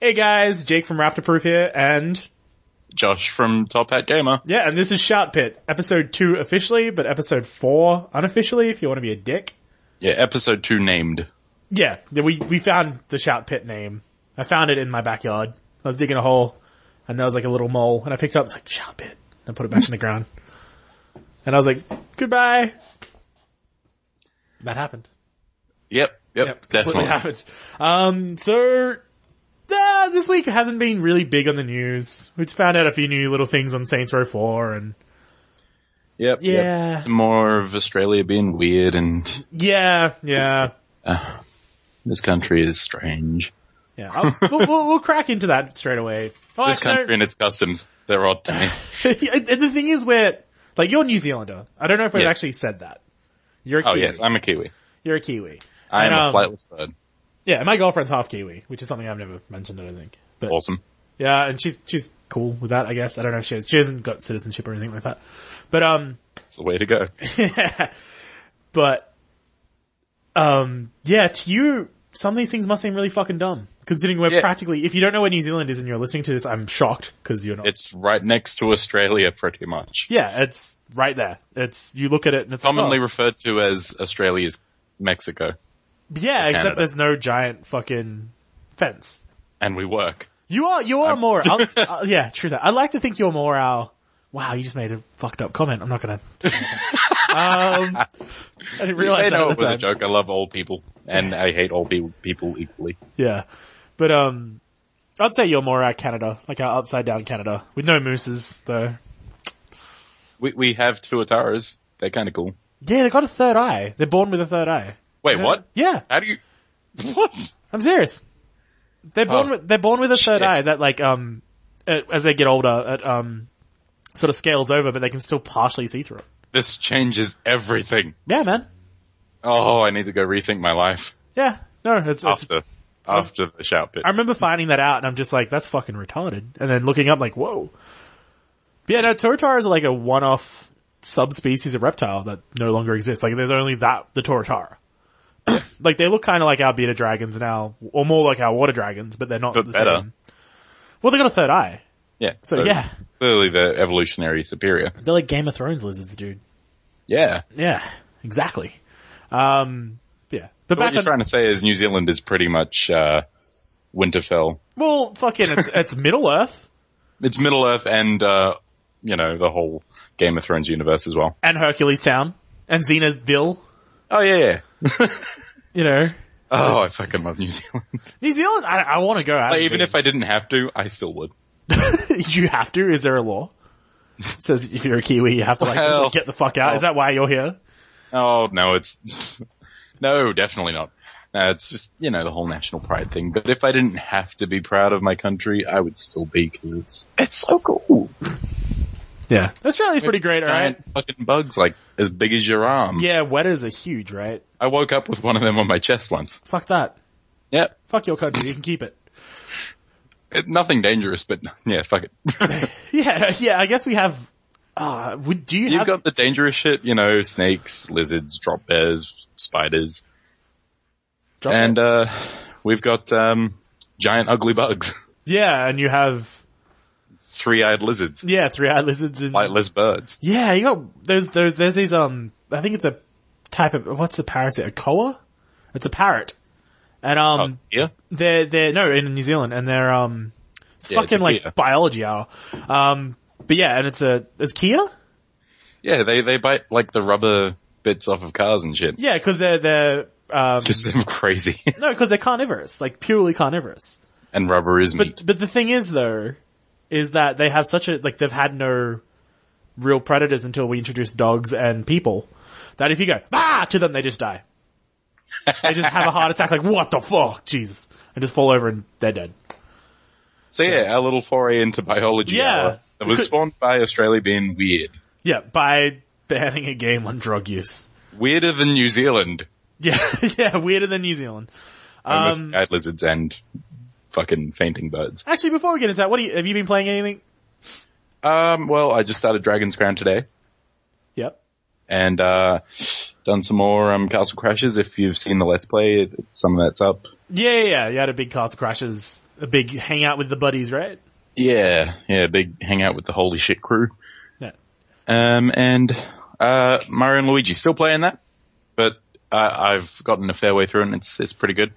Hey guys, Jake from Raptorproof here, and Josh from Top Hat Gamer. yeah, and this is Shout Pit, episode two officially, but episode four unofficially if you want to be a dick. Yeah, episode two named. Yeah, yeah, we, we found the Shout Pit name. I found it in my backyard. I was digging a hole, and there was like a little mole, and I picked it up, it's like Shout Pit, and I put it back in the ground. And I was like, goodbye. That happened. Yep, yep, definitely. completely happened. Um, so uh, this week hasn't been really big on the news. We just found out a few new little things on Saints Row Four, and Yep, Yeah. yep. Some more of Australia being weird and yeah, yeah, this country is strange. yeah. I'll- we'll, we'll, we'll crack into that straight away. Oh, This actually, no. country and its customs, they're odd to me. and the thing is, we're like you're New Zealander. I don't know if we've Yes. actually said that. You're a Oh Kiwi. yes, I'm a Kiwi. You're a Kiwi. I am And, a um, flightless bird. Yeah, my girlfriend's half Kiwi, which is something I've never mentioned. I don't think. But Awesome. Yeah, and she's she's cool with that, I guess. I don't know if she has, she hasn't got citizenship or anything like that. But um It's the way to go. but um yeah, to you some of these things must seem really fucking dumb. Considering we're Yeah. practically if you don't know where New Zealand is and you're listening to this, I'm shocked because you're not It's right next to Australia pretty much. Yeah, it's right there. It's you look at it and it's like, Commonly oh. referred to as Australia's Mexico. Yeah, except Canada. there's no giant fucking fence. And we work. You are, you are more, I'll, uh, yeah, true that. I'd like to think you're more our, wow, you just made a fucked up comment. I'm not gonna. um, I didn't realize They that at know it was the a time. joke. I love all people. And I hate all people, people equally. Yeah. But, um, I'd say you're more our Canada, like our upside down Canada, with no mooses though. We, we have tuataras. They're kinda cool. Yeah, they got a third eye. They're born with a third eye. Wait, what? Yeah, How do you? What? I'm serious. They're born Oh. with, they're born with a third Shit. eye that like, um, uh, as they get older, it, um, sort of scales over, but they can still partially see through it. This changes everything. Yeah, man. Oh, I need to go rethink my life Yeah. No, it's, it's after after the shout bit. I remember finding that out and I'm just like, that's fucking retarded. And then looking up like, whoa. But yeah, no, Torotaras are like a one-off subspecies of reptile that no longer exists. Like there's only that, the Torotara. like they look kind of like our beta dragons now, or more like our water dragons, but they're not But the better. same. Well, they got a third eye. Yeah. So, yeah, Clearly, the evolutionary superior. they're like Game of Thrones lizards, dude. Yeah. Yeah, exactly. Um, yeah, but So what back you're on, trying to say is New Zealand is pretty much uh, Winterfell. well, fucking, it's, it's Middle Earth It's Middle Earth and uh, you know the whole Game of Thrones universe as well. and Hercules Town and Xenaville, Oh yeah. yeah. you know. Oh, I fucking love New Zealand. New Zealand, I, I want to go. I haven't Even been. if I didn't have to, I still would. you have to? Is there a law? It says if you're a Kiwi, you have to like just, Well, like, get the fuck out. Is that why you're here? Oh no, it's no, definitely not. No, it's just you know the whole national pride thing. But if I didn't have to be proud of my country, I would still be because it's it's so cool. Yeah, Australia's pretty great, all right. Giant fucking bugs like as big as your arm. Yeah, wetters are huge, right? I woke up with one of them on my chest once. Fuck that. Yep, Fuck your country. You can keep it. It- nothing dangerous, but yeah, fuck it. Yeah, no, yeah. I guess we have. Uh, would do you You've have? got the dangerous shit, you know, snakes, lizards, drop bears, spiders, drop- and uh, we've got um, giant ugly bugs, yeah, and you have three-eyed lizards, yeah three-eyed lizards and lightless birds. yeah, you got there's there's there's these um I think it's a type of what's a parasite a koa? It's a parrot, and um Oh, yeah. They're they're no in New Zealand and they're um it's Yeah, it's fucking a like Kia. biology hour. Um but yeah, and it's a it's Kia? Yeah, they they bite like the rubber bits off of cars and shit. Yeah, because they're they're um Just them crazy. no, because they're carnivorous, like purely carnivorous. and rubber is meat. But but the thing is though, is that they have such a like they've had no real predators until we introduced dogs and people. That if you go ah to them, they just die. they just have a heart attack, like what the fuck, Jesus, and just fall over and they're dead. So yeah, our little foray into biology. Yeah. hour that was spawned by Australia being weird, Yeah, by banning a game on drug use. weirder than New Zealand. Yeah, yeah, weirder than New Zealand. Um, Um, with eyed lizards and fucking fainting birds. actually, before we get into that, what do you, have you been playing anything? Um, well, I just started Dragon's Crown today Yep. and uh, done some more um, Castle Crashes. If you've seen the Let's Play, some of that's up. Yeah, yeah, yeah. You had a big Castle Crashes a big hangout with the buddies, right? Yeah, yeah, big hangout with the holy shit crew. Yeah. Um, and uh, Mario and Luigi still playing that, but I, I've gotten a fair way through it and it's it's pretty good.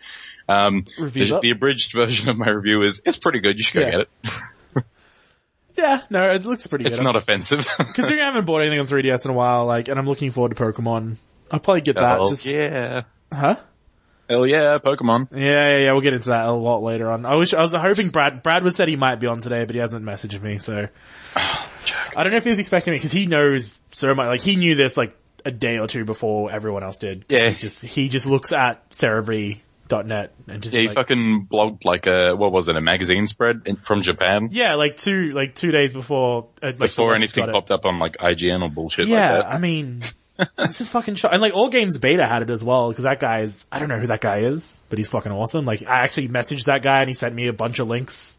Um, Reviews the, up. the abridged version of my review is it's pretty good. You should go Yeah. get it. Yeah, no, it looks pretty It's good. not offensive. Considering I haven't bought anything on 3DS in a while, like, and I'm looking forward to Pokemon. I'll probably get that. Hell just Oh, yeah, huh? hell yeah, Pokemon. Yeah, yeah, yeah. We'll get into that a lot later on. I wish I was hoping Brad. Brad was said he might be on today, but he hasn't messaged me. So I don't know if he was expecting me because he knows so much. Like he knew this like a day or two before everyone else did. 'Cause Yeah. He just he just looks at cerebri.net and just Yeah, he like, fucking blogged like a what was it a magazine spread in, from Japan yeah, like two like two days before uh, like, before the rest anything got it. popped up on like IGN or bullshit Yeah, like that. I mean. this is fucking shot. And like all games beta had it as well, cause that guy is, I don't know who that guy is, but he's fucking awesome. Like I actually messaged that guy and he sent me a bunch of links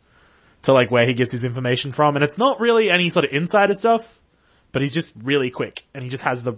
to like where he gets his information from. And it's not really any sort of insider stuff, but he's just really quick and he just has the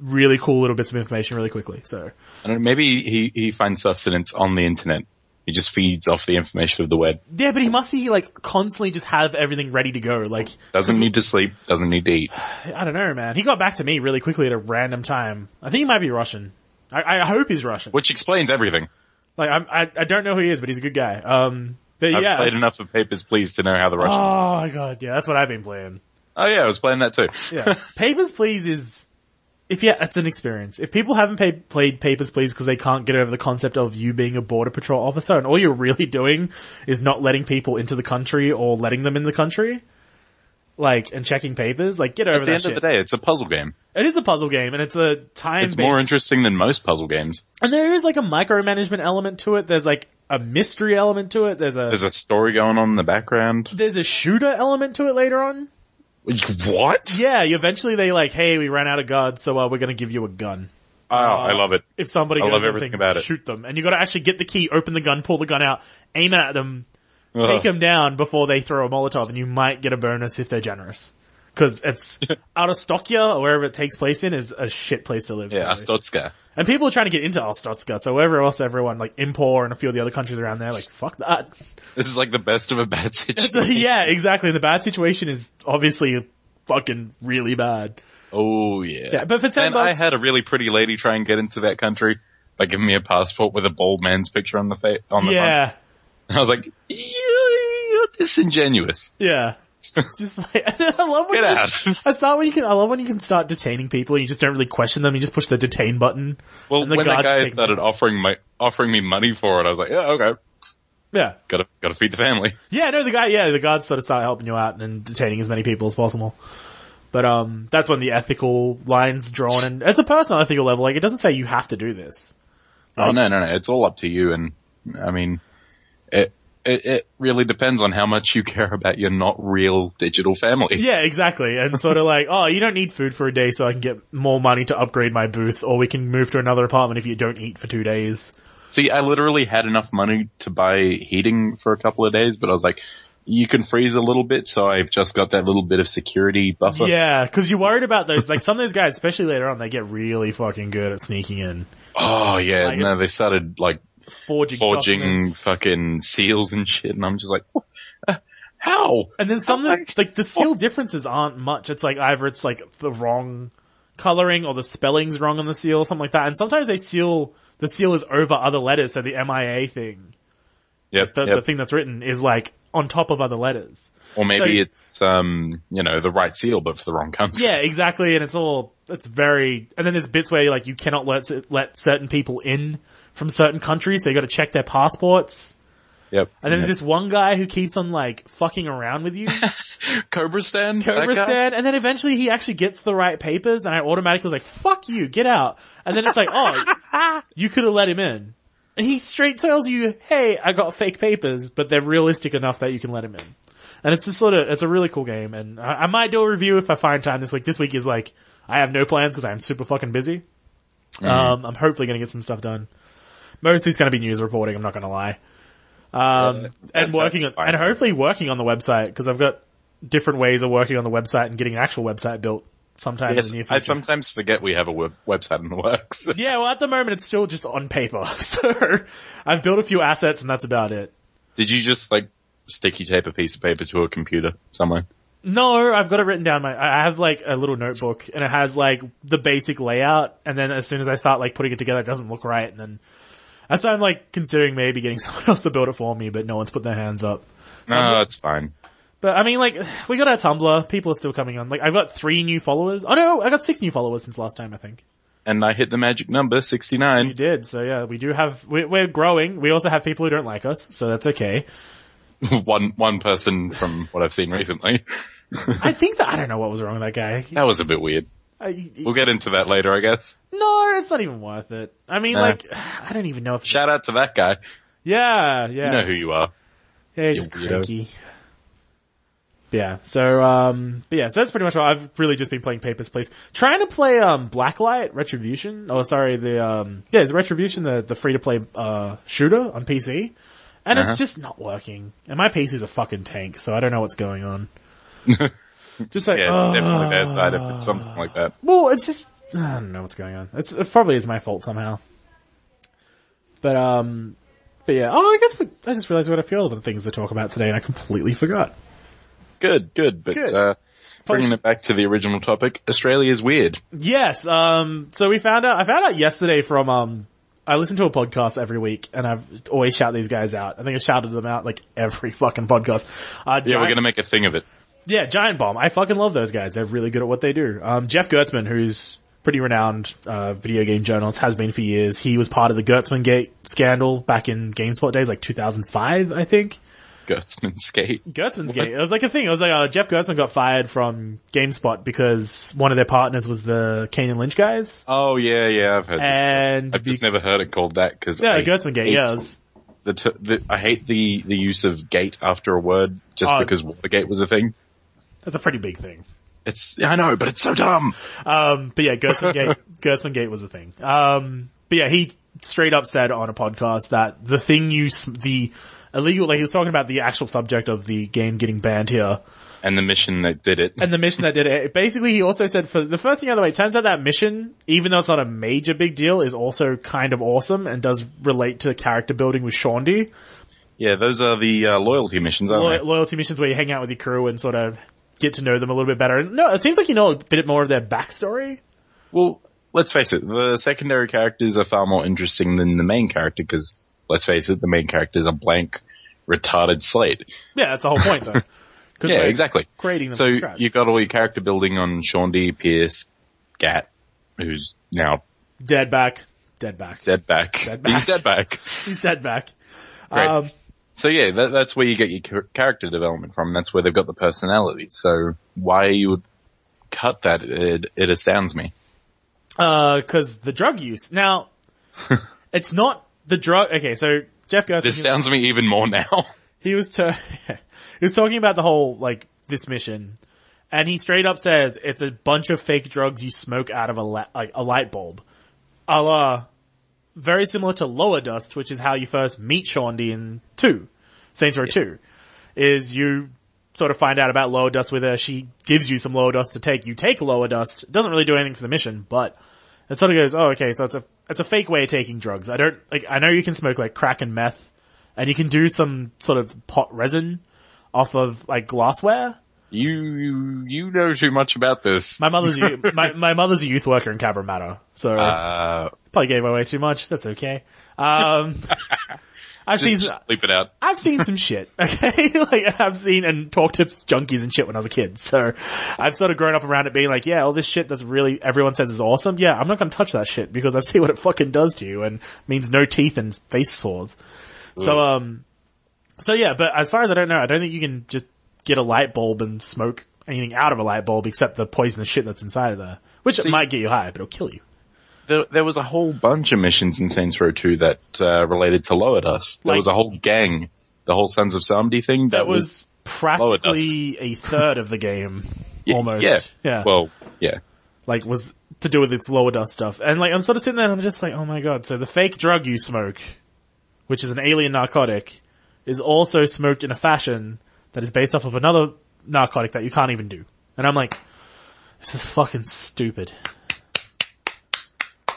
really cool little bits of information really quickly. So I don't know, maybe he he finds sustenance on the internet. He just feeds off the information of the web. yeah, but he must be like constantly just have everything ready to go. Like Doesn't need to sleep. Doesn't need to eat. I don't know, man. He got back to me really quickly at a random time. I think he might be Russian. I, I hope he's Russian. Which explains everything. Like I'm, I, I don't know who he is, but he's a good guy. Um, but I've yeah, played enough of Papers, Please to know how the Russians. Oh my god, yeah, that's what I've been playing. oh yeah, I was playing that too. Yeah, Papers Please is if yeah, it's an experience. If people haven't pa played Papers Please because they can't get over the concept of you being a border patrol officer and all you're really doing is not letting people into the country or letting them in the country, like and checking papers, like get over At the that end shit. of the day, it's a puzzle game. it is a puzzle game and it's a time. It's more interesting than most puzzle games. and there is like a micromanagement element to it. There's like a mystery element to it. There's a There's a story going on in the background. there's a shooter element to it later on. What? Yeah, you eventually they like, hey, we ran out of guards, so uh, we're gonna give you a gun. Oh, I Uh, love it. If somebody I goes love over everything thing, about it. shoot them, and you gotta actually get the key, open the gun, pull the gun out, aim it at them, Ugh. take them down before they throw a Molotov, and you might get a bonus if they're generous. Cause it's out of Stokia or wherever it takes place in is a shit place to live. Yeah, really. Astotska. and people are trying to get into Ostotska, so wherever else everyone, like Impor and a few of the other countries around there, like fuck that. This is like the best of a bad situation. So, yeah, exactly. And the bad situation is obviously fucking really bad. Oh yeah. Yeah, but for ten and bucks, I had a really pretty lady try and get into that country by giving me a passport with a bald man's picture on the fa- on the front. yeah, And I was like, "You- you're disingenuous. Yeah. It's just like, I love when Get you, out. I start when you can, I love when you can start detaining people and you just don't really question them, you just push the detain button. Well, And the when that guards guy take- started offering my offering me money for it, I was like, yeah, okay, Yeah. gotta gotta feed the family. Yeah, no, the guy, yeah, the guards sort of start helping you out and detaining as many people as possible. But, um, that's when the ethical line's drawn and it's a personal ethical level, like it doesn't say you have to do this. Oh no, no, no, it's all up to you. And I mean, it it, it really depends on how much you care about your not real digital family. Yeah, exactly. And sort of like, oh, you don't need food for a day so I can get more money to upgrade my booth or we can move to another apartment if you don't eat for two days. See, I literally had enough money to buy heating for a couple of days, but I was like, you can freeze a little bit, so I've just got that little bit of security buffer. Yeah, because you're worried about those. Like some of those guys, especially later on, they get really fucking good at sneaking in, Oh yeah, Like, no, it's- they started like forging, forging documents. fucking seals and shit, and I'm just like, "What? Uh, how? And then some of the, Fuck. like the skill differences aren't much. It's like either it's like the wrong coloring or the spelling's wrong on the seal, something like that. And sometimes they seal the seal is over other letters, so the MIA thing, Yep, the, yep. the thing that's written, is like on top of other letters. Or maybe So- it's um, you know, the right seal but for the wrong country. Yeah, exactly. And it's all, it's very, and then there's bits where like you cannot let, let certain people in from certain countries, so you gotta check their passports. Yep. And then yeah. there's this one guy who keeps on like fucking around with you, Cobra stand? that Cobra guy? Stan, and then eventually he actually gets the right papers and I automatically was like, fuck you, get out. And then it's like, oh, you could have let him in. And he straight tells you, hey, I got fake papers, but they're realistic enough that you can let him in. And it's just sort of, it's a really cool game and I, I might do a review if I find time this week. This week is like, I have no plans because I'm super fucking busy. Um, I'm hopefully gonna get some stuff done. Mostly it's gonna be news reporting, I'm not gonna lie. Um, and that's working on, fine. and hopefully working on the website because I've got different ways of working on the website and getting an actual website built sometime Yes, in the near I future. sometimes forget we have a web- website in the works. yeah, well, at the moment it's still just on paper. So I've built a few assets and that's about it. Did you just like sticky tape a piece of paper to a computer somewhere? No, I've got it written down. My I have like a little notebook, and it has like the basic layout. And then as soon as I start like putting it together, it doesn't look right. And then that's why I'm like considering maybe getting someone else to build it for me, but no one's put their hands up. No, it's fine. But I mean, like we got our Tumblr. People are still coming on. Like I've got three new followers. Oh no, I got six new followers since last time. I think And I hit the magic number sixty you nine. did. So yeah, we do have. We, we're growing. We also have people who don't like us, so that's okay. one one person from what I've seen recently. I think that I don't know what was wrong with that guy. That was a bit weird. I- he- We'll get into that later, I guess. no, it's not even worth it. I mean, Nah. like I don't even know if. Shout out to that guy. Yeah, yeah. You know who you are. Yeah, he's just weirdo. cranky. Yeah, so, um, but yeah, so that's pretty much all. I've really just been playing Papers, Please. Trying to play, um, Blacklight Retribution. Oh, sorry, the, um, yeah, it's Retribution, the, the free-to-play, uh, shooter on PC. And Uh-huh. it's just not working. And my PC's a fucking tank, so I don't know what's going on. just like, Yeah, uh, definitely their side if it's something like that. well, it's just I don't know what's going on. It's, it probably is my fault somehow. But um, but yeah. Oh, I guess we, I just realized we had a few other things to talk about today, and I completely forgot. Good, good. But Good. Uh, bringing it back to the original topic, Australia's weird. Yes. Um. So we found out. I found out yesterday from um. I listen to a podcast every week, and I've always shout these guys out. I think I shouted them out like every fucking podcast. Uh, Yeah, we're Giant- gonna make a thing of it. Yeah, Giant Bomb. I fucking love those guys. They're really good at what they do. Um, Jeff Gertzman, who's pretty renowned uh, video game journalist, has been for years. He was part of the Gertzman Gate scandal back in GameSpot days, like 2005, I think. Gertzman skate. Gertzman's Gate. It was like a thing. It was like uh, Jeff Gertzman got fired from GameSpot because one of their partners was the Kane Lynch guys. Oh yeah, yeah, I've heard And this. I've just never heard it called that because yeah, Gertzman Gate. Yeah, it was- the, t- the I hate the the use of gate after a word just Oh. because Watergate was a thing. that's a pretty big thing. It's I know, but it's so dumb. Um, but yeah, Gertzman Gate, Gertzman Gate was a thing. Um, but yeah, he straight up said on a podcast that the thing you, s- the illegal, like he was talking about the actual subject of the game getting banned here And the mission that did it. and the mission that did it. Basically, he also said for the first thing out of the way, it turns out that mission, even though it's not a major big deal, is also kind of awesome and does relate to character building with Shondi. yeah, those are the uh, loyalty missions, aren't Lo- loyalty missions where you hang out with your crew and sort of get to know them a little bit better. And no, it seems like you know a bit more of their backstory. they? Well, let's face it, the secondary characters are far more interesting than the main character because let's face it, the main character is a blank, retarded slate. Yeah, that's the whole point though. 'Cause Yeah, we're exactly. Creating them So from scratch. you've got all your character building on Shaundy, Pierce, Gat, who's now Dead back. Dead back. dead back. Dead He's back. dead back. He's dead back. Great. Um, So yeah, that, that's where you get your char- character development from. That's where they've got the personality. So why you would cut that? It, it astounds me. uh, cause the drug use. Now, it's not the drug, okay, so Jeff Gerstmann, It he- astounds me even more now. he was, t- he was talking about the whole, like, this mission, and he straight up says it's a bunch of fake drugs you smoke out of a, la- like, a light bulb. A la, very similar to lower dust, which is how you first meet Shondi in 2, Saints Row 2, is you sort of find out about lower dust with her. She gives you some lower dust to take. You take lower dust. It doesn't really do anything for the mission, but it sort of goes, oh, okay, so it's a, it's a fake way of taking drugs. I don't, like, I know you can smoke like crack and meth and you can do some sort of pot resin off of like glassware. you you you know too much about this. My mother's, a, my, my mother's a youth worker in Cabramatta. So Uh, probably gave away too much. That's okay. Um, I've seen, just, just bleep it out. I've seen some shit, okay? like, I've seen and talked to junkies and shit when I was a kid, so I've sort of grown up around it being like, yeah, all this shit that's really, everyone says is awesome, yeah, I'm not gonna touch that shit because I've seen what it fucking does to you and means no teeth and face sores. So, um, so yeah, but as far as I don't know, I don't think you can just get a light bulb and smoke anything out of a light bulb except the poisonous shit that's inside of there, which it might get you high, but it'll kill you. There, there was a whole bunch of missions in Saints Row 2 that uh, related to Lower Dust. There Like- was a whole gang, the whole Sons of Samdi thing. That, That was practically a third of the game, y- almost. Yeah. yeah. Well, yeah. like was to do with its lower dust stuff. And like I'm sort of sitting there and I'm just like, oh my god, so the fake drug you smoke, which is an alien narcotic, is also smoked in a fashion that is based off of another narcotic that you can't even do. And I'm like, this is fucking stupid.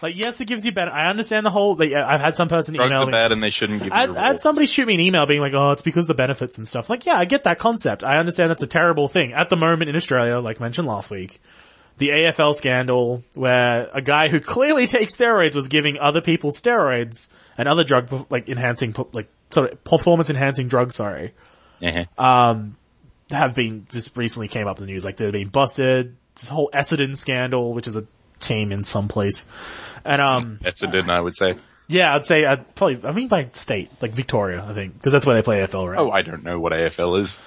Like, yes, it gives you better. I understand the whole. Like, I've had some person Drugs email are me. bad and they shouldn't give you I had rewards. somebody shoot me an email being like, "Oh, it's because the benefits and stuff." Like, yeah, I get that concept. I understand that's a terrible thing at the moment in Australia, like mentioned last week. The AFL scandal where a guy who clearly takes steroids was giving other people steroids and other drug like enhancing like sort of performance enhancing drugs, sorry, Uh-huh. Uh, have been just recently came up in the news. Like they've been busted. This whole Essendon scandal, which is a team in some place. And um That's a didn't I would say. yeah, I'd say I'd probably I mean by state, like Victoria, I think, cuz that's where they play AFL, right? Oh, I don't know what AFL is.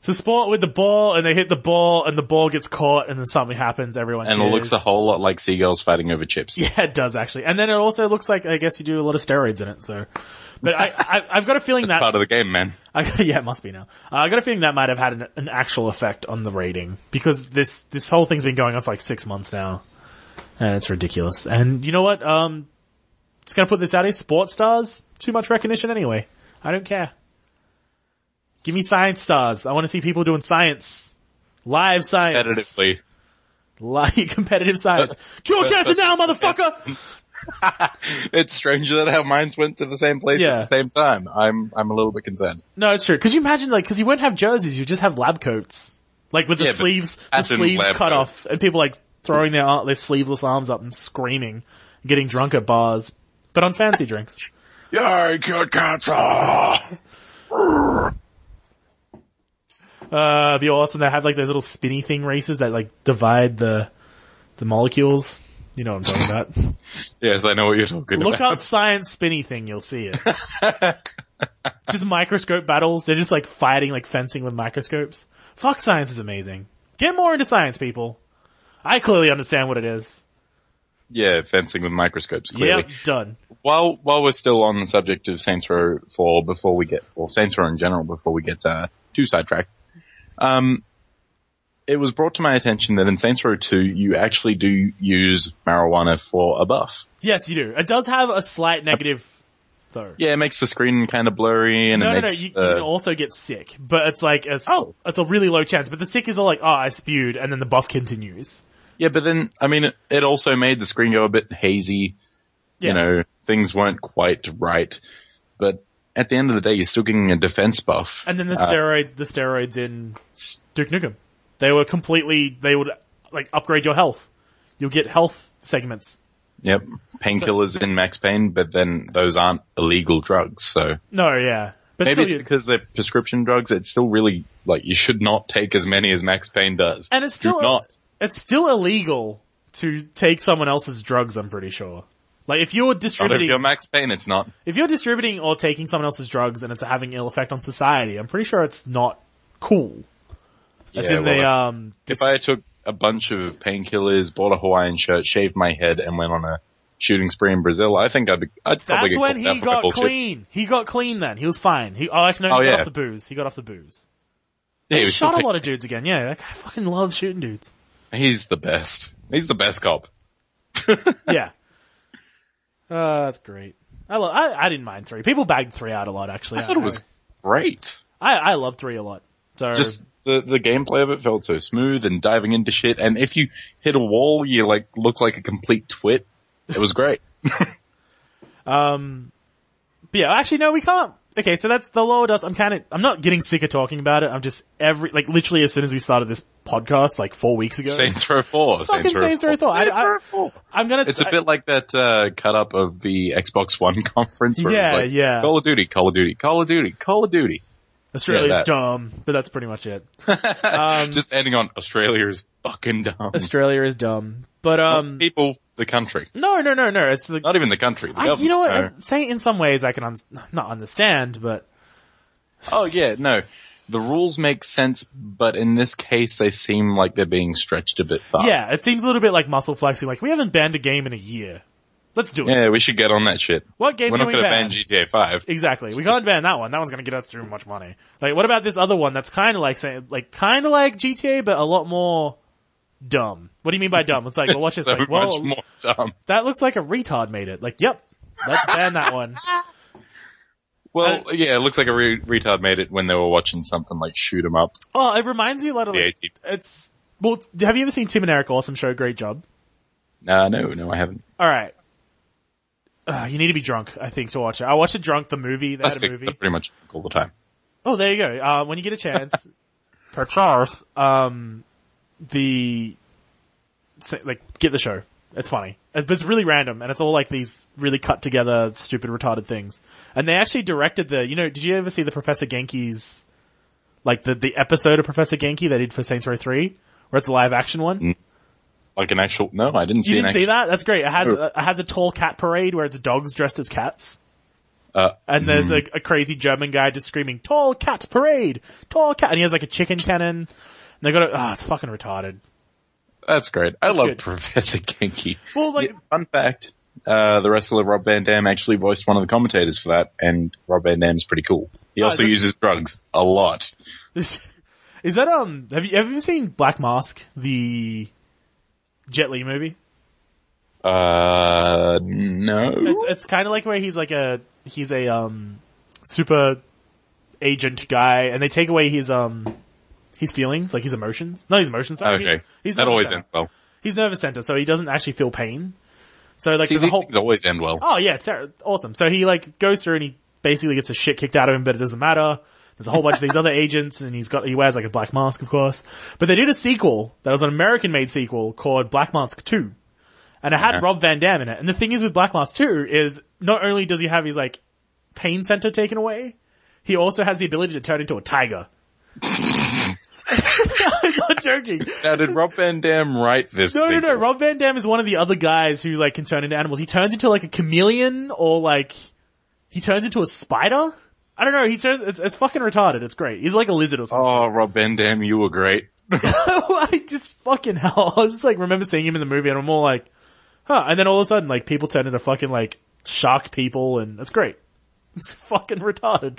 It's a sport with the ball, and they hit the ball, and the ball gets caught, and then something happens. Everyone And it cheers. looks a whole lot like seagulls fighting over chips. yeah, it does actually, and then it also looks like I guess you do a lot of steroids in it. So, but I, I I've got a feeling That's that part of the game, man. I, yeah, it must be now. Uh, I got a feeling that might have had an, an actual effect on the rating because this this whole thing's been going on for like six months now, and it's ridiculous. And you know what? Um, it's gonna put this out as sports stars too much recognition anyway. I don't care. Give me science stars. I want to see people doing science, live science, Competitively. live competitive science. Cure cancer now, motherfucker. It's strange that our minds went to the same place Yeah. at the same time. I'm I'm a little bit concerned. No, it's true. Could you imagine like because you won't have jerseys, you just have lab coats. Like with the Yeah, but sleeves, the as in sleeves lab cut coat. off, and people like throwing their ar- their sleeveless arms up and screaming, getting drunk at bars, but on fancy drinks. Yay, good cancer! Uh, it'd be awesome. They have like those little spinny thing races that like divide the the molecules. You know what I'm talking about. Yes, I know what you're talking Look about. up science spinny thing, you'll see it. just microscope battles. They're just like fighting, like fencing with microscopes. Fuck science is amazing. Get more into science, people. I clearly understand what it is. Yeah, fencing with microscopes, clearly. Yep, done. While while we're still on the subject of Saints Row 4, before we get, or Saints Row in general, before we get uh, too sidetracked, um, it was brought to my attention that in Saints Row 2, you actually do use marijuana for a buff. Yes, you do. It does have a slight negative, though. Yeah, it makes the screen kind of blurry and No, no, it no. makes You, you the- can also get sick, but it's like it's, Oh. it's a really low chance. But the sick is all like, oh, I spewed, and then the buff continues. Yeah, but then I mean, it, it also made the screen go a bit hazy. Yeah. You know, things weren't quite right. But at the end of the day, you're still getting a defense buff. And then the Uh, steroid, the steroids in Duke Nukem, they were completely. They would like upgrade your health. You'll get health segments. Yep, painkillers in Max Payne, but then those aren't illegal drugs. So No, yeah, but maybe still, it's you- because they're prescription drugs. It's still really like you should not take as many as Max Payne does. and it's Do still not. it's still illegal to take someone else's drugs. I'm pretty sure. Like if you're Not if distributing, you're Max Payne, it's not. if you're distributing or taking someone else's drugs and it's having ill effect on society, I'm pretty sure it's not cool. It's Yeah, in well, the um. If I took a bunch of painkillers, bought a Hawaiian shirt, shaved my head, and went on a shooting spree in Brazil, I think I'd, be, I'd probably That's get when called out he for my got bullshit. clean. He got clean then. He was fine. He oh actually no, Oh, he got yeah. off the booze. He got off the booze. Yeah, he was shot a still lot of dudes again. Yeah, that guy fucking loves shooting dudes. taking- He's the best. He's the best cop. Yeah. Uh, that's great. I, lo- I I didn't mind three. People bagged three out a lot actually. I thought it was great. I I love three a lot. So Just the the gameplay of it felt so smooth and diving into shit. And if you hit a wall, you like look like a complete twit. It was great. But yeah, actually, no, we can't. Okay, so that's the lower dust. I'm kind of, I'm not getting sick of talking about it. I'm just every, like literally as soon as we started this podcast, like four weeks ago, Saints Row Four. Fucking Saints Row 4. I- Saints I- Row 4. I'm gonna, It's a bit like that uh, cut up of the Xbox One conference. Where Yeah, it was like, yeah. Call of Duty, Call of Duty, Call of Duty, Call of Duty. Australia's yeah, that. dumb, but that's pretty much it. Um, Just ending on Australia is fucking dumb. Australia is dumb, but um, People, the country, no, no, no, no. It's the not even the country. The I, you government. know what? No. I'm saying in some ways I can un- not understand, but Oh yeah, no. The rules make sense, but in this case, they seem like they're being stretched a bit far. yeah, it seems a little bit like muscle flexing. Like we haven't banned a game in a year. Let's do it. Yeah, we should get on that shit. What game We're can not we gonna ban? ban GTA 5. Exactly. We can't ban that one. That one's gonna get us too much money. Like, what about this other one that's kinda like saying, like, kinda like GTA, but a lot more dumb. What do you mean by dumb? It's like, well, watch this. so Like, much well, more dumb. that looks like a retard made it. Like, yep. Let's ban that one. Well, yeah, it looks like a re- retard made it when they were watching something like Shoot 'em Up. Oh, it reminds me a lot of, The like, 18. it's, well, have you ever seen Tim and Eric Awesome Show? Great job. Uh, no, no, I haven't. Alright. Uh, you need to be drunk, I think, to watch it. I watched it drunk, the movie. They That's had a movie. pretty much all the time. Oh, there you go. Uh, when you get a chance, per Charles, um, the, say- like, get the show. It's funny. It- But it's really random, and it's all like these really cut together, stupid, retarded things. And they actually directed the, you know, did you ever see the Professor Genki's, like the, the episode of Professor Genki they did for Saints Row 3? Where it's a live action one? Like an actual, no, I didn't see You didn't an see that? That's great. It has No. it has a tall cat parade where it's dogs dressed as cats. Uh, and there's like a crazy German guy just screaming "Tall cat parade, tall cat," and he has like a chicken cannon. And they got a, ah, it's fucking retarded. That's great. I love good. Professor Genki. Well, like Yeah, fun fact, uh, the wrestler Rob Van Dam actually voiced one of the commentators for that, and Rob Van Dam's pretty cool. He Oh, also that- uses drugs a lot. is that um? Have you have you seen Black Mask, the Jet Li movie? Uh, no. It's it's kind of like where he's like a he's a um super agent guy, and they take away his um his feelings, like his emotions. No, his emotions. Sorry. okay. he's, he's that nervous always center. ends well. He's nervous center, so he doesn't actually feel pain. So like See, there's a these whole things always end well. Oh yeah, ter- awesome. So he like goes through and he basically gets a shit kicked out of him, but it doesn't matter. There's a whole bunch of these other agents and he's got, he wears like a black mask of course. But they did a sequel that was an American made sequel called Black Mask 2. And it had Yeah. Rob Van Dam in it. And the thing is with Black Mask 2 is not only does he have his like pain center taken away, he also has the ability to turn into a tiger. I'm not joking. Now, did Rob Van Dam write this? No, no, no. sequel? Rob Van Dam is one of the other guys who like can turn into animals. He turns into like a chameleon or like he turns into a spider. I don't know. He turns. It's, it's fucking retarded. It's great. He's like a lizard or something. Oh, Rob Van Dam, you were great. Oh. I just fucking hell. I was just like remember seeing him in the movie, and I'm all like, huh. And then all of a sudden, like people turn into fucking like shark people, and it's great. It's fucking retarded.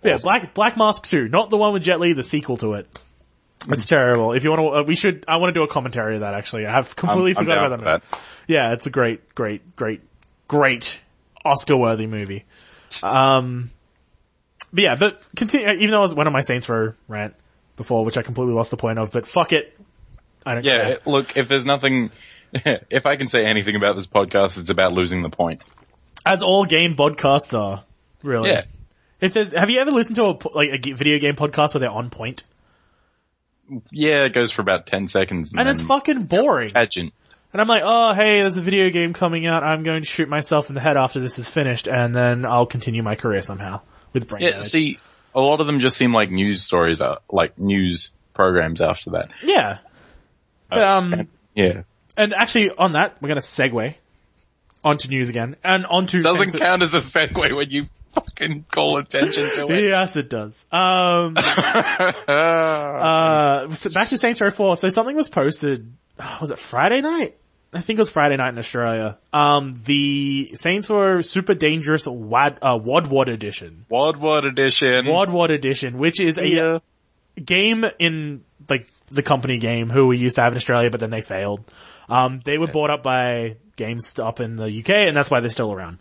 But yeah, Awesome. Black Black Mask Two, not the one with Jet Li, the sequel to it. It's terrible. If you want to, uh, we should. I want to do a commentary of that. Actually, I have Hmm. I'm, completely I'm forgot down about that. for Movie. Yeah, it's a great, great, great, great Oscar-worthy movie. Um, but yeah, but continue. Even though it was one of my Saints Row rant before, which I completely lost the point of, but fuck it, I don't Yeah, care. look, if there's nothing, if I can say anything about this podcast, it's about losing the point. As all game podcasts are, really. Yeah. If there's, have you ever listened to a po- like a g- video game podcast where they're on point? Yeah, it goes for about 10 seconds. And, And it's then fucking boring. pageant. And I'm like, oh hey, there's a video game coming out. I'm going to shoot myself in the head after this is finished, and then I'll continue my career somehow with brain Yeah, damage. see, a lot of them just seem like news stories, uh, like news programs after that. yeah. But, um, Yeah. And actually, on that, we're going to segue onto news again and onto Doesn't things- count as a segue when you fucking call attention to it. Yes, it does. Um, Ah. uh, so back to Saints Row 4. So something was posted. uh, Was it Friday night? I think it was Friday night in Australia. Um, the Saints Row Super Dangerous Wad, uh, Wadwad Edition. Wadwad edition. Wadwad Edition, which is a Yeah. game in like the company game who we used to have in Australia, but then they failed. Um, they were bought up by GameStop in the UK, and that's why they're still around.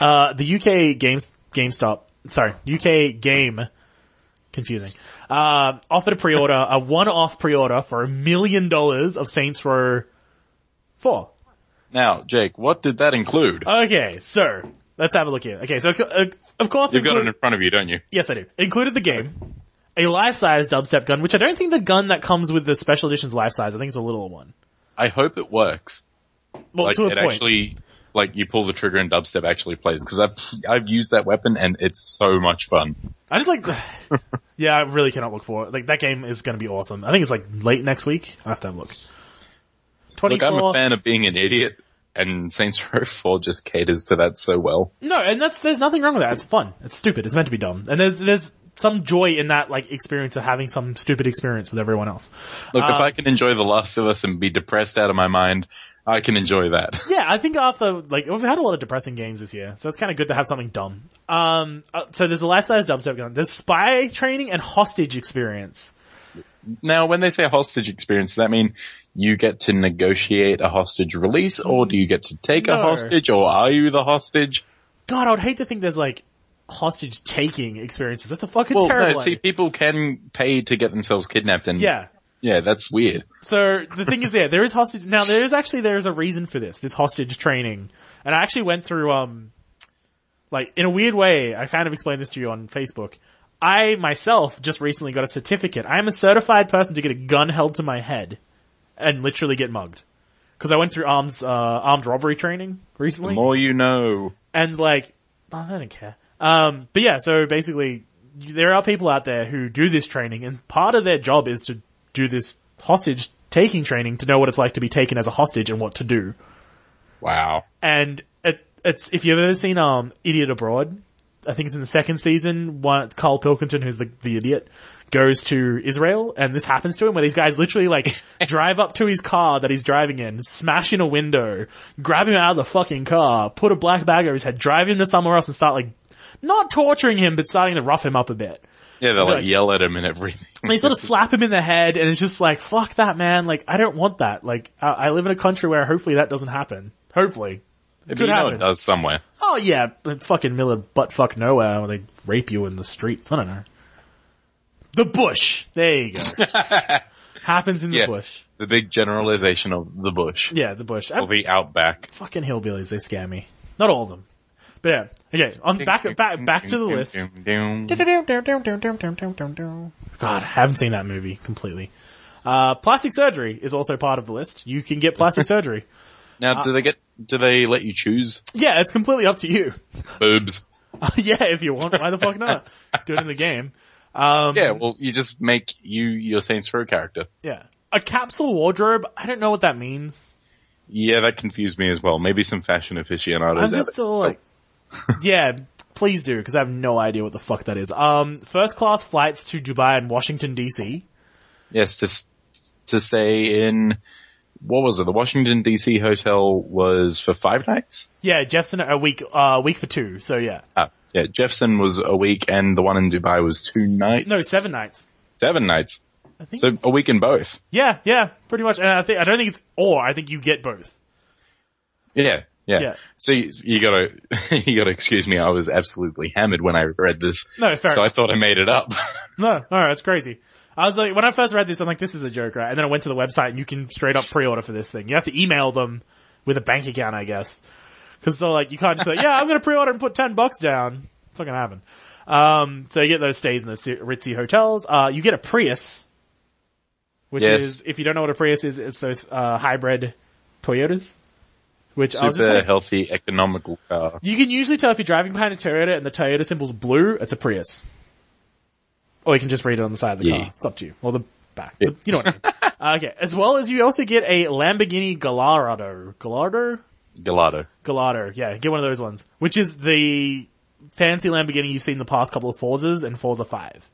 Uh, the UK games GameStop, sorry, UK game, confusing. Uh, offered a pre-order, a one-off pre-order for a million dollars of Saints Row Four. Now, Jake, what did that include? Okay, so let's have a look here. Okay, so uh, of course You've got included- it in front of you, don't you? Yes, I do. Included the game, a life-size dubstep gun, which I don't think the gun that comes with the special edition's life-size. I think it's a little one. I hope it works. Well, like to a it point. actually like you pull the trigger and dubstep actually plays because I've I've used that weapon and it's so much fun. I just like, yeah, I really cannot look for it. Like that game is going to be awesome. I think it's like late next week. I have to have a look. Look, Twenty-four. I'm a fan of being an idiot, and Saints Row Four just caters to that so well. No, and that's there's nothing wrong with that. It's fun. It's stupid. It's meant to be dumb. And there's there's some joy in that like experience of having some stupid experience with everyone else. Look, if I can enjoy The Last of Us and be depressed out of my mind, I can enjoy that. Yeah, I think after like we've had a lot of depressing games this year, so it's kind of good to have something dumb. Um, uh, so there's a life-size dubstep gun. There's spy training and hostage experience. now, when they say hostage experience, does that mean you get to negotiate a hostage release, or do you get to take a No. hostage, or are you the hostage? God, I would hate to think there's like hostage taking experiences. That's a fucking Well, terrible. no. See, idea. people can pay to get themselves kidnapped and yeah, Yeah, that's weird. So the thing is, yeah, there is hostage. Now there is actually there is a reason for this. This hostage training, and I actually went through um, like in a weird way. I kind of explained this to you on Facebook. I myself just recently got a certificate. I am a certified person to get a gun held to my head and literally get mugged because I went through arms uh, armed robbery training The recently, more you know. and like I don't care. Um, but yeah, so basically there are people out there who do this training, and part of their job is to do this hostage taking training to know what it's like to be taken as a hostage and what to do. Wow. And it, it's if you've ever seen um Idiot Abroad, I think it's in the second season. One Carl Pilkington, who's the the idiot, goes to Israel, and this happens to him where these guys literally like drive up to his car that he's driving in, smash in a window, grab him out of the fucking car, put a black bag over his head, drive him to somewhere else, and start like not torturing him, but starting to rough him up a bit. Yeah, they like, Like- yell at him and everything. They sort of slap him in the head, and it's just like, fuck that, man. Like, I don't want that. Like, I, I live in a country where hopefully that doesn't happen. Hopefully. But could you know happen. it does somewhere. Oh yeah, but fucking middle of buttfuck nowhere where they rape you in the streets. I don't know. The bush. There you go. Happens in the Yeah. bush. The big generalization of the bush. Yeah, the bush. I'm Or the outback. fucking hillbillies. They scare me. Not all of them, but yeah. Okay, on back back back to the list. God, I haven't seen that movie completely. Uh, plastic surgery is also part of the list. You can get plastic surgery. Uh, Now, do they get? Do they let you choose Yeah, it's completely up to you. boobs? yeah, if you want, why the fuck not? Do it in the game. Um, Yeah, well, you just make you your Saints Row character. Yeah. A capsule wardrobe? I don't know what that means. Yeah, that confused me as well. Maybe some fashion aficionados. I'm out just there. still like, yeah, please do, cause I have no idea what the fuck that is. Um, first class flights to Dubai and Washington DC. yes, to s- to stay in what was it? The Washington D.C. hotel was for five nights. Yeah, Jeff's in a week, uh, week for two, so yeah. Ah, yeah, Jefferson was a week, and the one in Dubai was two nights, No, seven nights. seven nights. I think, So a week in both. yeah, yeah, pretty much. And I think, I don't think it's or, I think you get both. Yeah, yeah. Yeah. So you, you gotta, you gotta excuse me. I was absolutely hammered when I read this, No, fair so I thought I made it up. No, no, that's crazy. I was like, when I first read this, I'm like, this is a joke, right? And then I went to the website and you can straight up pre-order for this thing. You have to email them with a bank account, I guess. Cause they're like, you can't just be like, yeah, I'm gonna pre-order and put 10 bucks down. It's not gonna happen. Um, so you get those stays in the ritzy hotels. Uh, you get a Prius, which Yes. is, if you don't know what a Prius is, it's those, uh, hybrid Toyotas. Which I was just Super like, healthy, uh, economical car. you can usually tell if you're driving behind a Toyota and the Toyota symbol's blue, it's a Prius. Or you can just read it on the side of the Yeah. car. It's up to you. Or the back. The- you know what I mean. okay. As well as you also get a Lamborghini Gallardo. Gallardo? Gelato. Gallardo. Yeah, get one of those ones. Which is the fancy Lamborghini you've seen in the past couple of Forzas and Forza 5.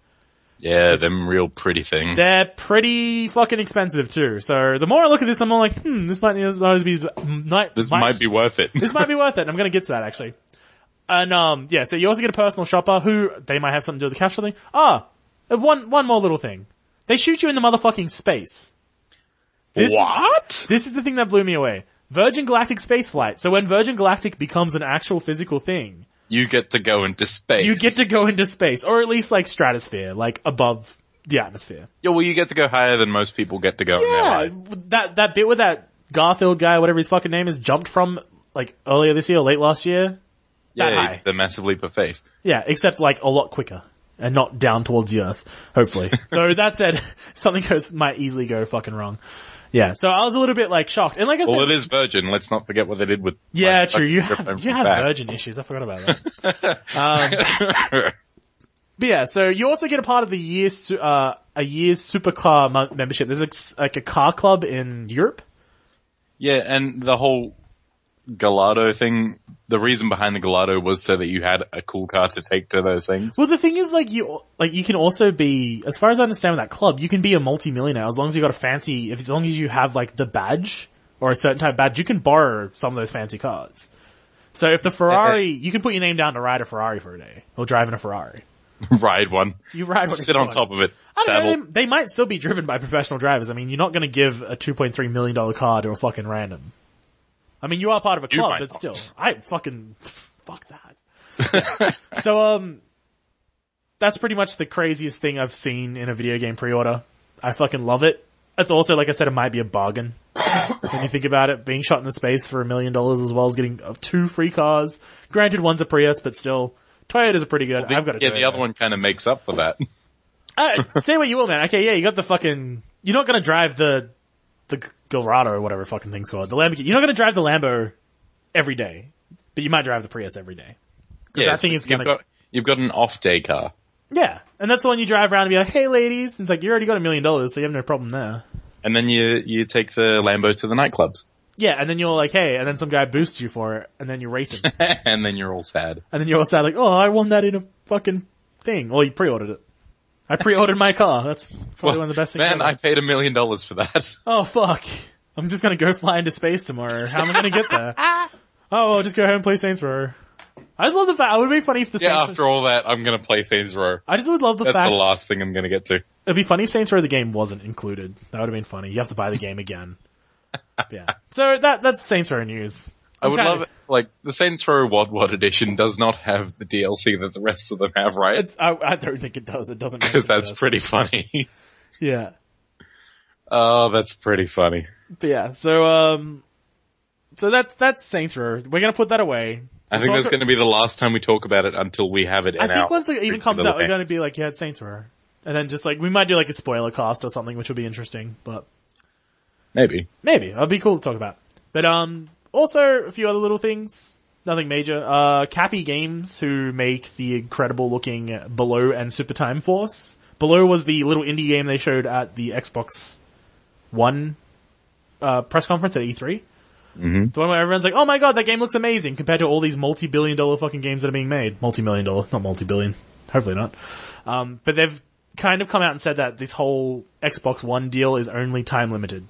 Yeah, them real pretty things. They're pretty fucking expensive too. So the more I look at this, I'm more like, hmm, this might, this might be, might, This might be worth it. this might be worth it. and I'm gonna get to that actually. And um, yeah, so you also get a personal shopper who they might have something to do with the cash or something. Ah, one one more little thing. They shoot you in the motherfucking space. This is- what? This is the thing that blew me away. Virgin Galactic spaceflight. So when Virgin Galactic becomes an actual physical thing, You get to go into space. you get to go into space, or at least like stratosphere, like above the atmosphere. Yeah, well, you get to go higher than most people get to go in their Yeah, lives. that that bit with that Garfield guy, whatever his fucking name is, jumped from like earlier this year, late last year. That yeah, high. it's the massive leap of faith. Yeah, except like a lot quicker and not down towards the earth, hopefully. so that said, something goes, might easily go fucking wrong. Yeah, so I was a little bit like shocked. And like I said, Well, it is Virgin. Let's not forget what they did with. yeah, like, true. You fucking have, Griffin you from have Back. virgin issues. I forgot about that. um, but yeah, so you also get a part of the year's, su- uh, a year's supercar mo- membership. There's like, s- like a car club in Europe. Yeah, and the whole Gallardo thing. The reason behind the Gallardo was so that you had a cool car to take to those things. Well, the thing is, like you, like you can also be, as far as I understand, with that club, you can be a multi-millionaire as long as you got a fancy. If as long as you have like the badge or a certain type of badge, you can borrow some of those fancy cars. So if the Ferrari, you can put your name down to ride a Ferrari for a day or drive in a Ferrari. Ride one. You ride one. Sit on top of it. I don't know, Saddle. they, they might still be driven by professional drivers. I mean, you're not going to give a 2.3 million dollar car to a fucking random. I mean, you are part of a You club, might but not. still, I fucking fuck that. so, um, that's pretty much the craziest thing I've seen in a video game pre-order. I fucking love it. It's also, like I said, it might be a bargain. when you think about it, being shot into space for a million dollars as well as getting uh, two free cars. Granted, one's a Prius, but still, Toyotas are pretty good. I've got a yeah, the Toyota. other one kind of makes up for that. Uh, say what you will, man. Okay, yeah, you got the fucking. You're not gonna drive the the Gallardo or whatever fucking thing's called. The Lamborghini. You're not gonna drive the Lambo every day, but you might drive the Prius every day. Yeah, I think it's you've gonna- got you've got an off day car. Yeah, and that's the one you drive around and be like, "Hey, ladies," and it's like you already got a million dollars, so you have no problem there. And then you you take the Lambo to the nightclubs, Yeah, and then you're like, "Hey," and then some guy boosts you for it, and then you're racing, and then you're all sad. and then you're all sad like, "Oh, I won that in a fucking thing." Well, you pre-ordered it. I pre-ordered my car. That's probably one of the best things. Man, ever. I paid a million dollars for that. Oh fuck. I'm just gonna go fly into space tomorrow. How am I gonna get there? oh, I'll just go home and play Saints Row. I just love the fact, it would be funny if the Yeah, Saints Row, after all that, I'm gonna play Saints Row. I just would love the That's fact, the last thing I'm gonna get to. it'd be funny if Saints Row the game wasn't included. That would have been funny. You have to buy the game again. yeah. So that, that's Saints Row news. I would kinda- love it. Like, the Saints Row Wad Wad edition does not have the DLC that the rest of them have, right? It's, I, I don't think it does. It doesn't. mention Because that's this. pretty funny. yeah. oh, that's pretty funny. But yeah. So, um, so that's, that's Saints Row. We're gonna put that away. I think all that's good. going to be the last time we talk about it until we have it in I think our once it even every comes single out, we're game. going to be like, yeah, it's Saints Row. And then just like, we might do like a spoiler cast or something, which would be interesting, but Maybe. maybe. That'd be cool to talk about. But, um, also a few other little things. Nothing major. Uh, Cappy Games, who make the incredible looking Below and Super Time Force. Below was the little indie game they showed at the Xbox One, uh, press conference at E3. Mm-hmm. The one where everyone's like, oh my god, that game looks amazing compared to all these multi-billion dollar fucking games that are being made. Multi-million dollar, not multi-billion. Hopefully not. Um, but they've kind of come out and said that this whole Xbox One deal is only time limited.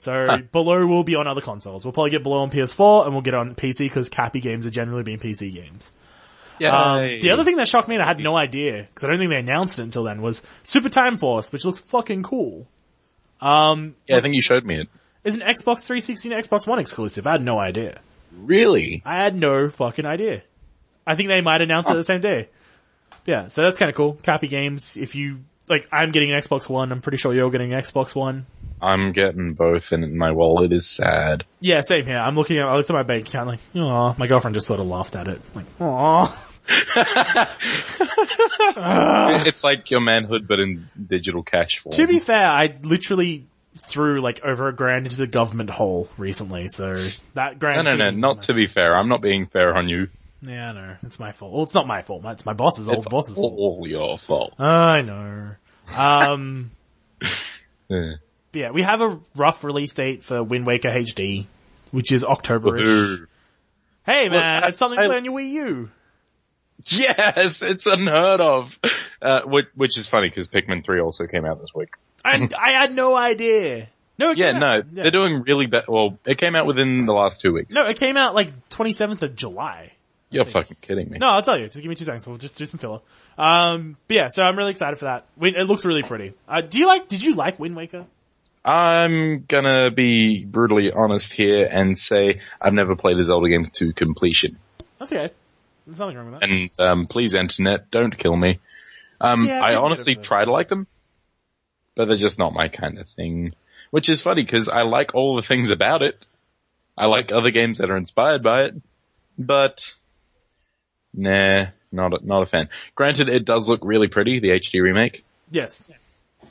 So Below will be on other consoles. We'll probably get Below on PS4 and we'll get it on PC because Cappy games are generally being PC games. Um, the other thing that shocked me and I had no idea, because I don't think they announced it until then, was Super Time Force, which looks fucking cool. yeah, I think you showed me it. Is an Xbox 360 and Xbox One exclusive. I had no idea. Really? I had no fucking idea. I think they might announce it the same day. Yeah, so that's kind of cool. Copy games. If you like, I'm getting an Xbox One. I'm pretty sure you're getting an Xbox One. I'm getting both and my wallet is sad. Yeah, same here. I'm looking at. I looked at my bank account. Like, oh, my girlfriend just sort of laughed at it. Like, oh, it's like your manhood but in digital cash form. To be fair, I literally threw like over a grand into the government hole recently. So that no, grand. no, no, not to be fair. I'm not being fair on you. Yeah, no, it's my fault. Well, it's not my fault. It's my boss's old It's boss's fault. all your fault. I know. Um, Yeah. but yeah, we have a rough release date for Wind Waker HD, which is October. Boo. Hey man, I- it's something I- to play on your Wii U. Yes, it's unheard of. Uh, which, which is funny because Pikmin 3 also came out this week. I, I had no idea. No, it Yeah, came out- no, yeah. they're doing really bad. Well, it came out within the last two weeks. no, it came out like 27th of July. You're fucking kidding me. No, I'll tell you. Just give me two seconds. We'll just do some filler. Um, but yeah, so I'm really excited for that. Win- It looks really pretty. Uh, do you like, did you like Wind Waker? I'm gonna be brutally honest here and say I've never played a Zelda game to completion. That's okay. There's nothing wrong with that. And um, please, internet, don't kill me. Um, Yeah, I I think honestly that- try to like them, but they're just not my kind of thing. Which is funny because I like all the things about it. I like other games that are inspired by it, but nah, not a, not a fan. Granted, it does look really pretty, the HD remake. Yes.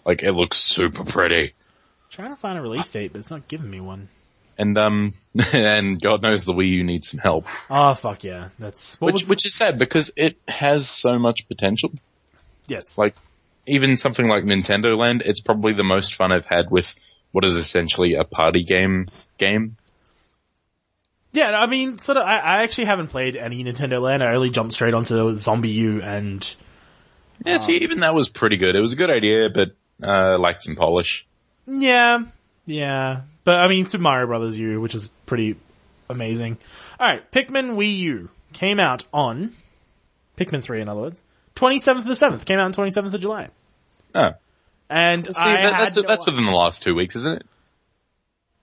Like it looks super pretty. Trying to find a release date, but it's not giving me one. And um, and God knows the Wii U needs some help, Oh fuck yeah. That's, what which was- which is sad because it has so much potential. yes. Like even something like Nintendo Land, it's probably the most fun I've had with what is essentially a party game game. Yeah, I mean, sort of. I, I actually haven't played any Nintendo Land. I only jumped straight onto Zombie U, and Yeah, see, even that was pretty good. It was a good idea, but uh, lacked some polish. yeah, yeah. But I mean, Super Mario Brothers U, which is pretty amazing. All right, Pikmin Wii U came out on Pikmin Three, in other words, twenty seventh of the seventh. Came out on twenty seventh of July, Oh, and see, I that, had that's no that's i- within the last two weeks, isn't it?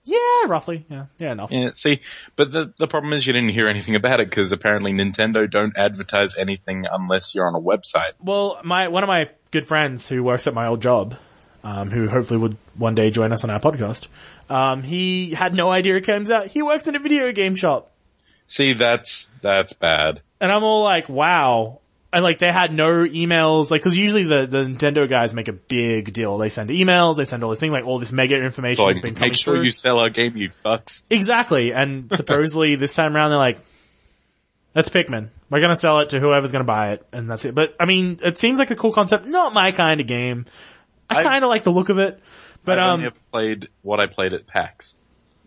yeah, roughly, yeah, yeah, enough. Yeah, see, but the the problem is you didn't hear anything about it because apparently Nintendo don't advertise anything unless you're on a website. Well, my one of my good friends who works at my old job, um, who hopefully would one day join us on our podcast. Um, he had no idea it comes out. He works in a video game shop. See, that's that's bad. And I'm all like, wow. And like they had no emails, like cause usually the, the Nintendo guys make a big deal. They send emails, they send all this thing, like all this mega information So has like, been coming make sure through. you sell our game, you fucks. Exactly. And supposedly this time around they're like, that's Pikmin. We're gonna sell it to whoever's gonna buy it and that's it. But I mean, it seems like a cool concept. Not my kind of game. I I- kinda like the look of it. But I've um, only ever played what I played at PAX,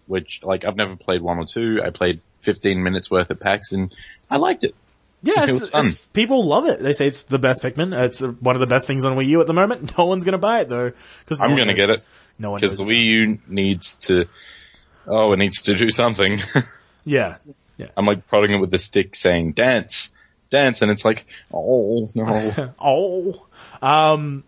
which like I've never played one or two. I played 15 minutes worth at PAX, and I liked it. Yeah, It it's, was fun. it's- people love it. They say it's the best Pikmin. It's uh, one of the best things on Wii U at the moment. No one's gonna buy it though. Cause no I'm one gonna knows- get it No one because knows. the it's- Wii U needs to. Oh, it needs to do something. Yeah. I'm like prodding it with the stick, saying dance, dance, and it's like, oh no. oh. Um,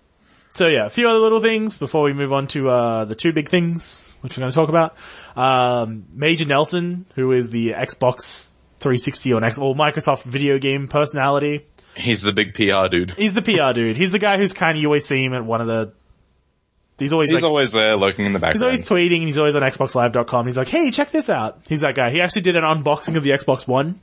so yeah, a few other little things before we move on to, uh, the two big things, which we're going to talk about. Um, Major Nelson, who is the Xbox 360 or, X- or Microsoft video game personality, He's the big PR dude. he's the PR dude. He's the guy who's kind of, you always see him at one of the, he's always He's like, always there, lurking in the He's background. always tweeting and he's always on XboxLive.com. He's like, hey, check this out. He's that guy. He actually did an unboxing of the Xbox One,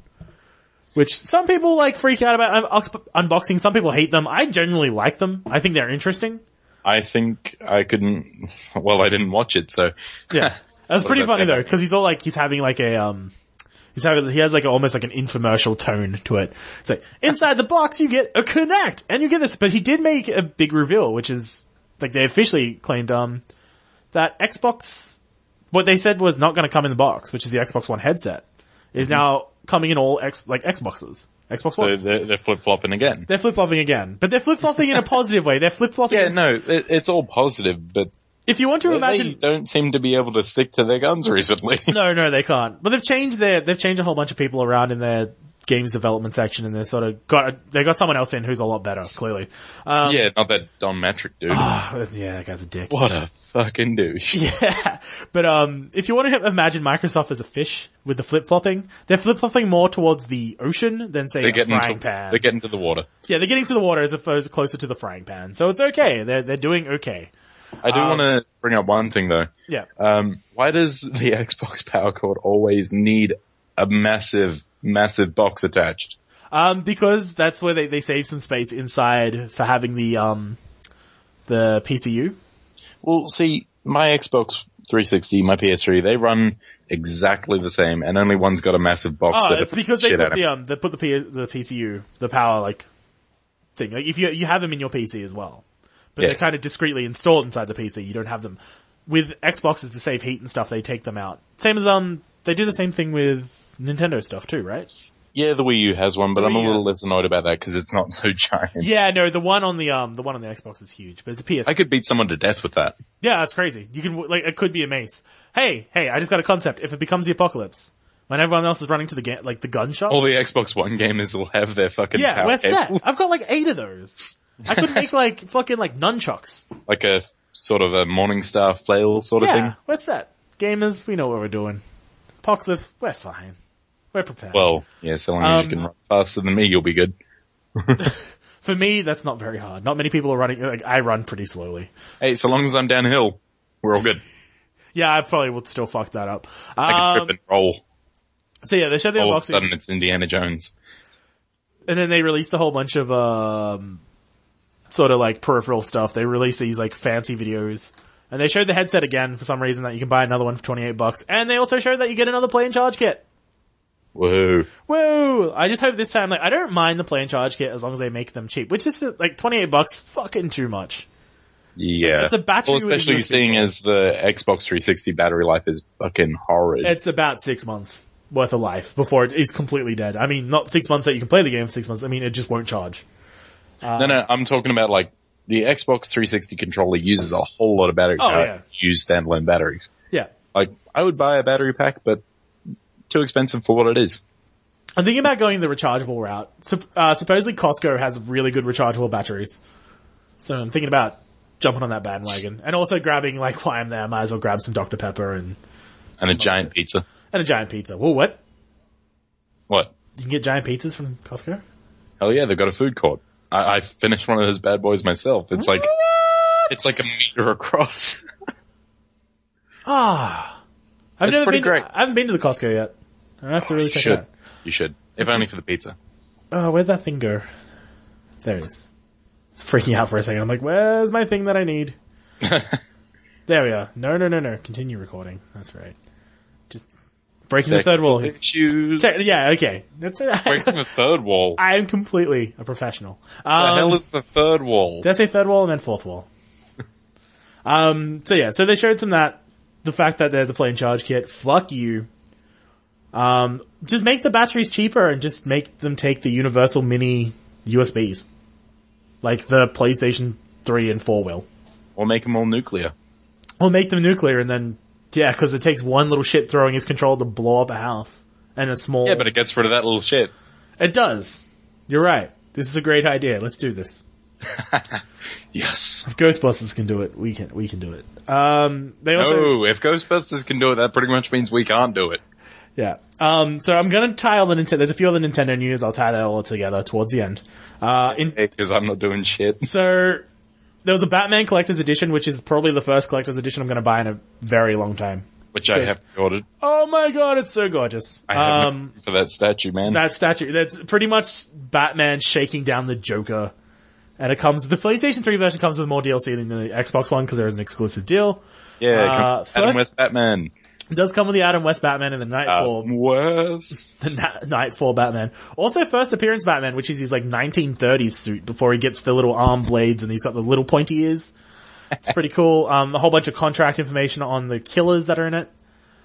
which some people like freak out about un- ox- unboxing. Some people hate them. I generally like them. I think they're interesting. I think I couldn't. Well, I didn't watch it, so Yeah. That's pretty does that funny say though, about cause he's all like, he's having like a, um, he's having, he has like a, almost like an infomercial tone to it. It's like, inside the box you get a Connect and you get this, but he did make a big reveal, which is, like they officially claimed, um, that Xbox, what they said was not gonna come in the box, which is the Xbox One headset, is now coming in all X, like Xboxes. Xbox Mm-hmm. so Ones. they're, they're flip flopping again. they're flip-flopping again, but they're flip-flopping in a positive way. They're flip-flopping. Yeah, in- no, it, it's all positive, but If you want to they imagine, don't seem to be able to stick to their guns recently. No, no, they can't. But they've changed their they've changed a whole bunch of people around in their games development section, and they're sort of got they got someone else in who's a lot better. Clearly, um, yeah, not that Don Matrick dude. yeah, that guy's a dick. Oh, what a fucking douche. Yeah, but um, if you want to imagine Microsoft as a fish with the flip flopping, they're flip flopping more towards the ocean than say They're a getting, frying to, pan. they're getting to the water. yeah, they're getting to the water as opposed closer to the frying pan, so it's okay. They're they're doing okay. I do Um, want to bring up one thing though. Yeah, Um, why does the Xbox power cord always need a massive, massive box attached? um, because that's where they they save some space inside for having the um, the PCU. Well, see, my Xbox 360, my PS3, they run exactly the same, and only one's got a massive box. Oh, that it's puts because they shit put out of the um they put the P- the PCU the power like thing. Like if you you have them in your PC as well, but Yes. they're kind of discreetly installed inside the PC. You don't have them with Xboxes to save heat and stuff. They take them out. Same as um they do the same thing with Nintendo stuff too, right? Yeah, the Wii U has one, but I'm a Wii U little has- less annoyed about that because it's not so giant. Yeah, no, the one on the um the one on the Xbox is huge, but it's a PS. I could beat someone to death with that. yeah, that's crazy. You can like it could be a mace. Hey, hey, I just got a concept. If it becomes the apocalypse, when everyone else is running to the ga- like the gun shop, All the Xbox One gamers will have their fucking Yeah, power where's that? cables. I've got like eight of those. I could make like fucking like nunchucks. like a sort of a Morningstar flail sort of Yeah, thing. what's that? Gamers, we know what we're doing. Apocalypse, we're fine. We're prepared. Well, yeah, so long as you Um, can run faster than me, you'll be good. For me, that's not very hard. Not many people are running, like I run pretty slowly. Hey, so long as I'm downhill, we're all good. Yeah, I probably would still fuck that up. I can Um, trip and roll. so yeah, they showed the All of a unboxing sudden, it's Indiana Jones. and then they released a whole bunch of, um, sort of like peripheral stuff. They released these like fancy videos and they showed the headset again for some reason that you can buy another one for 28 bucks. And they also showed that you get another play and charge kit. Whoa. Whoa! I just hope this time, like, I don't mind the play and charge kit as long as they make them cheap, which is like 28 bucks, fucking too much. Yeah. It's a battery Well, with especially USB. seeing as the Xbox 360 battery life is fucking horrid. It's about six months worth of life before it is completely dead. I mean, not six months that you can play the game for six months, I mean, it just won't charge. No, no, I'm talking about like the Xbox 360 controller uses a whole lot of battery Oh, power. yeah. to Use standalone batteries. Yeah. Like, I would buy a battery pack, but too expensive for what it is. I'm thinking about going the rechargeable route. So, uh, supposedly Costco has really good rechargeable batteries. So I'm thinking about jumping on that bandwagon and also grabbing, like, while I'm there, I might as well grab some Dr. Pepper and, And a giant pizza. and a giant pizza. Whoa, what? What? You can get giant pizzas from Costco? Hell yeah, they've got a food court. I, I finished one of those bad boys myself. It's like, It's like a meter across. Ah, I've It's never pretty been. great. I haven't been to the Costco yet. I have to really you check should. it out. You should. If only for the pizza. Oh, where'd that thing go? There it is. It's freaking out for a second. I'm like, where's my thing that I need? there we are. No, no, no, no. Continue recording. That's right. Just breaking the third wall. Choose. Te- Yeah, okay. That's it. Breaking the third wall. I am completely a professional. the Um, hell is the third wall? did I say third wall and then fourth wall? um, so yeah, so they showed some that. The fact that there's a play in charge kit, fuck you. Um, just make the batteries cheaper and just make them take the universal mini USBs. Like the PlayStation 3 and 4 will. Or make them all nuclear. Or make them nuclear and then, yeah, cause it takes one little shit throwing its control to blow up a house. And a small. Yeah, but it gets rid of that little shit. It does. You're right. This is a great idea. Let's do this. Yes. If Ghostbusters can do it, we can we can do it. Um, they also No, if Ghostbusters can do it, that pretty much means we can't do it. yeah. Um, so I'm gonna tie all the Nintendo. There's a few other Nintendo news. I'll tie that all together towards the end. Uh, in, Because I'm not doing shit. so there was a Batman collector's edition, which is probably the first collector's edition I'm gonna buy in a very long time. Which I Yes. have ordered. Oh my god, it's so gorgeous. I have Um, for that statue, man. that statue. That's pretty much Batman shaking down the Joker. And it comes, the PlayStation 3 version comes with more DLC than the Xbox one because there is an exclusive deal. yeah, uh, come- Adam first- West Batman. Uh, It does come with the Adam West Batman and the Nightfall Adam West. the na- Nightfall Batman. Also, first appearance Batman, which is his like 1930s suit before he gets the little arm blades and he's got the little pointy ears. It's pretty cool. Um, a whole bunch of contract information on the killers that are in it.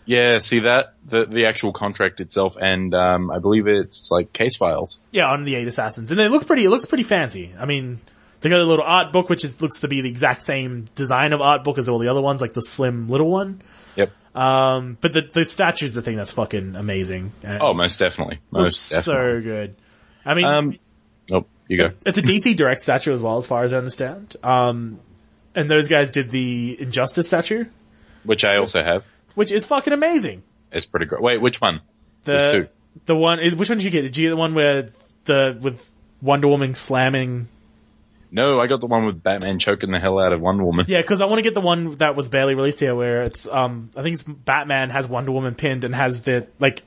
Yeah, see that the the actual contract itself, and um, I believe it's like case files. Yeah, on the eight assassins, and they look pretty. It looks pretty fancy. I mean, they got a little art book, which is looks to be the exact same design of art book as all the other ones, like the slim little one. Yep. Um, but the the statue's the thing that's fucking amazing. And it Oh, most definitely. looks Most definitely. so good. I mean, Um, oh, you go. it's a DC Direct statue as well, as far as I understand. Um, and those guys did the Injustice statue, Which I also have. which is fucking amazing. It's pretty great. Wait, which one? There's The the one, is- which one did you get? Did you get the one where the with Wonder Woman slamming? No, I got the one with Batman choking the hell out of Wonder Woman. Yeah, because I want to get the one that was barely released here, where it's um, I think it's Batman has Wonder Woman pinned and has the like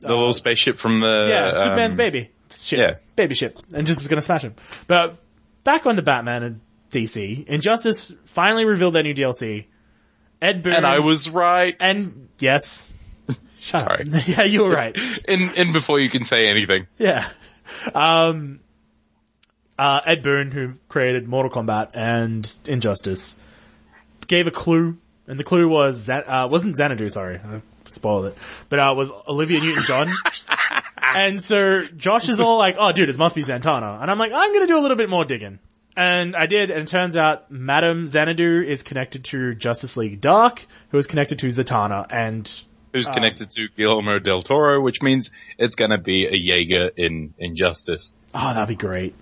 The little spaceship from the yeah Superman's um, baby ship, yeah. baby ship, and just is gonna smash him. But back onto Batman and DC, Injustice finally revealed their new DLC. Ed Boon And I was right. And yes. Shut Sorry. up. yeah, you were Ah, right. In in before you can say anything. Yeah. Um uh Ed Boon, who created Mortal Kombat and Injustice, gave a clue, and the clue was Zan- uh wasn't Xanadu, sorry. I spoiled it. But uh was Olivia Newton John. and so Josh is all like, Oh dude, it must be Santana. And I'm like, I'm gonna do a little bit more digging. And I did, and it turns out Madame Xanadu is connected to Justice League Dark, who is connected to Zatanna and Who's Ah. connected to Guillermo del Toro, which means it's gonna be a Jaeger in Injustice. Oh, that'd be great.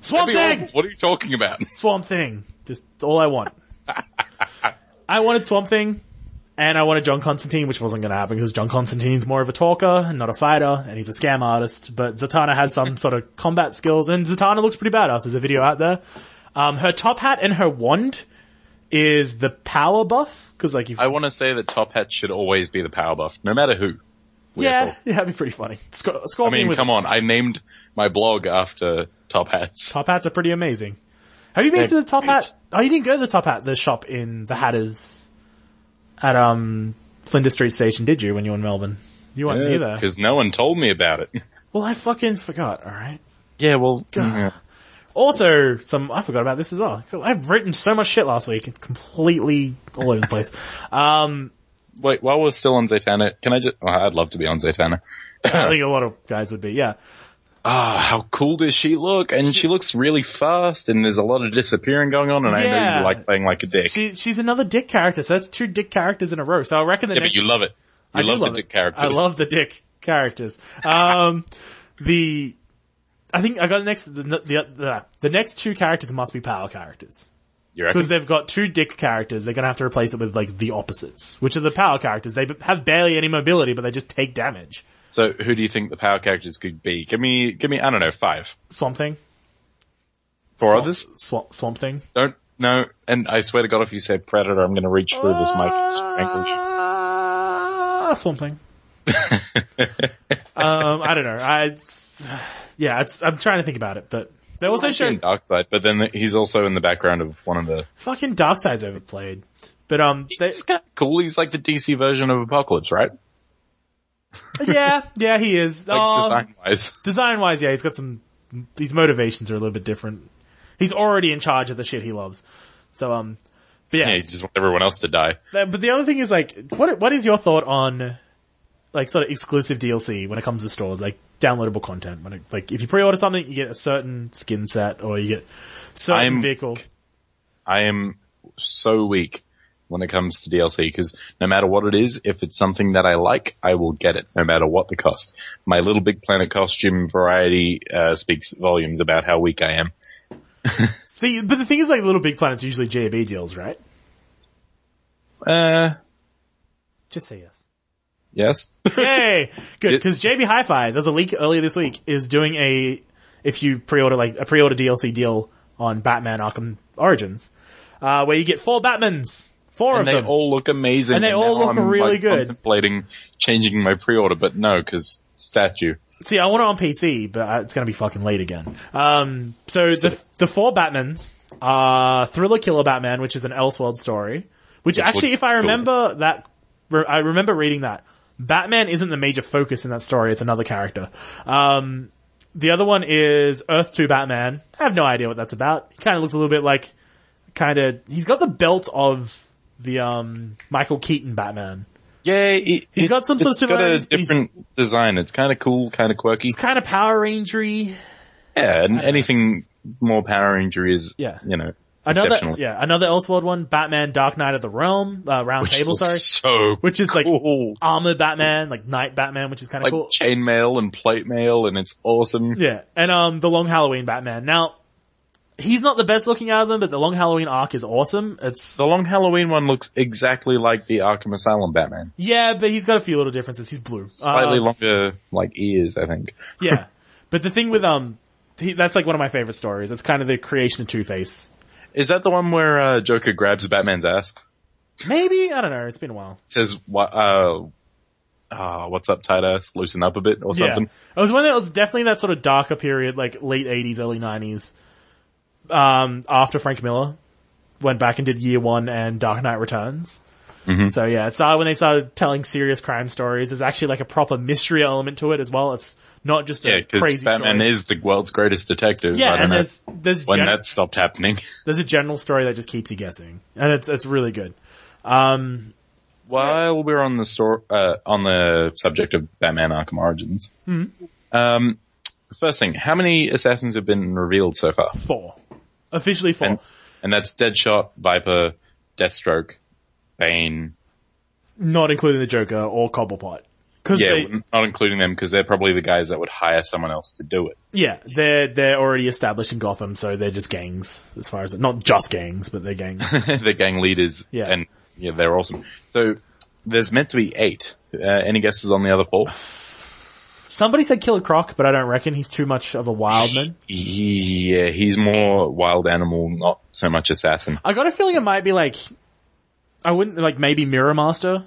Swamp Thing! What are you talking about? Swamp Thing. Just all I want. I wanted Swamp Thing, and I wanted John Constantine, which wasn't gonna happen because John Constantine's more of a talker and not a fighter, and he's a scam artist, but Zatanna has some sort of combat skills, and Zatanna looks pretty badass. There's a video out there. Um, her top hat and her wand is the power buff, cause like you I want to say that Top Hat should always be the power buff, no matter who. we are yeah, for. yeah, that'd be pretty funny. Sco- Oh, I Scorpion mean, with come on. I named my blog after Top Hats. Top hats are pretty amazing. Have you been They're to the top great. hat? Oh, you didn't go to the top hat, the shop in the Hatters at, um, Flinders Street Station, did you, when you were in Melbourne? You weren't either. Because no one told me about it. Well, I fucking forgot, alright? Yeah, well, Also, some, I forgot about this as well. I've written so much shit last week, completely all over the place. Um, wait, while we're still on Zatanna, can I just, oh, I'd love to be on Zatanna. I think a lot of guys would be, yeah. Ah, how cool does she look? And she looks really fast and there's a lot of disappearing going on and I know Yeah. you like playing like a dick. She, she's another dick character, so that's two dick characters in a row, so I reckon the yeah, next but you love it. You do love, love the it. dick characters. I love the dick characters. Um, the, I think I got the next, the, the, the, the next two characters must be power characters. you Because reckon? they've got two dick characters, they're gonna have to replace it with like the opposites, which are the power characters. They have barely any mobility, but they just take damage. So who do you think the power characters could be? Give me, give me, I don't know, five. Swamp Thing? Four Swamp, others? Swamp, swamp Thing? Don't, No, and I swear to God, if you say predator, I'm going to reach through this mic and Ah. strangle you. Uh, something. um, I don't know. I, it's- yeah, it's, I'm trying to think about it, but they also He's in showed Darkseid, but then he's also in the background of one of the. fucking Darkseid's overplayed, but um, they, He's kind of cool. He's like the DC version of Apocalypse, right? yeah, yeah, he is. Like Um, design wise. design wise, yeah, he's got some, these motivations are a little bit different. He's already in charge of the shit he loves. So, um, but Yeah, yeah, you just want everyone else to die. Uh, but the other thing is like, what, what is your thought on like sort of exclusive DLC when it comes to stores, like downloadable content? When it, like if you pre-order something, you get a certain skin set or you get certain I'm- vehicle. I am so weak when it comes to DLC because no matter what it is, if it's something that I like, I will get it no matter what the cost. My Little Big Planet costume variety uh, speaks volumes about how weak I am. See, but the thing is like Little Big Planet's usually JB deals, right? Uh, Just say yes. yes. Yay! Good, It- because JB Hi-Fi, there's a leak earlier this week, is doing a, if you pre-order like a pre-order DLC deal on Batman Arkham Origins, uh, where you get four Batmans, four and of they them. all look amazing. And they all now look I'm, really like, good. Contemplating changing my pre-order, but no, because statue. See, I want it on PC, but uh, it's gonna be fucking late again. Um, so the the four Batmans are Thriller Killer Batman, which is an Elseworld story. Which actually, if I looks cool. remember that, re- I remember reading that Batman isn't the major focus in that story; it's another character. Um, the other one is Earth Two Batman. I have no idea what that's about. He kind of looks a little bit like, kind of he's got the belt of the um Michael Keaton Batman. Yeah, it, He's got some sort it's of got a similarities, but he's- different design. It's kind of cool, kind of quirky. It's kind of Power Rangery. Yeah, and anything more Power Ranger is, Yeah. you know, Another, exceptional. yeah, another Elseworld one, Batman Dark Knight of the Realm, uh, Round Which Table, looks sorry. so Which is like cool. armored Batman, like Night Batman, which is kind of like cool. chainmail and plate mail, and it's awesome. Yeah, and um, the Long Halloween Batman. Now, he's not the best looking out of them, but the Long Halloween arc is awesome. It's, The long Halloween one looks exactly like the Arkham Asylum Batman. yeah, but he's got a few little differences. He's blue. Slightly Uh, longer, like ears, I think. yeah. But the thing with, um, he, that's like one of my favorite stories. It's kind of the creation of Two-Face. Is that the one where uh, Joker grabs Batman's ass? Maybe? I don't know. It's been a while. Says, "Wha- uh, uh, what's up, tight ass? Loosen up a bit or something. Yeah. It was one that was definitely that sort of darker period, like late eighties, early nineties. Um, after Frank Miller went back and did Year One and Dark Knight Returns. Mm-hmm. So yeah, it started when they started telling serious crime stories. There's actually like a proper mystery element to it as well. It's not just a Yeah, because crazy Batman story. is the world's greatest detective. yeah, I don't and know there's there's when gen- that stopped happening. there's a general story that just keeps you guessing, and it's it's really good. While we're on the stor uh, on the subject of Batman Arkham Origins, Hmm. um, first thing, how many assassins have been revealed so far? Four, officially four. And, and that's Deadshot, Viper, Deathstroke, Bane. not including the Joker or Cobblepot. Because Yeah, they, not including them because they're probably the guys that would hire someone else to do it. Yeah, they're they're already established in Gotham, so they're just gangs as far as not just gangs, but they're gangs. the gang leaders. Yeah. And yeah, they're awesome. So there's meant to be eight. Uh, any guesses on the other four? Somebody said Killer Croc, but I don't reckon he's too much of a wild man. Yeah, he's more wild animal, not so much assassin. I got a feeling it might be like I wouldn't like maybe Mirror Master,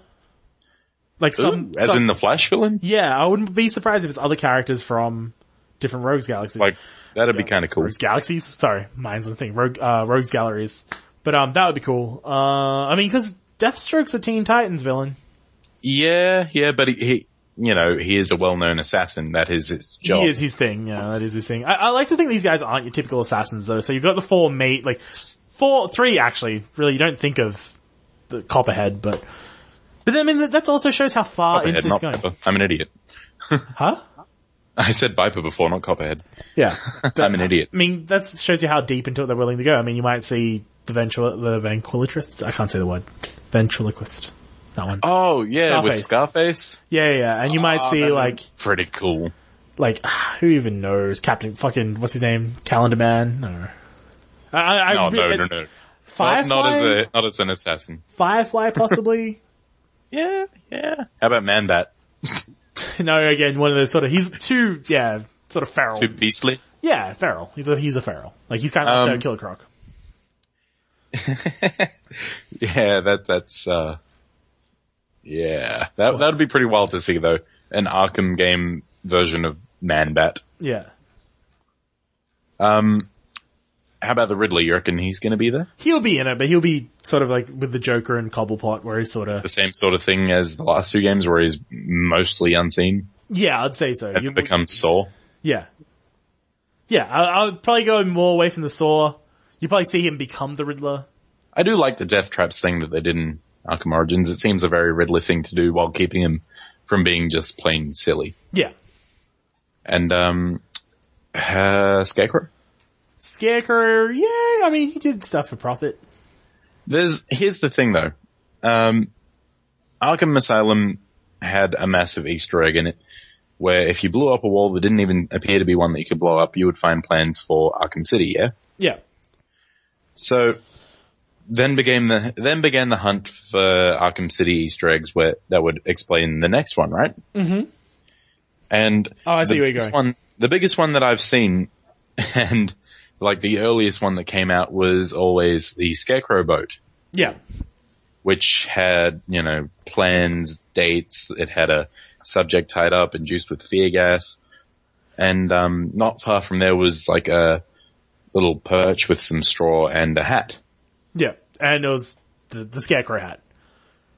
like some, Ooh, as some- in the Flash villain? yeah. I wouldn't be surprised if it's other characters from different Rogues Galaxies, Like, that'd be kind of cool. Rogues Galaxies. Sorry, mine's the thing. Rogue uh, Rogues Galleries, but um, that would be cool. Uh, I mean, because Deathstroke's a Teen Titans villain. Yeah, yeah, but he, he you know, he is a well-known assassin. That is his job. He is his thing. Yeah, that is his thing. I, I like to think these guys aren't your typical assassins though. So you've got the four mate, like four, three actually. Really, you don't think of the Copperhead, but but then, I mean that also shows how far Copperhead, into this not going. Viper. I'm an idiot. Huh? I said Viper before, not Copperhead. Yeah, I'm an idiot. I mean that shows you how deep into it they're willing to go. I mean you might see the ventral the ventriloquist. I can't say the word ventriloquist. That one. Oh, yeah, Scarface. with Scarface. Yeah, yeah, yeah. and you might Oh, see that like is Pretty cool. like who even knows Captain fucking what's his name Calendar Man. No. I, I, Oh, No, I, no, no, it's no. Not, Firefly? not as a, not as an assassin. Firefly possibly. Yeah, yeah. How about Man-Bat? no, again, one of those sort of, he's too, yeah, sort of feral. Too beastly? Yeah, feral. He's a, he's a feral. Like he's kind of like Um, that Killer Croc. yeah, that that's uh, yeah, that that'd be pretty wild to see though. An Arkham game version of Man Bat. Yeah. Um, how about the Riddler? You reckon he's going to be there? He'll be in it, but he'll be sort of like with the Joker and Cobblepot where he's sort of, The same sort of thing as the last two games, where he's mostly unseen yeah, I'd say so. and You- becomes Saul. yeah. Yeah, I, I would probably go more away from the Saw. You probably see him become the Riddler. I do like the death traps thing that they did in Arkham Origins. It seems a very Riddler thing to do while keeping him from being just plain silly. Yeah. And um, uh, Scarecrow. Scarecrow, yeah, I mean, he did stuff for profit. There's here's the thing though. Um, Arkham Asylum had a massive Easter egg in it, where if you blew up a wall that didn't even appear to be one that you could blow up, you would find plans for Arkham City. Yeah. Yeah. So then began the then began the hunt for Arkham City Easter eggs, where that would explain the next one, right? Mm-hmm. And Oh, I see the where you're biggest going. One, the biggest one that I've seen, and like the earliest one that came out was always the Scarecrow boat Yeah. which had, you know, plans, dates, it had a subject tied up, induced with fear gas. And, um, not far from there was like a little perch with some straw and a hat. Yeah. And it was the, the Scarecrow hat,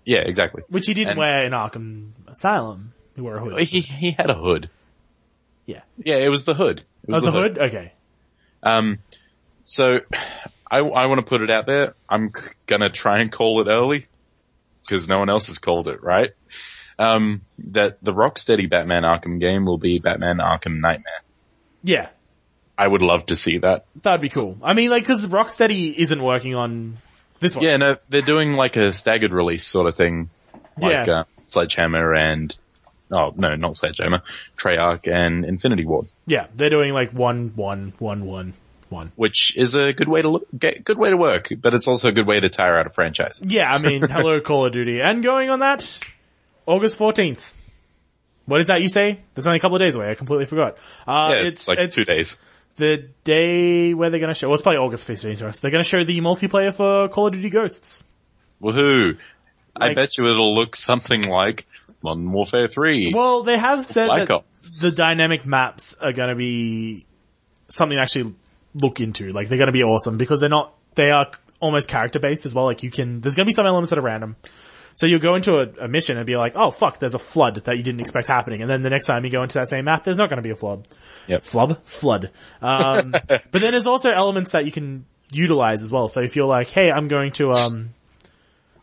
Yeah, exactly. which he didn't And- wear in Arkham Asylum. He wore a hood. He, he had a hood. Yeah. Yeah, it was the hood. It Oh, the hood? Okay. Um, so I, I want to put it out there. I'm c- gonna try and call it early because no one else has called it, right? Um, that the Rocksteady Batman Arkham game will be Batman Arkham Nightmare. Yeah. I would love to see that. That'd be cool. I mean, like, cause Rocksteady isn't working on this one. Yeah, no, they're doing like a staggered release sort of thing, like Yeah. uh, Sledgehammer and oh no, not Sledgehammer, Treyarch and Infinity Ward, Yeah, They're doing like one, one, one, one, one. which is a good way to look, get, good way to work, but it's also a good way to tire out a franchise. Yeah. I mean, hello, Call of Duty. And going on that, August 14th. What is that you say? That's only a couple of days away. I completely forgot. Uh, Yeah, it's, like two days. the day where they're going to show, well, it's probably August 15th to us. They're going to show the multiplayer for Call of Duty Ghosts. Woohoo! I Like- bet you it'll look something like Modern Warfare 3. Well, they have said Black that Ops. the dynamic maps are going to be something to actually look into. Like they're going to be awesome because they're not, they are almost character based as well. Like you can, there's going to be some elements that are random. So you'll go into a, a mission and be like, oh fuck, there's a flood that you didn't expect happening. And then the next time you go into that same map, there's not going to be a flood. Yep. Flub? Flood. Um, but then there's also elements that you can utilize as well. So if you're like, hey, I'm going to, um,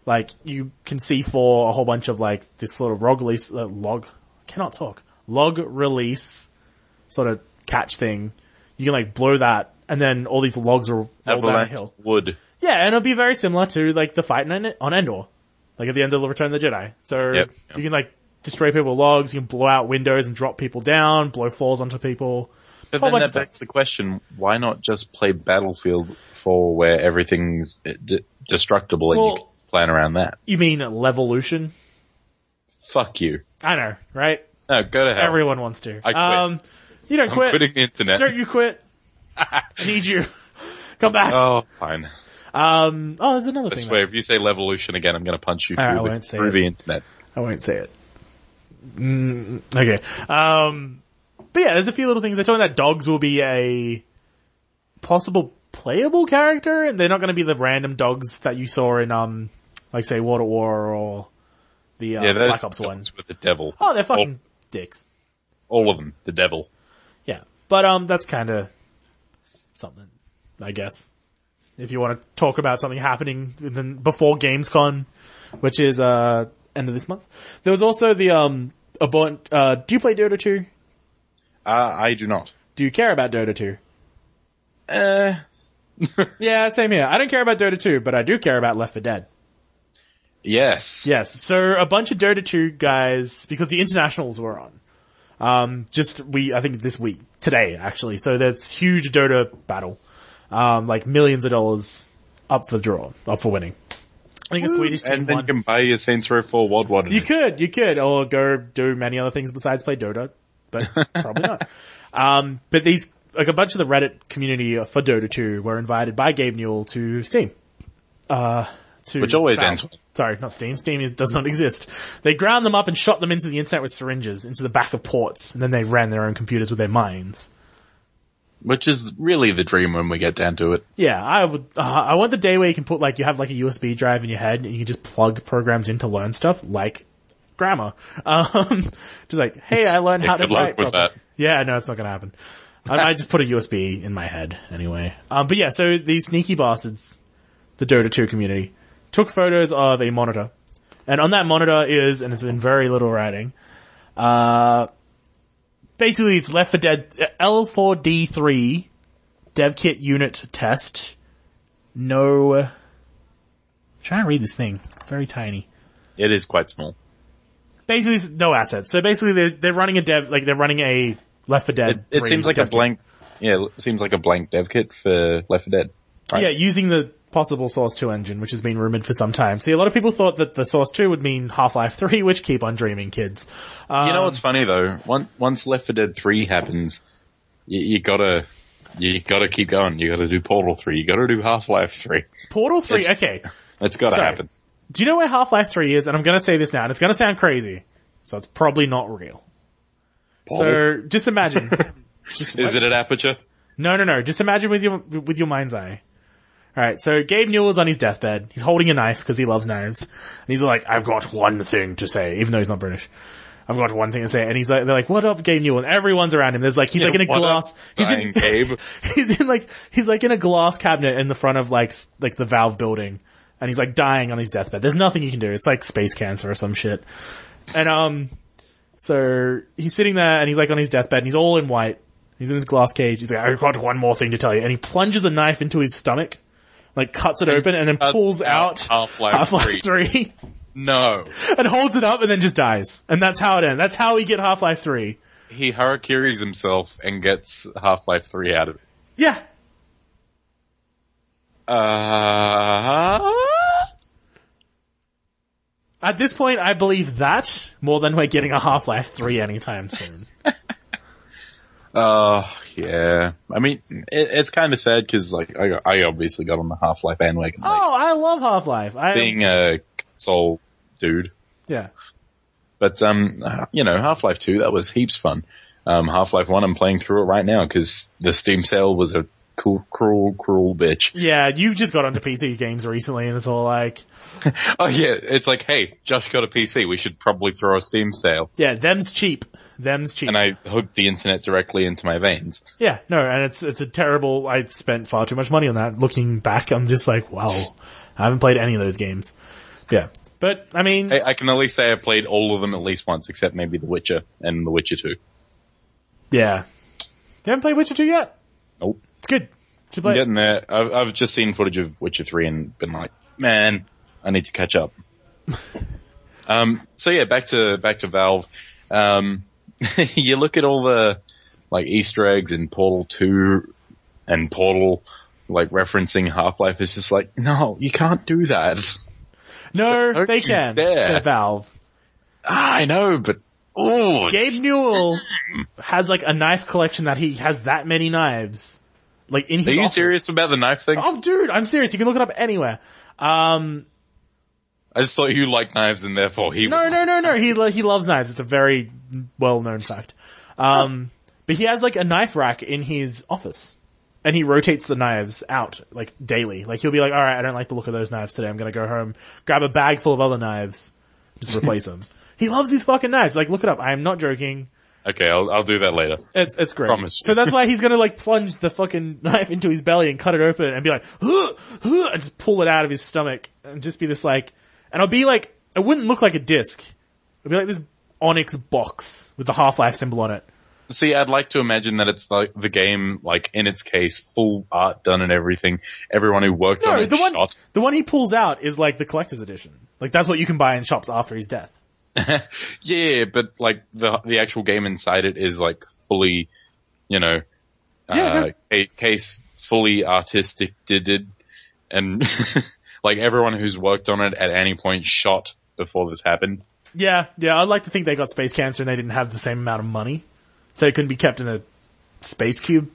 like you can see for a whole bunch of like this sort of log release, uh, log, cannot talk, log release sort of catch thing. You can like blow that and then all these logs will roll down a Avalanche hill. Wood. Yeah, and it'll be very similar to like the fight on on Endor, like at the end of the Return of the Jedi. So Yep, yep. you can like destroy people with logs, you can blow out windows and drop people down, blow falls onto people. But Whole then bunch that of stuff. begs the question, why not just play Battlefield 4 where everything's uh, d- destructible and you Well- can plan around that? You mean levolution? Fuck you. I know, right? No, go to hell. Everyone wants to. I quit. Um, you don't I'm quit. quitting the internet. Don't you quit? I need you. Come back. Oh, fine. Um, oh, there's another I thing. swear, if you say Levolution again, I'm going to punch you All right, I through, won't the, say through it. the internet. I won't say it. Mm, okay. Um, but yeah, there's a few little things. They're talking that dogs will be a possible playable character, and they're not going to be the random dogs that you saw in, um, like say Water War or the uh, Yeah, those Black Ops One. dogs with the devil. Oh, they're fucking dicks. All, all of them. The devil. Yeah, but um, that's kind of something, I guess. If you want to talk about something happening within, before GamesCon, which is uh end of this month, there was also the um a bon- uh Do you play Dota two? Uh, I do not. Do you care about Dota two? Uh, Yeah, same here. I don't care about Dota two, but I do care about Left for Dead. yes. Yes, so a bunch of Dota 2 guys, because the internationals were on, um, just we, I think this week, today actually, so that's huge Dota battle, um, like millions of dollars up for draw, up for winning. I think a Swedish team and then won. you can buy your Saints Row 4 World War. You could, you could, or go do many other things besides play Dota, but probably not. Um, but these, like a bunch of the Reddit community for Dota 2 were invited by Gabe Newell to Steam. uh, to Which always Valve. ends with- Sorry, not Steam. Steam does not exist. They ground them up and shot them into the internet with syringes, into the back of ports, and then they ran their own computers with their minds. Which is really the dream when we get down to it. Yeah, I would. Uh, I want the day where you can put like you have like a USB drive in your head and you can just plug programs in to learn stuff like grammar. Um, just like, hey, I learned Yeah, how to good luck write with properly. that. Yeah, no, it's not gonna happen. I, I just put a USB in my head anyway. Um, but yeah, so these sneaky bastards, the Dota 2 community, took photos of a monitor, and on that monitor is, and it's in very little writing, uh, basically it's Left for Dead uh, L4D3 dev kit unit test. No, I'm trying to read this thing. Very tiny It is quite small. basically it's no assets. So basically they're, they're running a dev, like they're running a Left 4 It, Dead. it 3 seems like a dev kit. blank, yeah, it seems like a blank dev kit for Left 4 Dead. right? Yeah, using the possible Source 2 engine, which has been rumored for some time. See, a lot of people thought that the Source 2 would mean Half-Life 3, which keep on dreaming, kids. Um, You know what's funny though? Once once Left 4 Dead 3 happens, you, you gotta you gotta keep going. You gotta do Portal 3. You gotta do Half Life 3. Portal 3, it's- okay. It's gotta Sorry. happen. Do you know where Half-Life 3 is? And I'm gonna say this now, and it's gonna sound crazy. So it's probably not real. Portal? So just imagine. Just- is it at Aperture? No, no, no. Just imagine with your with your mind's eye. All right, so Gabe Newell is on his deathbed. He's holding a knife because he loves knives, and he's like, "I've got one thing to say," even though he's not British. I've got one thing to say, and he's like, "They're like, what up, Gabe Newell?" And everyone's around him. There's like, he's like in a What glass. up, He's Dying in, Gabe. he's in like he's like in a glass cabinet in the front of like s- like the Valve building, and he's like dying on his deathbed. There's nothing you can do. It's like space cancer or some shit. And um, so he's sitting there and he's like on his deathbed and he's all in white. He's in this glass cage. He's like, I've got one more thing to tell you. And he plunges a knife into his stomach, like cuts it open and then cuts pulls out out Half-Life Half-Life 3 No. and holds it up and then just dies. And that's how it ends. That's how we get Half-Life 3. He harakiris himself and gets Half Life 3 out of it. Yeah. Uh, At this point, I believe that more than we're getting a Half-Life 3 anytime soon. uh, yeah. I mean, it, it's kind of sad because, like, I, I obviously got on the Half Life bandwagon. like, oh, I love Half-Life. I, being a console dude. yeah. But um, you know, Half Life Two that was heaps fun. Um, Half Life One, I'm playing through it right now because the Steam sale was a cool, cruel, cruel bitch. Yeah, you just got onto PC games recently and it's all like, Oh yeah, it's like, hey, Josh got a PC. We should probably throw a Steam sale. yeah, them's cheap. Them's cheap. And I hooked the internet directly into my veins. Yeah, no, and it's it's a terrible. I spent far too much money on that. Looking back, I'm just like, wow, I haven't played any of those games. Yeah, but I mean, I, I can at least say I played all of them at least once, except maybe The Witcher and The Witcher Two. yeah, you haven't played Witcher two yet. Nope, It's good. Should I'm play. it. getting there. I've, I've just seen footage of Witcher Three and been like, man, I need to catch up. um, so yeah, back to back to Valve. Um, you look at all the like Easter eggs and Portal Two and Portal like referencing Half Life. It's just like, no, you can't do that. No, Don't they you can. dare. They're Valve. Ah, I know, but oh, Gabe Newell has like a knife collection that he has that many knives. Like in his are you office. serious about the knife thing? Oh, dude, I'm serious. You can look it up anywhere. Um, I just thought you liked knives, and therefore he. No, no, no, no. He lo- he loves knives. It's a very well known fact. Um, but he has like a knife rack in his office, and he rotates the knives out like daily. Like he'll be like, "All right, I don't like the look of those knives today. I'm gonna go home, grab a bag full of other knives, just replace them." He loves these fucking knives. Like, look it up. I am not joking. Okay, I'll I'll do that later. It's it's great. Promise. So that's why he's gonna like plunge the fucking knife into his belly and cut it open and be like, huh, huh, and just pull it out of his stomach and just be this like, and it'll be like, it wouldn't look like a disc. It'd be like this onyx box with the Half Life symbol on it. See, I'd like to imagine that it's like the game, like in its case, full art done and everything. Everyone who worked on No, it the one shot. the one he pulls out is like the collector's edition. Like that's what you can buy in shops after his death. Yeah, but like the the actual game inside it is like fully, you know, Yeah, uh, no. a case fully artistic did it, and like everyone who's worked on it at any point shot before this happened. Yeah, yeah. I'd like to think they got space cancer and they didn't have the same amount of money, so it couldn't be kept in a space cube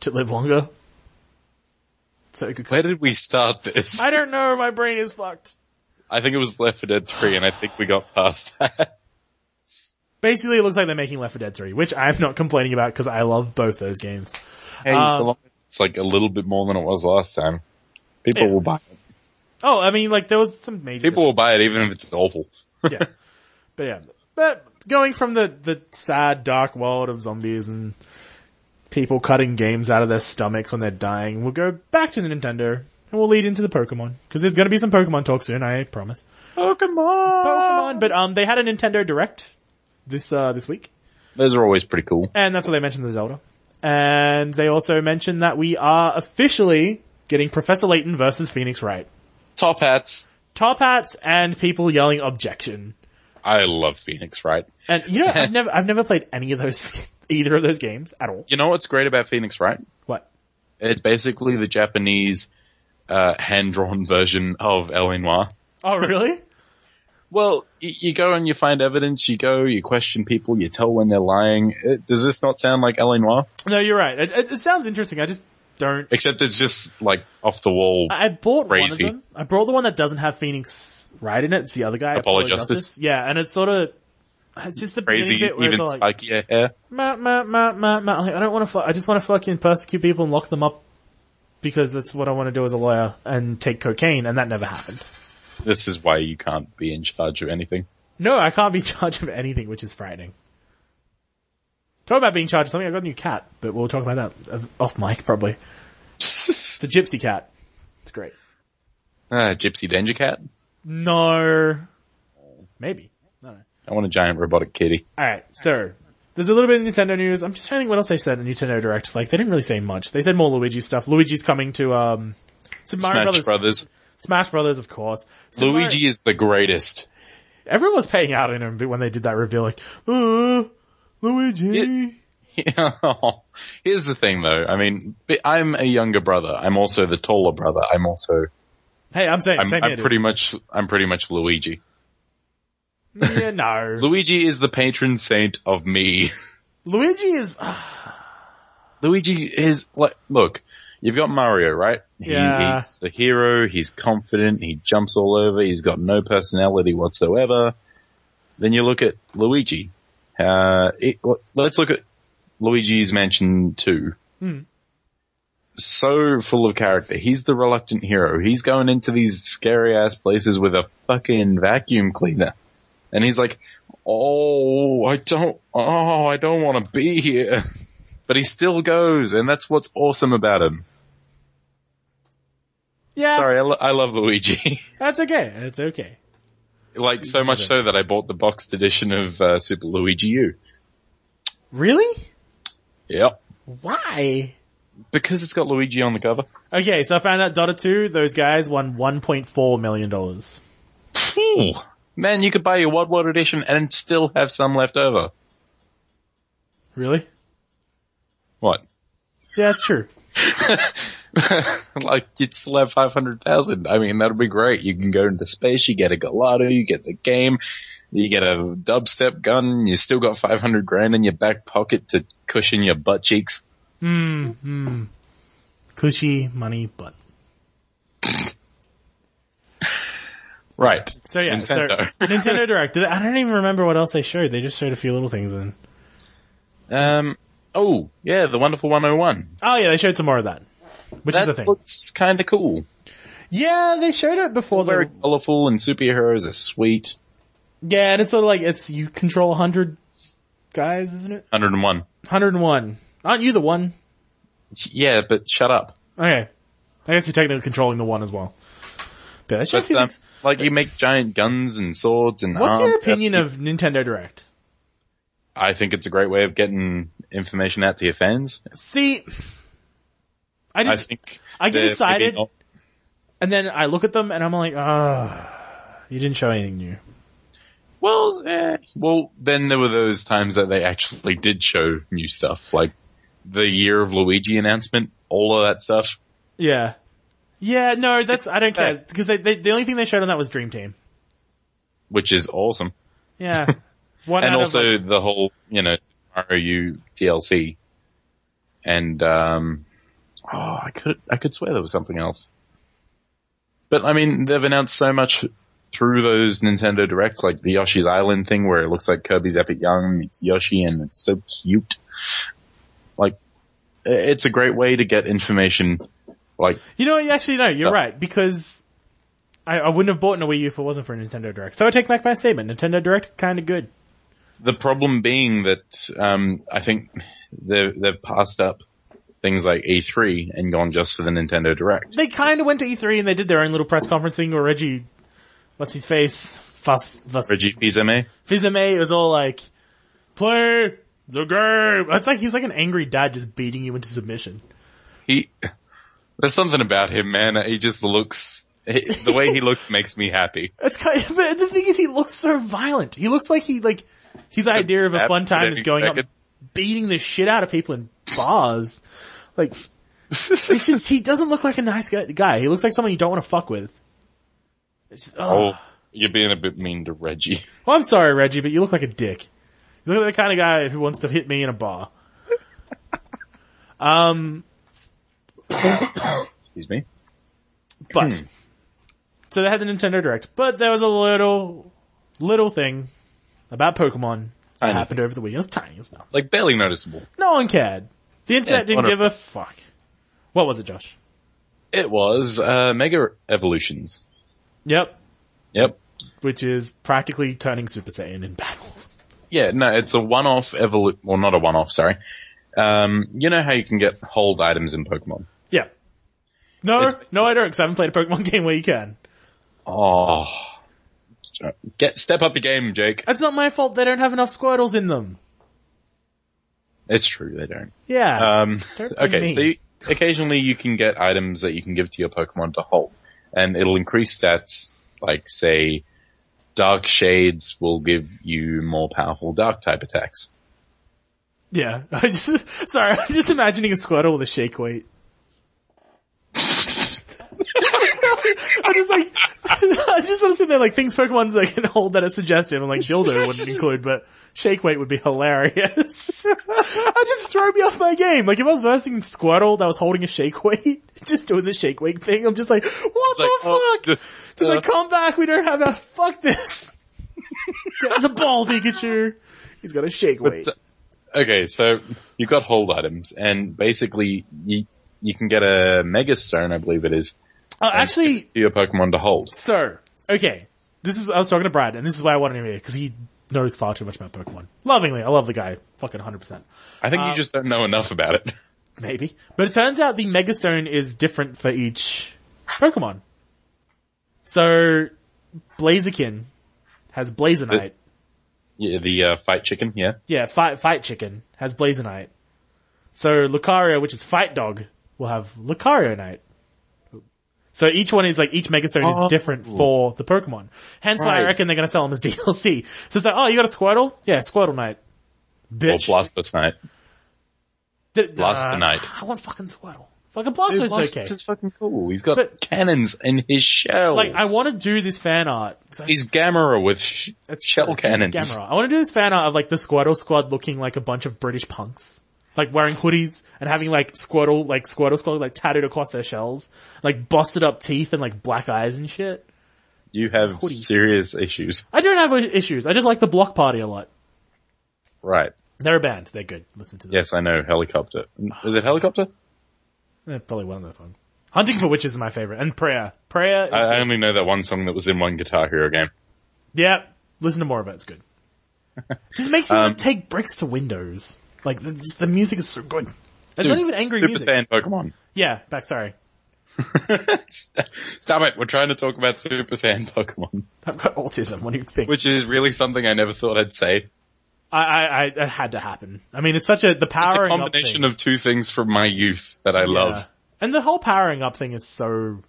to live longer. So good. Where did we start this? I don't know. My brain is fucked. I think it was Left 4 Dead 3 and I think we got past that. Basically, it looks like they're making Left 4 Dead 3, which I'm not complaining about because I love both those games. Hey, Um, so long as it's like a little bit more than it was last time. People Yeah. will buy it. Oh, I mean, like there was some major People will buy it even if it's awful. yeah. But yeah, but going from the, the sad dark world of zombies and people cutting games out of their stomachs when they're dying, we'll go back to the Nintendo and we'll lead into the Pokemon because there's going to be some Pokemon talk soon. I promise. Pokemon! Pokemon, but um, they had a Nintendo Direct this uh this week, Those are always pretty cool. and that's where they mentioned the Zelda, and they also mentioned that we are officially getting Professor Layton versus Phoenix Wright. Top hats. Top hats and people yelling objection. I love Phoenix Wright. And you know, I've never, I've never played any of those, either of those games at all. You know what's great about Phoenix Wright? What? It's basically the Japanese uh, hand-drawn version of L.A. Noir. Oh, really? Well, you, you go and you find evidence, you go, you question people, you tell when they're lying. It, does this not sound like L.A. Noir? no, you're right. It, it, it sounds interesting. I just don't. Except it's just like off the wall. I I bought Crazy. one of them. I bought the one that doesn't have Phoenix right in it. It's the other guy. Apollo Apollo Justice. Yeah, and it's sort of. It's just the Crazy, beginning bit where it's even all like, spikier hair. ma, ma, ma, ma, ma. Like, I don't want to. Fu- I just want to fucking persecute people and lock them up because that's what I want to do as a lawyer and take cocaine, and that never happened. This is why you can't be in charge of anything. No, I can't be charged of anything, which is frightening. Talk about being charged of something. I got a new cat, but we'll talk about that uh, off mic probably. It's a gypsy cat. It's great. Ah, Gypsy Danger Cat? No, maybe. I don't know. I want a giant robotic kitty. All right, so there's a little bit of Nintendo news. I'm just trying to think what else they said in Nintendo Direct. Like they didn't really say much. They said more Luigi stuff. Luigi's coming to um, Super Mario Smash Brothers, Brothers. Smash Brothers, of course. Super Mario- Luigi is the greatest. Everyone was paying out in him when they did that reveal. Like, uh, Luigi. It- Here's the thing though. I mean, b- I'm a younger brother. I'm also the taller brother. I'm also, hey, I'm saying, I'm, same I'm here, dude. pretty much, I'm pretty much Luigi. Yeah, no. Luigi is the patron saint of me. Luigi is. uh, Luigi is like, look, you've got Mario, right? He- Yeah. he's the hero. He's confident. He jumps all over. He's got no personality whatsoever. Then you look at Luigi. Uh, it, let's look at Luigi's Mansion 2. So full of character. He's the reluctant hero. He's going into these scary ass places with a fucking vacuum cleaner. And he's like, oh, I don't, oh, I don't want to be here. But he still goes, and that's what's awesome about him. Yeah, Sorry, I, lo- I love Luigi. that's okay. It's okay. like, so much so that I bought the boxed edition of uh, Super Luigi U. Really? Yep. Why? Because it's got Luigi on the cover. Okay, so I found out Dota 2, those guys won $1.4 million. dollars. Phew. Man, you could buy your Wad Wad edition and still have some left over. Really? What? Yeah, it's true. like, you'd still have 500,000. I mean, that'll be great. You can go into space, you get a Galado, you get the game, you get a dubstep gun, you still got 500 grand in your back pocket to cushion your butt cheeks. Hmm, Cushy, money, butt. Right. So yeah, Nintendo. so Nintendo Direct. Did they- I don't even remember what else they showed. They just showed a few little things in. Um. Oh, yeah, the Wonderful 101. Oh yeah, they showed some more of that. Which is That the thing. looks kind of cool. yeah, they showed it before Very the, colorful, and superheroes are sweet. Yeah, and it's sort of like, it's, you control 100 guys, isn't it? 101. 101. Aren't you the one? Yeah, but shut up. Okay. I guess you're technically controlling the one as well. But that should But, be- um, like you make giant guns and swords and What's your arms. opinion of Nintendo Direct? I think it's a great way of getting information out to your fans. See, I I just, think I get they're maybe excited. not- and then I look at them and I'm like, ah, you didn't show anything new. Well, eh. well, then there were those times that they actually did show new stuff, like the Year of Luigi announcement, all of that stuff. Yeah. Yeah, no, that's, I don't care. Yeah. Cause they, they, the only thing they showed on that was Dream Team. Which is awesome. Yeah. One and out of, also like- the whole you know Mario U DLC and um Oh, I could I could swear there was something else. But I mean, they've announced so much through those Nintendo Directs, like the Yoshi's Island thing, where it looks like Kirby's Epic Yarn meets Yoshi, and it's so cute. Like, i- it's a great way to get information. Like, You know, actually, no, you're Yeah. right because I, I wouldn't have bought a Wii U if it wasn't for a Nintendo Direct. So I take back my statement. Nintendo Direct kind of good. the problem being that um, I think they've, they've passed up things like E3 and gone just for the Nintendo Direct. They kind of went to E3 and they did their own little press conference thing where Reggie, what's his face, Fuss, Fuss, Reggie Fils-Aimé? Fizame was all like, "Play the game." It's like he's like an angry dad just beating you into submission. He, there's something about him, man. He just looks. He, the way he looks makes me happy. It's kind of, but the thing is, he looks so violent. He looks like he like his idea of a fun time is going up, Second. beating the shit out of people in bars. Like, it's just he doesn't look like a nice gu- guy. He looks like someone you don't want to fuck with. It's just, oh. Oh, you're being a bit mean to Reggie. Well, I'm sorry, Reggie, but you look like a dick. You look like the kind of guy who wants to hit me in a bar. Um, Excuse me. But Hmm. so they had the Nintendo Direct, but there was a little little thing about Pokemon that Tiny. happened over the weekend. It was tiny, it was nothing. Like barely noticeable. No one cared. The internet Yeah, didn't give a fuck. What was it, Josh? It was uh, Mega Evolutions. Yep, Yep. which is practically turning Super Saiyan in battle. Yeah. No, it's a one-off evolu. Well, not a one-off. Sorry. Um, you know how you can get hold items in Pokemon. Yeah. No, It's- no, I don't, because I haven't played a Pokemon game where you can. Oh. Get step up your game, Jake. It's not my fault they don't have enough Squirtles in them. It's true, they don't. Yeah. Um, Don't be okay, mean. so you, occasionally you can get items that you can give to your Pokemon to hold, and it'll increase stats. Like say, Dark Shades will give you more powerful Dark type attacks. yeah. I just, sorry, I was just imagining a Squirtle with a shake weight. I just like, I just want to sit there like things Pokemon's like can hold that are suggestive and like dildo wouldn't include, but shake weight would be hilarious. I just throw me off my game. Like if I was versing Squirtle that was holding a shake weight, just doing the shake weight thing, I'm just like, what Like, the oh, fuck? just- Just like, uh, come back, we don't have that, fuck this. Get the ball, Pikachu. He's got a shake uh, weight. okay, so you've got hold items, and basically you you can get a Mega Stone, I believe it is, Oh, actually, to your Pokemon to hold. So, okay. This is, I was talking to Brad, and this is why I wanted him here, because he knows far too much about Pokemon. Lovingly, I love the guy. Fucking 100%. I think you Uh, just don't know enough about it. Maybe. But it turns out the Megastone is different for each Pokemon. So, Blaziken has Blazonite. Yeah, the uh, fight chicken, yeah. Yeah, Fight, fight Chicken has Blazonite. So, Lucario, which is Fight Dog, will have Lucario Knight. So each one is like, each Megastone Oh. is different for the Pokemon. Hence why I Right. reckon they're gonna sell them as DLC. So it's like, oh, you got a Squirtle? Yeah, Squirtle Knight. Or Bitch. Blastosnite. Th- Blastonite. nah, I want fucking Squirtle. Fucking Blastoise Blast is okay. is fucking cool. He's got But- cannons in his shell. Like, I wanna do this fan art. 'cause I- He's Gamera with sh- It's shell it's cannons. Gamera. I want to do this fan art of like the Squirtle squad looking like a bunch of British punks. Like wearing hoodies and having like Squirtle, like Squirtle squad like tattooed across their shells. Like busted up teeth and like black eyes and shit. You have Hoodies. serious issues. I don't have issues. I just like the block party a lot. Right. They're a band. They're good. Listen to them. Yes, I know. Helicopter. Is it helicopter? They're probably one of those songs. Hunting for Witches is my favorite. And Prayer. Prayer is I, good. I only know that one song that was in one Guitar Hero game. Yeah, listen to more of it. It's good. Just makes Um, you want to take bricks to windows. Like the, just the music is so good. It's not even angry Super music. Saiyan Pokemon. Yeah, back. Sorry, St- Stop it. We're trying to talk about Super Saiyan Pokemon, I've got autism. What do you think? which is really something I never thought I'd say. I, I, I, it had to happen. I mean, it's such a the It's a powering combination up of two things from my youth that I thing. Yeah. love. and the whole powering up thing is so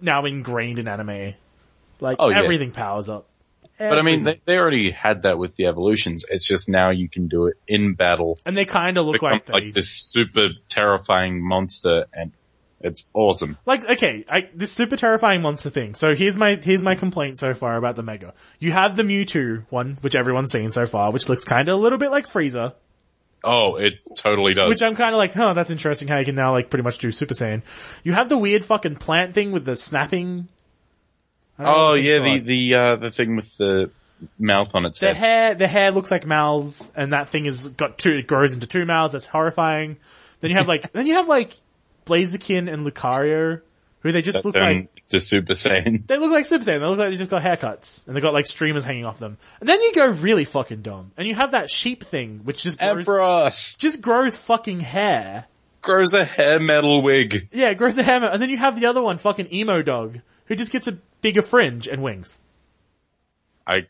now ingrained in anime. Like Oh, yeah. everything powers up. But I mean, Everything. they, they already had that with the evolutions. It's just now you can do it in battle and they kind of look become like like, they this super terrifying monster and it's awesome. Like, okay, I, this super terrifying monster thing. So here's my, here's my complaint so far about the Mega. You have the Mewtwo one, which everyone's seen so far, which looks kinda a little bit like Frieza. Oh, it totally does. Which I'm kind of like, huh, that's interesting how you can now like pretty much do Super Saiyan. You have the weird fucking plant thing with the snapping. I don't know oh what it's yeah, called. the the uh, the thing with the mouth on its The head. hair, the hair looks like mouths, and that thing has got two. It grows into two mouths. That's horrifying. Then you have like, then you have like Blaziken and Lucario, who they just that look turn like to Super Saiyan. they look like Super Saiyan. They look like they just got haircuts, and they got like streamers hanging off them. And then you go really fucking dumb, and you have that sheep thing, which just grows, Ebros just grows fucking hair. grows a hair metal wig. Yeah, it grows a hammer, and then you have the other one, fucking emo dog, who just gets a bigger fringe and wings. I,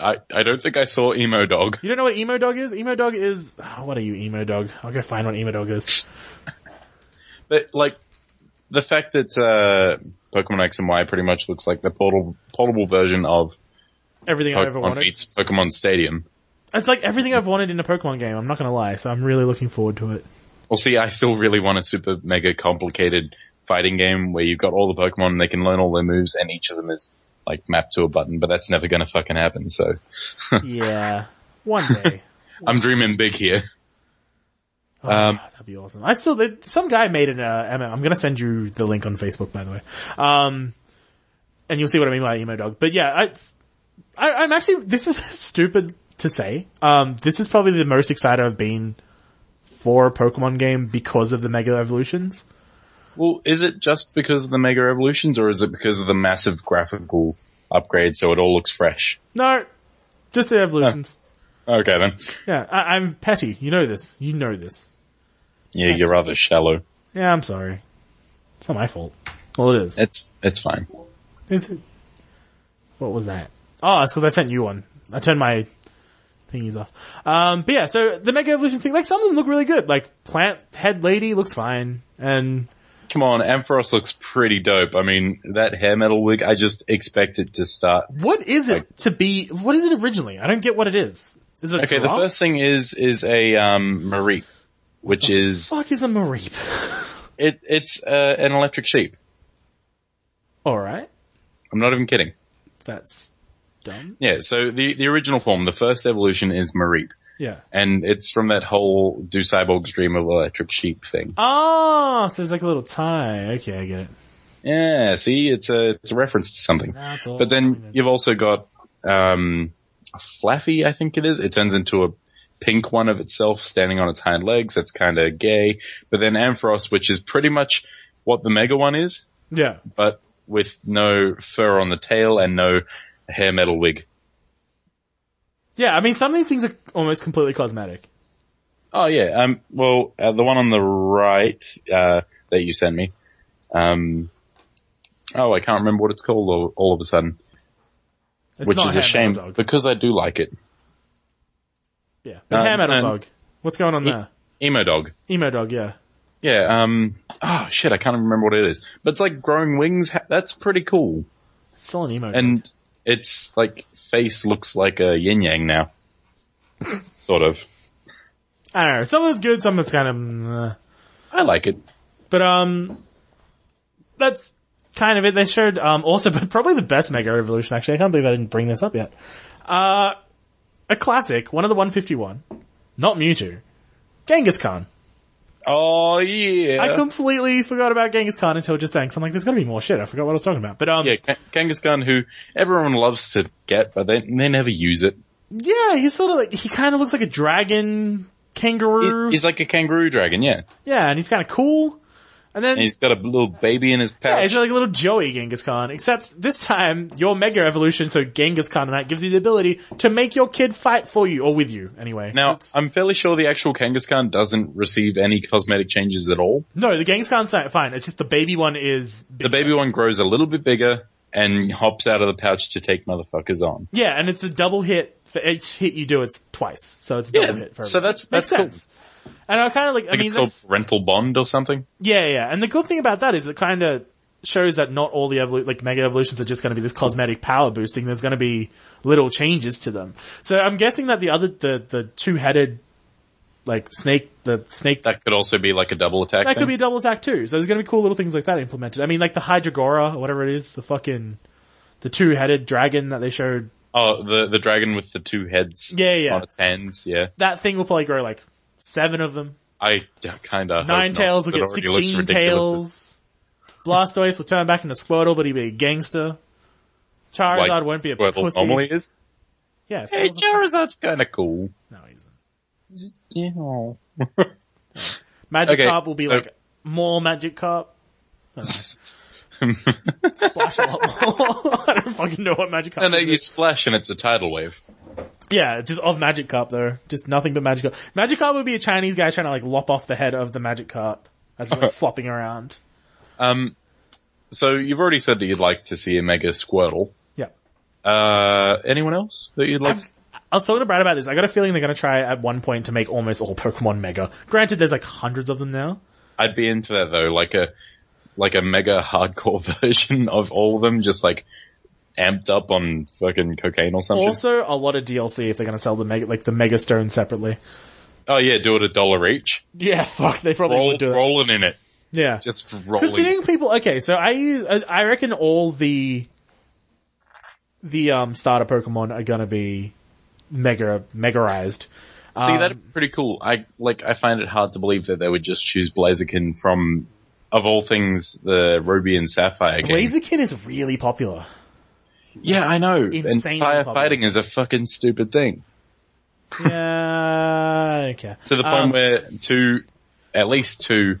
I, I don't think I saw emo dog. You don't know what emo dog is? Emo dog is oh, what are you, emo dog? I'll go find what emo dog is. But like, the fact that uh, Pokemon X and Y pretty much looks like the portal, portable version of Everything I ever Pokemon wanted. meets Pokemon Stadium. It's like everything I've wanted in a Pokemon game. I'm not gonna lie, so I'm really looking forward to it. Well, see, I still really want a super mega complicated fighting game where you've got all the Pokemon and they can learn all their moves and each of them is like mapped to a button, but that's never gonna fucking happen, so Yeah, one day. I'm dreaming big here. Oh, Um, that'd be awesome. I still, there- some guy made an, uh, M- I'm gonna send you the link on Facebook, by the way. Um, and you'll see what I mean by emo dog. But yeah, I, I, I'm actually, this is stupid to say. Um, this is probably the most excited I've been for a Pokemon game because of the Mega Evolutions. Well, is it just because of the mega evolutions or is it because of the massive graphical upgrade so it all looks fresh? No, just the Evolutions. Okay then. Yeah, I, I'm petty. You know this. You know this. Yeah, you're rather shallow. Yeah, I'm sorry. It's not my fault. Well, it is. It's, it's fine. Is it? What was that? Oh, it's because I sent you one. I turned my thingies off. Um, but yeah, so the Mega Evolution thing, like some of them look really good. Like Plant Head Lady looks fine, and Come on, Ampharos looks pretty dope. I mean, that hair metal wig, I just expect it to start what is it to be? What is it originally? I don't get what it is. Is it a Okay, the giraffe? first thing is is a um Mareep, which is fuck is a Mareep? it it's uh, an electric sheep. All right, I'm not even kidding. that's dumb. Yeah, so the the original form, the first evolution is Mareep, Yeah. and it's from that whole do cyborgs dream of electric sheep thing. Oh, so there's like a little tie. Okay, I get it. Yeah, see, it's a it's a reference to something. Now it's all But fine then you've also got um Flaffy, I think it is. It turns into a pink one of itself standing on its hind legs. That's kind of gay. But then Ampharos, which is pretty much what the mega one is, Yeah. but with no fur on the tail and no hair metal wig. Yeah, I mean, some of these things are almost completely cosmetic. Oh yeah, um, well, uh, the one on the right, uh, that you sent me, um, oh, I can't remember what it's called all, all of a sudden, It's which not is a hair shame metal dog. because I do like it. Yeah. But Um, hair metal and- dog. What's going on there? Emo dog. Emo dog, yeah. Yeah, um, oh shit, I can't remember what it is, but it's like growing wings. Ha- That's pretty cool. It's still an emo dog. And it's like face looks like a yin yang now. sort of. I don't know. Some of it's good, some of it's kind of, mm, uh, I like it. but um, that's kind of it. They showed, um, also, but probably the best Mega Evolution, actually. I can't believe I didn't bring this up yet. Uh, a classic, one of the 151. Not Mewtwo. Genghis Khan. Oh yeah. I completely forgot about Genghis Khan until just thanks. I'm like, there's gotta be more shit. I forgot what I was talking about. But um, Yeah, K- Kangaskhan, who everyone loves to get, but they they never use it. yeah, he's sort of like, he kind of looks like a dragon He's, kangaroo. he's like a kangaroo dragon, yeah. yeah, and he's kind of cool. And then And he's got a little baby in his Yeah, pouch. it's like a little Joey Genghis Khan, except this time your Mega Evolution, so Genghis Khan and that gives you the ability to make your kid fight for you, or with you, anyway. now, It's- I'm fairly sure the actual Kangaskhan doesn't receive any cosmetic changes at all. no, the Genghis Khan's not fine, it's just the baby one is The baby one grows a little bit bigger and hops out of the pouch to take motherfuckers on. Yeah, and it's a double hit, for each hit you do it's twice, so it's a double Yeah, hit for so everyone. that's- Makes that's cool. sense. And I kinda like, I, I think mean, it's that's, called parental bond or something. yeah, yeah, and the good thing about that is it kinda shows that not all the evolu- like Mega Evolutions are just gonna be this cosmetic power boosting, there's gonna be little changes to them. So I'm guessing that the other, the, the two-headed like snake, the snake that, That could also be like a double attack. could be thing. a double attack too. So there's gonna be cool little things like that implemented. I mean, like the Hydrogora or whatever it is, the fucking the two-headed dragon that they showed. oh, the the dragon with the two heads Yeah, yeah. on its hands. Yeah, That thing will probably grow like Seven of them. I kind of Nine tails will It get already looks 16 ridiculous. tails. Blastoise will turn back into Squirtle, but he'll be a gangster. Charizard Like won't be a Squirtle pussy. normally is. Yeah, Hey, Squirtle's a- Charizard's kind of cool. no, he isn't. Yeah. Magic Okay, Carp will be so- like more Magic Carp. Splash a lot more. I don't fucking know what Magic Carp. and then you is. splash and it's a tidal wave. Yeah, just of Magic Carp though. Just nothing but Magic Carp. Magic Carp would be a Chinese guy trying to like lop off the head of the Magic Carp as it's like flopping around. Um, so you've already said that you'd like to see a Mega Squirtle. Yeah. Uh, anyone else that you'd like? I was talking to Brad about this. I got a feeling they're going to try at one point to make almost all Pokemon Mega. Granted, there's like hundreds of them now. I'd be into that though, like a like a mega hardcore version of all of them, just like amped up on fucking cocaine or something. Also, a lot of DLC if they're going to sell the Mega, like the Mega Stone separately. Oh yeah, do it a dollar each. Yeah, fuck, they probably Roll, would do it. rolling in it, Yeah. just Because rolling. getting people, okay, so I use, I- I reckon all the, the, um, starter Pokemon are gonna be mega, megarized. See, Um, that'd be pretty cool. I like. I find it hard to believe that they would just choose Blaziken from, of all things, the Ruby and Sapphire game. Blaziken is really popular. yeah, I know. And Insanely firefighting is a fucking stupid thing. yeah, okay. To the point Um, where two, at least two,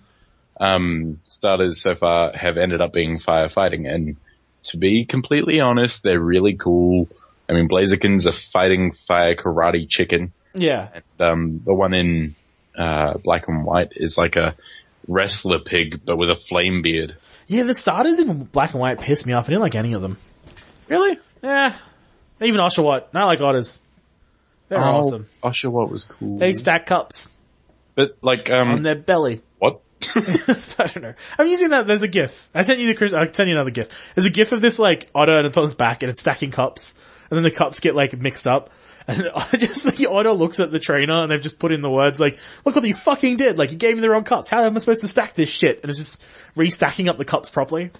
um, starters so far have ended up being firefighting. And to be completely honest, they're really cool. I mean, Blaziken's a fighting fire karate chicken. Yeah. um, the one in uh, black and white is like a wrestler pig, but with a flame beard. Yeah, the starters in black and white pissed me off. I didn't like any of them. Really? Yeah. Even Oshawott. I like otters. They're Oh. awesome. Oshawott was cool. They stack cups but like, on um, their belly. what? I don't know. I'm using that. There's a GIF. I sent you the Chris. I sent you another GIF. There's a GIF of this like otter and it's on its back and it's stacking cups, and then the cups get like mixed up. And I just the otter looks at the trainer and they've just put in the words like, "Look what you fucking did! Like you gave me the wrong cups. How am I supposed to stack this shit?" And it's just restacking up the cups properly.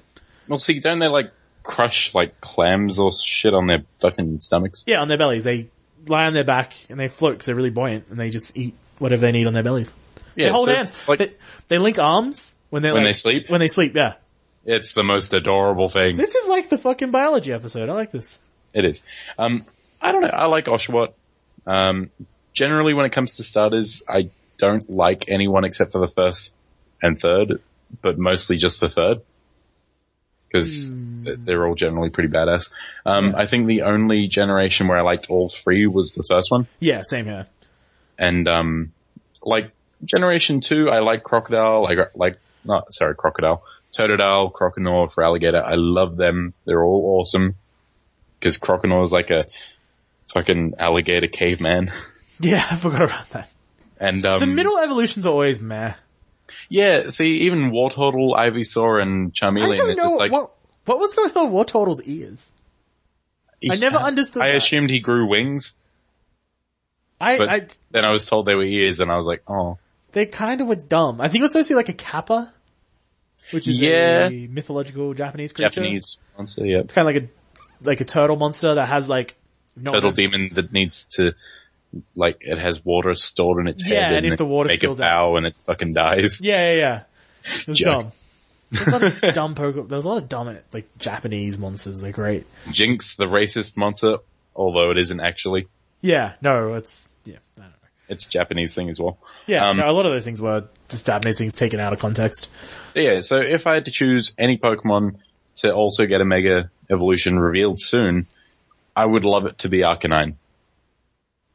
Well, see, don't they like crush like clams or shit on their fucking stomachs? Yeah, on their bellies. They lie on their back and they float because they're really buoyant and they just eat whatever they need on their bellies. Yeah, they hold so, hands. Like, they, they link arms when they When like, they sleep? When they sleep, yeah. it's the most adorable thing. This is like the fucking biology episode. I like this. It is. Um, I don't know. I like Oshawott. Um, generally, when it comes to starters, I don't like anyone except for the first and third, but mostly just the third because they're all generally pretty badass. Um, I think the only generation where I liked all three was the first one, Yeah, same here. and um, like generation two, I like crocodile. I got like not sorry, crocodile, totodile, croconaw, for alligator. I love them. They're all awesome because croconaw is like a fucking alligator caveman. Yeah, I forgot about that. And um, The middle evolutions are always meh. yeah. See, even wartortle, ivysaur, and I charmeleon. don't It's know just like what what was going on with Turtle's ears. I never understood I that. assumed he grew wings, I, but I then I was told they were ears, and I was like, oh. they kind of were dumb. I think it was supposed to be like a kappa, which is Yeah. a mythological Japanese creature. Japanese monster, yeah. kind of like a like a turtle monster that has like not turtle as- demon that needs to like it has water stored in its Yeah, head and if it the water make spills it bow and it fucking dies. Yeah, yeah, yeah. It was Joke. dumb. There's a lot of dumb Pokemon. There's a lot of dumb like Japanese monsters. They're great. Jinx, the racist monster, although it isn't actually. Yeah, no, it's yeah. I don't know. It's a Japanese thing as well. Yeah, Um, no, a lot of those things were just Japanese things taken out of context. But yeah, so if I had to choose any Pokemon to also get a mega evolution revealed soon, I would love it to be Arcanine.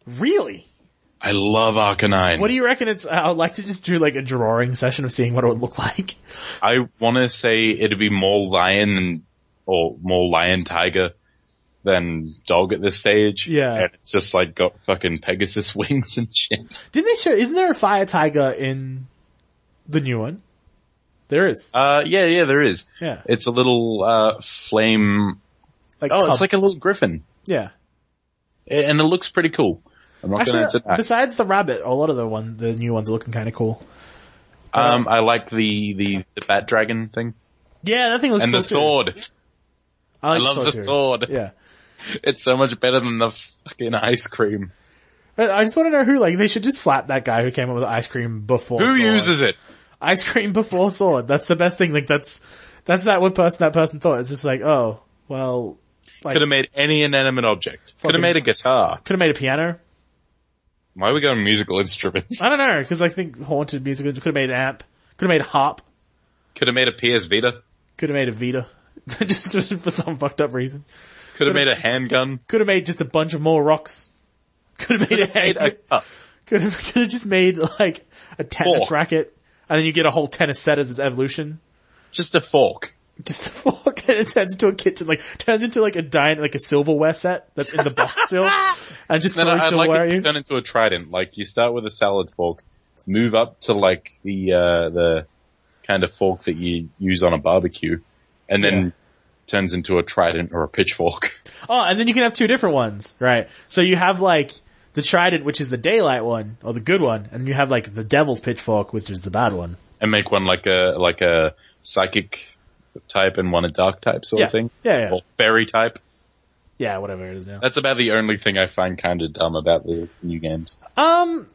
Really? I love Arcanine. What do you reckon it's, I'd like to just do like a drawing session of seeing what it would look like. I want to say it'd be more lion than, or more lion tiger than dog at this stage. Yeah. And it's just like got fucking Pegasus wings and shit. Didn't they show, isn't there a fire tiger in the new one? There is. Uh, yeah, yeah, there is. Yeah. It's a little, uh, flame. Like, Oh, cub- it's like a little griffin. yeah. And it looks pretty cool. I'm not Actually, gonna deny. besides the rabbit, a lot of the one, the new ones are looking kind of cool. Um, I like the, the, the bat dragon thing. Yeah, that thing looks And cool the sword. Too. I, like I love the too. sword. Yeah. It's so much better than the fucking ice cream. I I just want to know who, like, they should just slap that guy who came up with ice cream before Who sword. uses it? ice cream before sword? That's the best thing. Like, that's, that's that what person, that person thought. It's just like, oh, well, like, Could have made any inanimate object. Could Fucking- have made a guitar. could have made a piano. Why are we going musical instruments? I don't know, cause I think haunted music could have made an amp, could have made a harp, Could have made a PS Vita. could have made a Vita. just, just for some fucked up reason. Could have made a handgun. Could have made just a bunch of more rocks. Could have made a Made a head. cup. Could have, could have just made like a tennis Fork. racket, and then you get a whole tennis set as its evolution. Just a fork. Just a fork, and it turns into a kitchen, like turns into like a dine, like a silverware set that's in the box still, and just Then throws I'd like silverware it at to you. turn into a trident. Like you start with a salad fork, move up to like the uh, the kind of fork that you use on a barbecue, and then Yeah. turns into a trident or a pitchfork. Oh, and then you can have two different ones, right? So you have like the trident, which is the daylight one or the good one, and you have like the devil's pitchfork, which is the bad one. and make one like a like a psychic type and one a dark type sort Yeah. of thing. Uh, Yeah, yeah. Or fairy type. Yeah, whatever it is now. That's about the only thing I find kind of dumb about the new games. Um,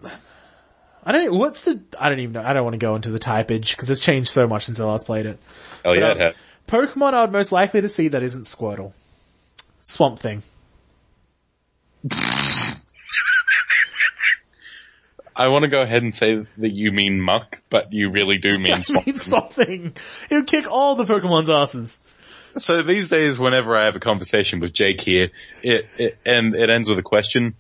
I don't. What's the? I don't even know. I don't want to go into the typage because it's changed so much since I last played it. Oh yeah, But, uh, it had. Pokemon I would most likely to see that isn't Squirtle, Swamp Thing. I want to go ahead and say that you mean muck, but you really do mean I swamp. mean Swamp Thing. He'll kick all the Pokemon's asses. so these days, whenever I have a conversation with Jake here, it, it and it ends with a question.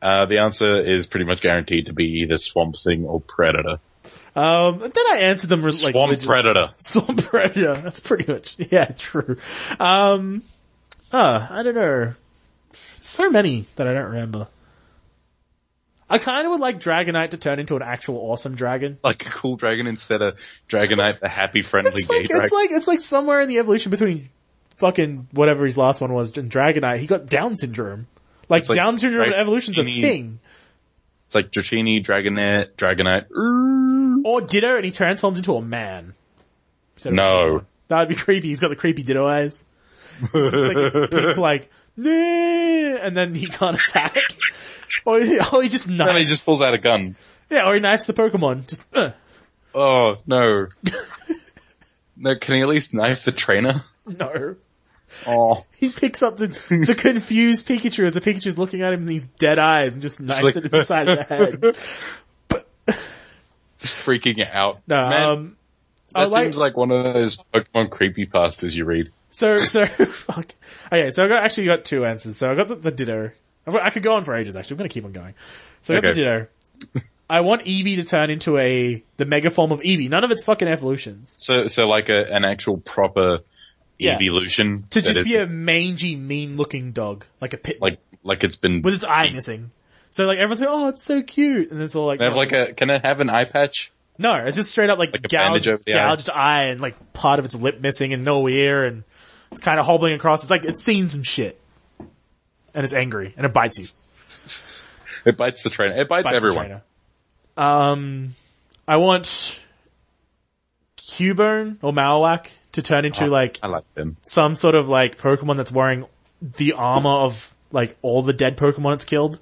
Uh, the answer is pretty much guaranteed to be either swamp thing or predator. Um, and then I answered them re- like swamp religiously. predator. Swamp Predator. That's pretty much, yeah, true. Um, uh, I don't know. So many that I don't remember. I kind of would like Dragonite to turn into an actual awesome dragon. Like a cool dragon instead of Dragonite, the happy friendly It's gay like, dragon. it's like, it's like somewhere in the evolution between fucking whatever his last one was and Dragonite, he got Down syndrome. Like, like Down syndrome Dra- evolution's a Dratini- thing. It's like Dratini, Dragonette, Dragonite. Ooh. Or Ditto and he transforms into a man. Instead of No. a woman. That would be creepy. He's got the creepy Ditto eyes. It's like a pink, like, "Nah," and then he can't attack. or, he, or he just Then he knives. just pulls out a gun. Yeah, or he knifes the Pokemon. Just, uh. Oh, no. no, can he at least knife the trainer? no. Oh. He picks up the, the confused Pikachu as the Pikachu's looking at him in these dead eyes and just knifes like- it in the side of the head. Just freaking out. No, Man, um, I that like- seems like one of those Pokemon creepypastas you read. So, so, fuck. Okay, so I got, actually got two answers. So I got the, the Ditto. I've got- I could go on for ages actually. I'm gonna keep on going. So I got Okay. the Ditto. I want Eevee to turn into a, the mega form of Eevee. None of its fucking evolutions. So, so like a, an actual proper Yeah. evolution. To that just is- be a mangy, mean looking dog. Like a pit. like, like it's been, with its eye missing. So like everyone's like, oh, it's so cute. And it's all like, Can I have like a, can it have an eye patch? no, it's just straight up like, a bandage gouged, over the eye. gouged eye. and like part of its lip missing and no ear and it's kind of hobbling across. It's like, it's seen some shit. And it's angry and it bites you. It bites the trainer. It bites, Bites the everyone. trainer. Um, I want Cubone or Marowak to turn into like I like them. some sort of like Pokemon that's wearing the armor of like all the dead Pokemon it's killed.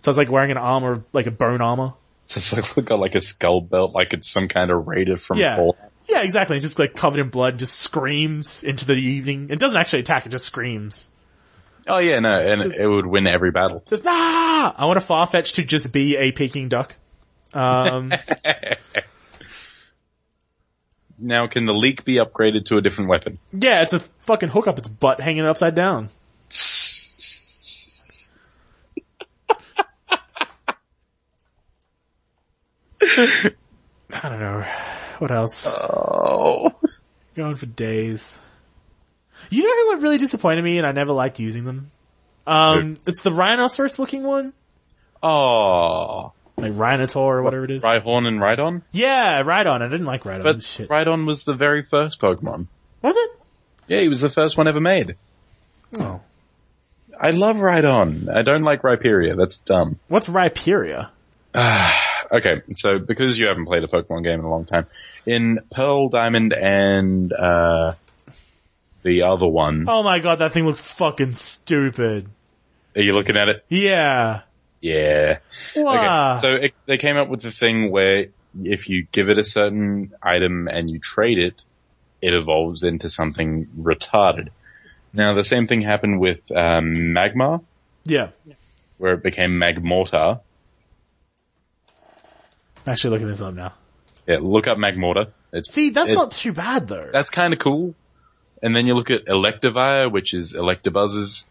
So it's like wearing an armor, like a bone armor. So it's like, got like a skull belt, like it's some kind of raider from Yeah. Fallout. Yeah, exactly. It's just like covered in blood, just screams into the evening. It doesn't actually attack, it just screams. Oh yeah, no, and it would win every battle. Just, nah! I want a Farfetch to just be a Peking duck. Um, Now, can the leak be upgraded to a different weapon? yeah, it's a fucking hook up its butt hanging upside down. I don't know. What else? Oh, Going for days. You know who what really disappointed me and I never liked using them? Um, it's the rhinoceros looking one. oh, Like Rhinotaur or whatever it is. Rhyhorn and Rhydon. Yeah, Rhydon. I didn't like Rhydon. But Shit. Rhydon was the very first Pokemon. Was it? Yeah, he was the first one ever made. Oh. I love Rhydon. I don't like Rhyperia. That's dumb. What's Rhyperia? Okay, so because you haven't played a Pokemon game in a long time, in Pearl, Diamond, and uh, the other one, Oh my god, that thing looks fucking stupid. are you looking at it? Yeah. Yeah. Wah. Ah. Okay. So it, they came up with the thing where if you give it a certain item and you trade it, it evolves into something retarded. Now the same thing happened with um, magma, yeah. where it became magmortar. Actually looking this up now. Yeah, look up magmortar. It's See, that's It- not too bad though. that's kind of cool. And then you look at Electivire, which is Electabuzz's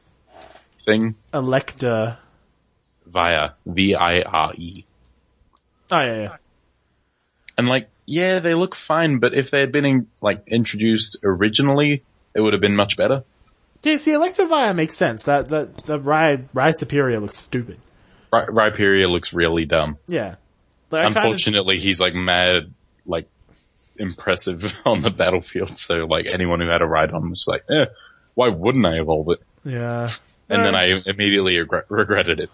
thing. Electa. Via V I R E. Oh yeah, yeah. And like, yeah, they look fine, but if they had been in, like introduced originally, it would have been much better. Yeah, see, Electivire makes sense. That, that, the Rye, Rye Superior looks stupid. Ry- Rhyperia looks really dumb. Yeah. Like, I kinda- Unfortunately, he's like mad, like impressive on the battlefield. So like anyone who had a ride on was like, eh, why wouldn't I evolve it? yeah. And then I immediately regret- regretted it.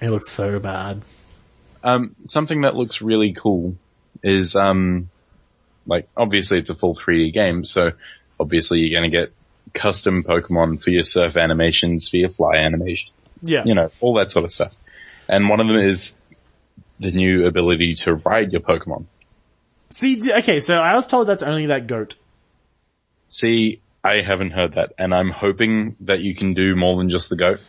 It looks so bad. Um, something that looks really cool is, um, like obviously it's a full 3D game, so obviously you're going to get custom Pokemon for your surf animations, for your fly animation, Yeah. you know, all that sort of stuff. And one of them is the new ability to ride your Pokemon. See, d- okay, so I was told that's only that goat. See, I haven't heard that, and I'm hoping that you can do more than just the goat.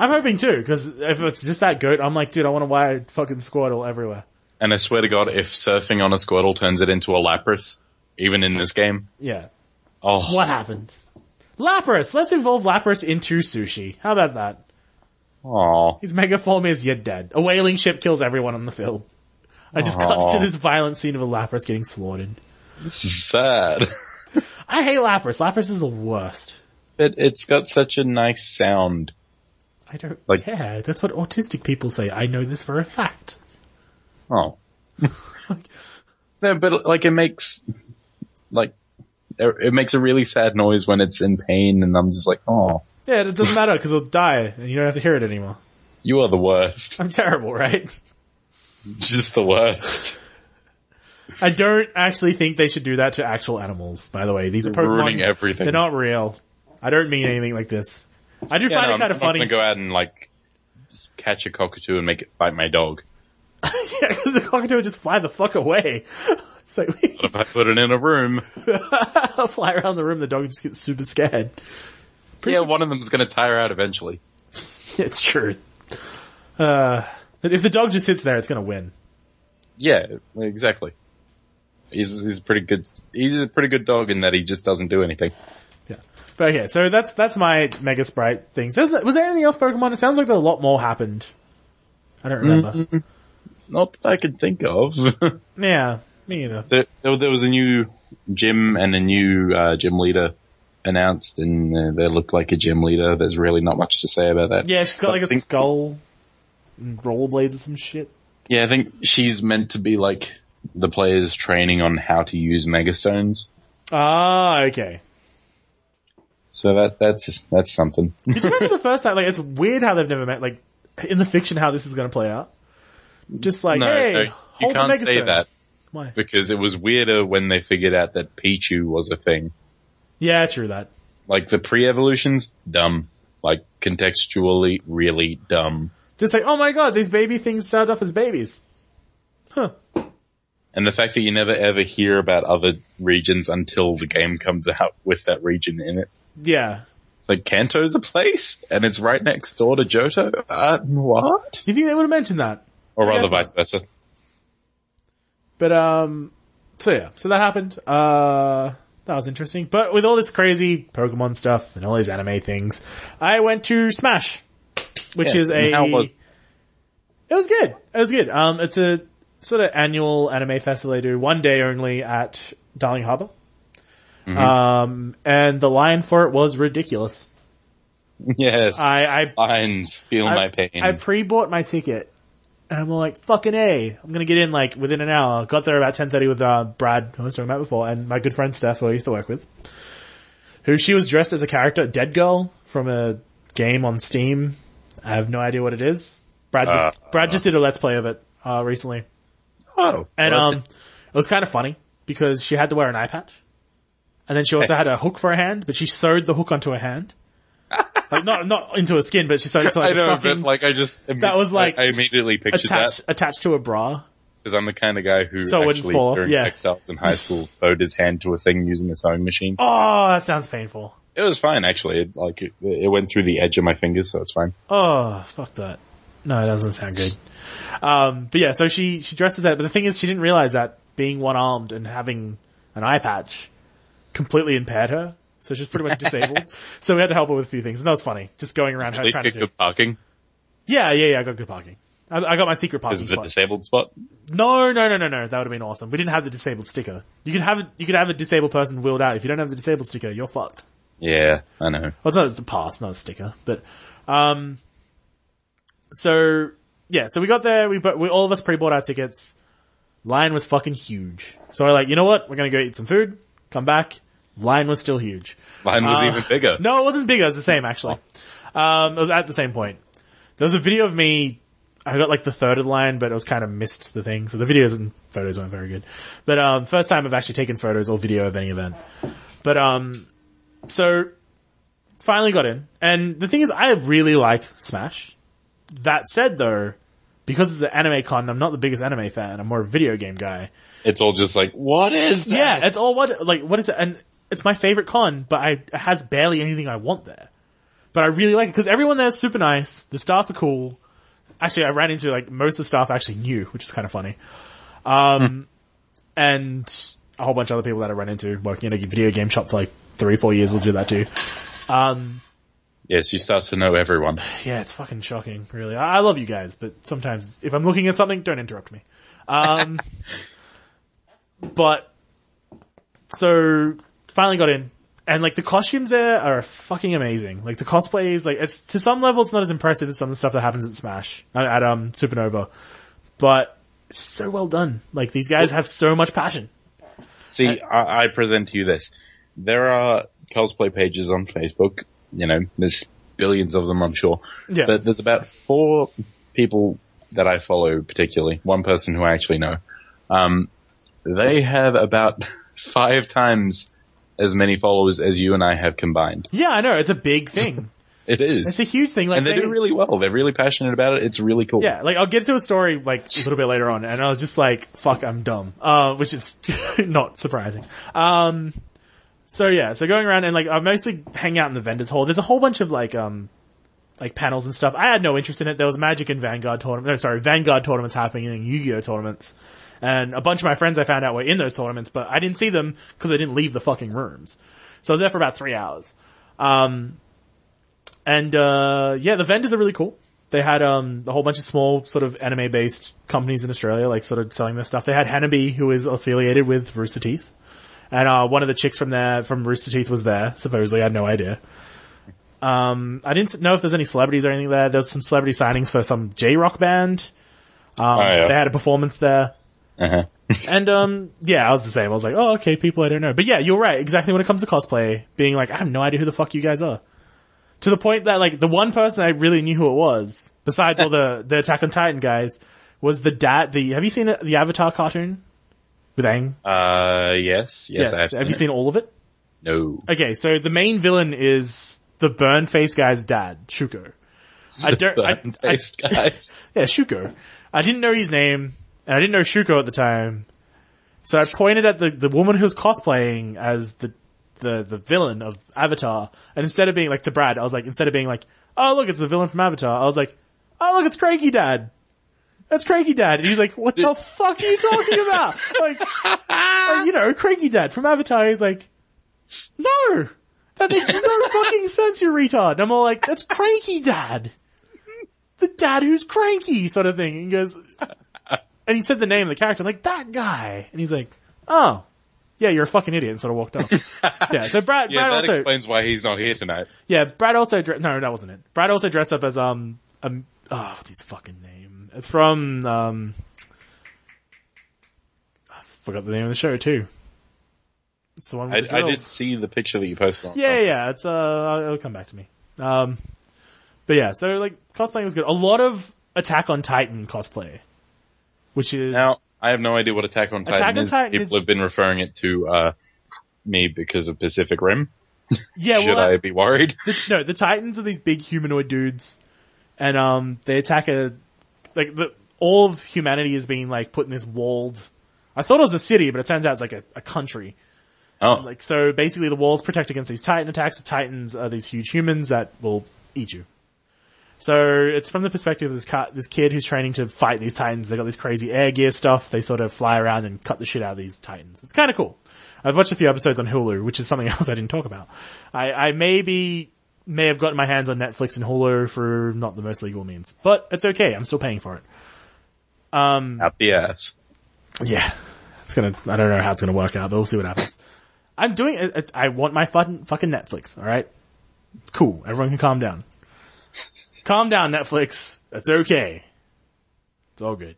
I'm hoping too, because if it's just that goat, I'm like, dude, I want to wire fucking Squirtle everywhere. And I swear to God, if surfing on a Squirtle turns it into a Lapras, even in this game, Yeah. oh, What happened? Lapras! Let's evolve Lapras into sushi. How about that? aw. His mega form is you're dead. A whaling ship kills everyone on the film. I just cuts to Aw. this violent scene of a Lapras getting slaughtered. this is sad. I hate Lapras. Lapras is the worst. But it's got such a nice sound. I don't Like- care. That's what autistic people say. I know this for a fact. Oh. no, but like it makes, like, it it makes a really sad noise when it's in pain and I'm just like, oh, Yeah, it doesn't matter because it'll die and you don't have to hear it anymore. you are the worst. I'm terrible, right? just the worst. I don't actually think they should do that to actual animals, by the way. These are You're Pokemon. ruining everything. They're not real. I don't mean anything like this. I do Yeah, find no, it I'm kind not of funny. gonna go out and like just catch a cockatoo and make it bite my dog. yeah, because the cockatoo would just fly the fuck away. It's like, If I put it in a room, I'll fly around the room, the dog just gets super scared. yeah, one of them's gonna tire out eventually. It's true. Uh, if the dog just sits there, it's gonna win. Yeah, exactly. He's he's pretty good. He's a pretty good dog in that he just doesn't do anything. Yeah. But okay, so that's, that's my Mega Sprite things. There's, was there anything else Pokemon? It sounds like a lot more happened. I don't remember. Not that I can think of. Yeah, me either. there, there, there was a new gym and a new uh, gym leader announced, and uh, they looked like a gym leader. There's really not much to say about that. Yeah, she's got like a Something- skull and rollerblades or some shit. Yeah, I think she's meant to be like the players training on how to use megastones. Ah, okay. So that that's that's something. Did you remember the first time? Like, it's weird how they've never met. Like, in the fiction, how this is going to play out. Just like, hey, you hold the can't Megastone. say that Why? because it was weirder when they figured out that Pichu was a thing. Yeah, true that. Like the pre-evolutions, dumb. Like contextually, really dumb. Just like, oh my god, these baby things started off as babies. And the fact that you never ever hear about other regions until the game comes out with that region in it. Yeah. It's Like Kanto's a place, and it's right next door to Johto. Uh, what? You think they would have mentioned that? Or I rather, guess not. vice versa. But um, so yeah, so that happened. Uh, that was interesting. But with all this crazy Pokemon stuff and all these anime things, I went to Smash, which Yeah, is and a how was It was good. It was good. Um, it's a sort of annual anime festival they do one day only at Darling harbor Mm-hmm. Um, and the line for it was ridiculous. yes, I, I, lines feel I, my pain. I pre-bought my ticket and I'm like, fucking A, I'm going to get in like within an hour. Got there about 10.30 with, uh, Brad, who I was talking about before, and my good friend Steph, who I used to work with, who she was dressed as a character, Dead Girl from a game on Steam. I have no idea what it is. Brad just, Uh, Brad just did a let's play of it, uh, recently. oh, And well, um, that's it. was kind of funny because she had to wear an eye patch, and then she also had a hook for her hand, but she sewed the hook onto her hand. Like not not into a skin, but she's like, so I like know, but stuffing like I just imme- That was, like, I, I immediately pictured attached that attached to a bra. because I'm the kind of guy who So it wouldn't actually fall off, during yeah. textiles in high school sewed his hand to a thing using a sewing machine. Oh, that sounds painful. It was fine actually. It, like it, it went through the edge of my fingers, so it's fine. Oh, fuck that. No, it doesn't sound good. Um, but yeah, so she, she dresses that, but the thing is she didn't realize that being one armed and having an eye patch completely impaired her. So she's pretty much disabled. so we had to help her with a few things and that was funny. Just going around her At least trying to get do. good parking. Yeah, yeah, yeah, I got good parking. I, I got my secret This parking is a spot. disabled spot. no, no, no, no, no, that would have been awesome. We didn't have the disabled sticker. You could have, a, you could have a disabled person wheeled out. If you don't have the disabled sticker, you're fucked. Yeah, I know. Well, it's not it's the pass, not a sticker, but, um, so, yeah, so we got there, we, but we, all of us pre-bought our tickets. Line was fucking huge. So we're like, you know what? We're gonna go eat some food, come back. Line was still huge. Mine was even bigger. Uh, Ah. No, it wasn't bigger, it was the same actually. Um, it was at the same point. There was a video of me, I got like the third of the line, but it was kind of missed the thing, so the videos and photos weren't very good. But, um, first time I've actually taken photos or video of any event. But, um, so finally got in. And the thing is, I really like Smash. That said though, because it's an anime con, I'm not the biggest anime fan. I'm more a video game guy. It's all just like, what is that? Yeah, it's all what, like, what is it? And it's my favorite con, but I, it has barely anything I want there. But I really like it because everyone there is super nice. The staff are cool. Actually, I ran into like most of the staff I actually knew, which is kind of funny. Um, and a whole bunch of other people that I ran into working in a video game shop for like three, four years will do that too. Um, Yes, you start to know everyone. yeah, it's fucking shocking, really. I, I love you guys, but sometimes if I'm looking at something, don't interrupt me. Um, but so finally got in, and like the costumes there are fucking amazing. Like the cosplays, like it's to some level, it's not as impressive as some of the stuff that happens at Smash uh, at um Supernova, but it's so well done. Like these guys have so much passion. Uh, See, I, I present to you this. There are cosplay pages on Facebook. You know, there's billions of them, I'm sure. Yeah. But there's about four people that I follow particularly. One person who I actually know. Um, they have about five times as many followers as you and I have combined. Yeah, I know it's a big thing. It is. It's a huge thing. Like and they, do really well. They're really passionate about it. It's really cool. Yeah, like I'll get to a story like a little bit later on, and I was just like, "Fuck, I'm dumb," uh, which is not surprising. Um, so yeah, so going around and like I mostly hang out in the vendors hall. There's a whole bunch of like um, like panels and stuff. I had no interest in it. There was Magic and Vanguard tournament. No, sorry, Vanguard tournaments happening and Yu-Gi-Oh tournaments, and a bunch of my friends I found out were in those tournaments, but I didn't see them because I didn't leave the fucking rooms. So I was there for about three hours. Um, and uh, yeah, the vendors are really cool. They had um, a whole bunch of small sort of anime based companies in Australia, like sort of selling their stuff. They had Hanabi, who is affiliated with Rooster Teeth, and uh, one of the chicks from there from Rooster Teeth was there. Supposedly, I had no idea. Um, I didn't know if there's any celebrities or anything there. There's some celebrity signings for some J Rock band. Um, Oh, yeah. They had a performance there. Uh-huh. And um, yeah, I was the same. I was like, oh, okay, people I don't know. But yeah, you're right. Exactly when it comes to cosplay, being like, I have no idea who the fuck you guys are. To the point that like the one person I really knew who it was, besides all the the Attack on Titan guys, was the dad. The have you seen the, the Avatar cartoon with Aang? Uh, yes. Yes. I Have you seen all of it? No. Okay, so the main villain is the burn face guy's dad, Shuko. I don't. I- I, Burn-faced guys. yeah, Shuko. I didn't know his name, and I didn't know Shuko at the time. So I pointed at the, the woman who was cosplaying as the, the, the villain of Avatar, and instead of being like to Brad, I was like, instead of being like, oh look, it's the villain from Avatar, I was like, oh look, it's Cranky Dad. That's Cranky Dad. And he's like, what the fuck are you talking about? like, like, you know, Cranky Dad from Avatar, he's like, no! That makes no fucking sense, you retard. And I'm all like, that's Cranky Dad! the dad who's cranky sort of thing. And he goes, and he said the name of the character. I'm like, that guy. And he's like, oh, yeah, you're a fucking idiot. And sort of walked off. yeah. So Brad, Yeah, Brad that also, explains why he's not here tonight. yeah, Brad also, dre- no, that wasn't it. Brad also dressed up as, um, um, oh, what's his fucking name? It's from, um, I forgot the name of the show too. It's the one I, with the I did girls. see the picture that you posted. On Yeah, yeah, it's uh, it'll come back to me. Um, but yeah, so like cosplaying was good. A lot of Attack on Titan cosplay, which is Now I have no idea what Attack on Titan Attack on is. Titan People is- have been referring it to uh, me because of Pacific Rim. Yeah, Should well, I be worried? the, no, the Titans are these big humanoid dudes, and um, they attack a like the, all of humanity is being like put in this walled. I thought it was a city, but it turns out it's like a, a country. Oh, Like so, basically, the walls protect against these Titan attacks. The Titans are these huge humans that will eat you. So it's from the perspective of this car, this kid who's training to fight these Titans. They got this crazy air gear stuff. They sort of fly around and cut the shit out of these Titans. It's kind of cool. I've watched a few episodes on Hulu, which is something else I didn't talk about. I, I maybe may have gotten my hands on Netflix and Hulu for not the most legal means, but it's okay. I'm still paying for it. out the ass. Yeah. It's gonna, I don't know how it's gonna work out, but we'll see what happens. I'm doing it, I want my fucking, fucking Netflix, alright? It's cool. Everyone can calm down. calm down, Netflix. That's okay. It's all good.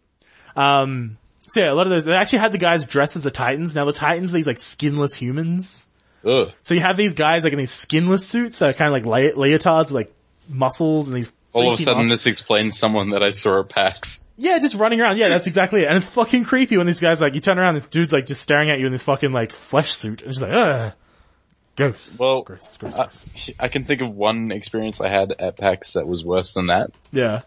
Um, so yeah, a lot of those, they actually had the guys dressed as the Titans. Now the Titans are these like skinless humans. Ugh. So you have these guys like in these skinless suits that are kind of like le- leotards with like muscles and these All of a freaky sudden, muscles. this explains someone that I saw at PAX. Yeah, just running around. Yeah, that's exactly it. And it's fucking creepy when these guys like you turn around, this dude's like just staring at you in this fucking like flesh suit, and she's like, ugh, gross. Well, gross, gross, I, gross. Uh, I can think of one experience I had at PAX that was worse than that. yeah,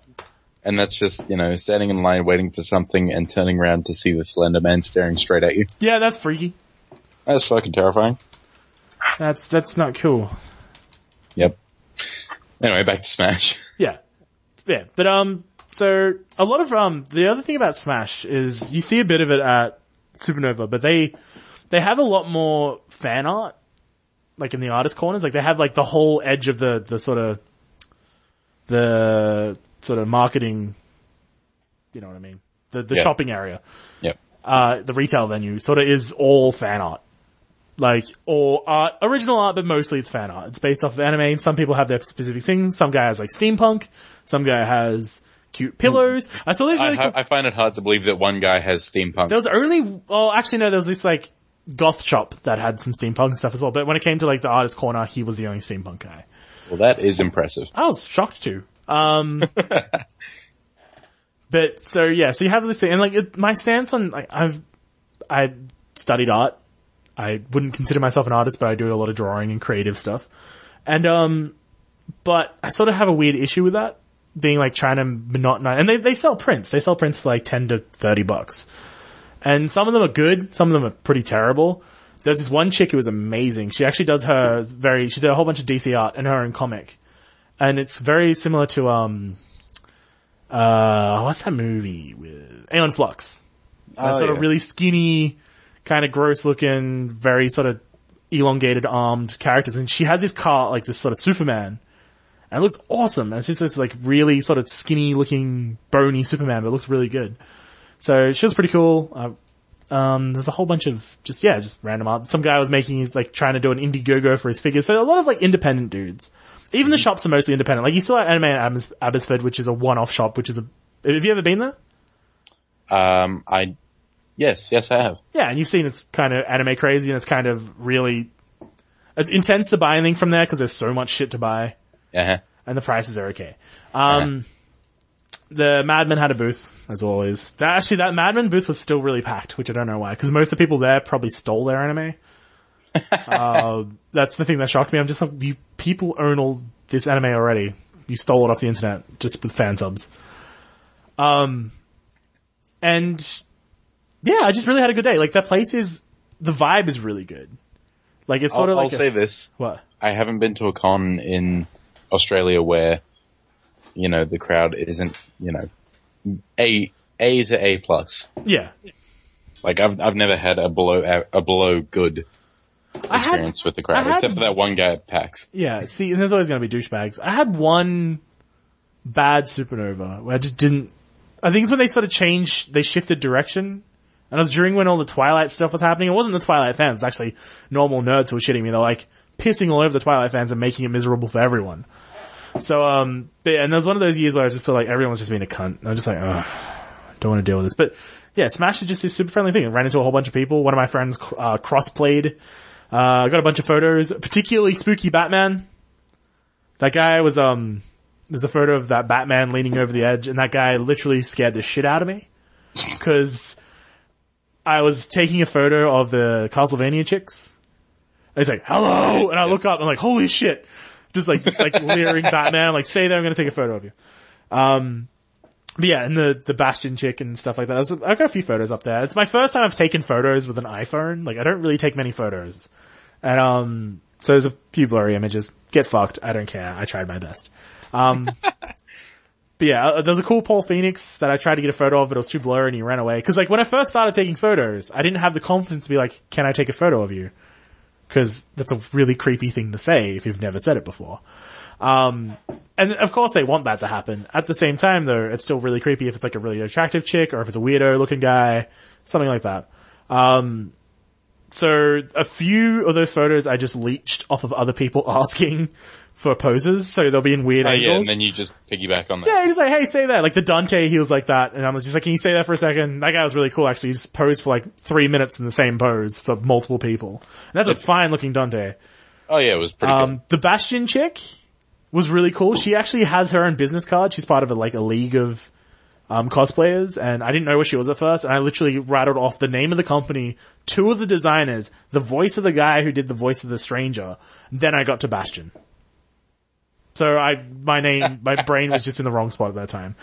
And that's just, you know, standing in line waiting for something and turning around to see the slender man staring straight at you. yeah, that's freaky. That's fucking terrifying. That's that's not cool. Yep. Anyway, back to Smash. Yeah, yeah. But um, so a lot of um, the other thing about Smash is you see a bit of it at Supernova, but they they have a lot more fan art, like in the artist corners. Like they have like the whole edge of the the sort of the sort of marketing. You know what I mean? The the Yeah. shopping area Yep. uh, the retail venue sort of is all fan art. Like, or art, original art, but mostly it's fan art. It's based off of anime, and some people have their specific things. Some guy has like steampunk, some guy has cute pillows. I saw this Hmm. I, really cool- ha- I find it hard to believe that one guy has steampunk. there was only, well actually no, there was this like goth shop that had some steampunk stuff as well, but when it came to like the artist corner, he was the only steampunk guy. Well, that is impressive. I was shocked too. Um, but so yeah, so you have this thing, and like it, my stance on like I've I studied art. I wouldn't consider myself an artist, but I do a lot of drawing and creative stuff. And um, but I sort of have a weird issue with that being like trying to monotonize. And they they sell prints. They sell prints for like ten to thirty bucks. And some of them are good. Some of them are pretty terrible. There's this one chick who was amazing. She actually does her very. She did a whole bunch of DC art and her own comic and it's very similar to um uh what's that movie with Aeon Flux. That Oh, sort yeah. of really skinny, kind of gross looking, very sort of elongated armed characters. And she has this car, like this sort of Superman. And it looks awesome. And it's just this like really sort of skinny looking, bony Superman, but it looks really good. So she was pretty cool. Uh, um, there's a whole bunch of just, yeah, just random art. Some guy was making his, like trying to do an Indiegogo for his figures. So a lot of like independent dudes. Even the shops are mostly independent. Like you saw Anime at Abbots- Abbotsford, which is a one-off shop, which is a, have you ever been there? Um, I, yes, yes, I have. Yeah, and you've seen it's kind of anime crazy and it's kind of really, it's intense to buy anything from there because there's so much shit to buy Yeah. and the prices are okay. Um, the Madman had a booth as always. That, actually, that Madman booth was still really packed, which I don't know why because most of the people there probably stole their anime. uh, that's the thing that shocked me. I'm just like, you people own all this anime already. You stole it off the internet just with fan subs. Um, and yeah, I just really had a good day. Like that place is, the vibe is really good. Like it's sort I'll, of like I'll a- say this. what? I haven't been to a con in Australia where, you know, the crowd isn't, you know, A, A is a A plus. Yeah. Like I've, I've never had a below, a, a below good I had- experience with the crowd, I had- except for that one guy at PAX. Yeah, see, and there's always going to be douchebags. I had one bad supernova where I just didn't. I think it's when they sort of changed, they shifted direction. And it was during when all the Twilight stuff was happening. It wasn't the Twilight fans, it's actually normal nerds who were shitting me. They're like pissing all over the Twilight fans and making it miserable for everyone. So, um, but yeah, and there was one of those years where I was just sort of like, everyone's just being a cunt. And I'm just like, ugh, don't want to deal with this. But yeah, Smash is just this super friendly thing. I ran into a whole bunch of people. One of my friends, uh, cross-played uh, I got a bunch of photos, particularly spooky Batman. That guy was, um, there's a photo of that Batman leaning over the edge and that guy literally scared the shit out of me. Cause I was taking a photo of the Castlevania chicks And he's like, hello! And I look up, I'm like, holy shit! Just like, just like leering Batman, I'm like, stay there, I'm gonna take a photo of you. Um, but yeah, and the, the Bastion chick and stuff like that. I was- I've got a few photos up there. It's my first time I've taken photos with an iPhone. Like, I don't really take many photos. And um, so there's a few blurry images. Get fucked. I don't care. I tried my best. Um, but yeah, uh, there's a cool Paul Phoenix that I tried to get a photo of, but it was too blurry and he ran away. Cause like when I first started taking photos, I didn't have the confidence to be like, can I take a photo of you? Cause that's a really creepy thing to say if you've never said it before. Um, and of course they want that to happen. At the same time though, it's still really creepy if it's like a really attractive chick or if it's a weirdo looking guy, something like that. Um, so a few of those photos I just leached off of other people asking for poses, so they'll be in weird Oh angles. yeah, and then you just piggyback on that. Yeah, he's like, hey, stay there. Like the Dante, he was like that, and I was just like, can you stay there for a second? That guy was really cool actually. He just posed for like three minutes in the same pose for multiple people. And that's a fine looking Dante. Oh yeah, it was pretty good. Um, the Bastion chick was really cool. She actually has her own business card. She's part of a, like a league of um, cosplayers, and I didn't know where she was at first. And I literally rattled off the name of the company, two of the designers, the voice of the guy who did the voice of the stranger. Then I got to Bastion. So I, my name, my brain was just in the wrong spot at that time.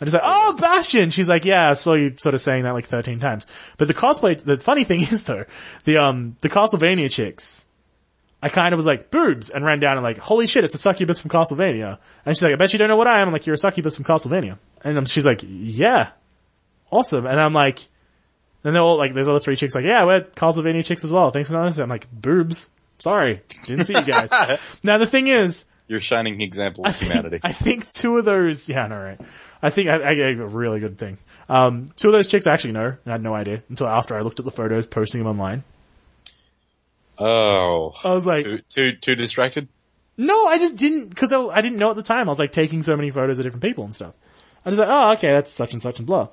I just like, oh, Bastion! She's like, yeah, I saw you sort of saying that like 13 times. But the cosplay, the funny thing is though, the, um, the Castlevania chicks, I kind of was like, boobs, and ran down and like, holy shit, it's a succubus from Castlevania. And she's like, I bet you don't know what I am. I'm like, you're a succubus from Castlevania. And um, she's like, yeah, awesome. And I'm like, then they're all like, there's other three chicks like, yeah, we're Castlevania chicks as well. Thanks for noticing. I'm like, boobs. Sorry. Didn't see you guys. now the thing is, You're a shining example of humanity. I think two of those, yeah, no, right. I think I, I gave a really good thing. Um, two of those chicks I actually know, and I had no idea until after I looked at the photos, posting them online. oh, I was like, too too too distracted. no, I just didn't, cause I, I didn't know at the time. I was like taking so many photos of different people and stuff. I was like, oh, okay, that's such and such and blah.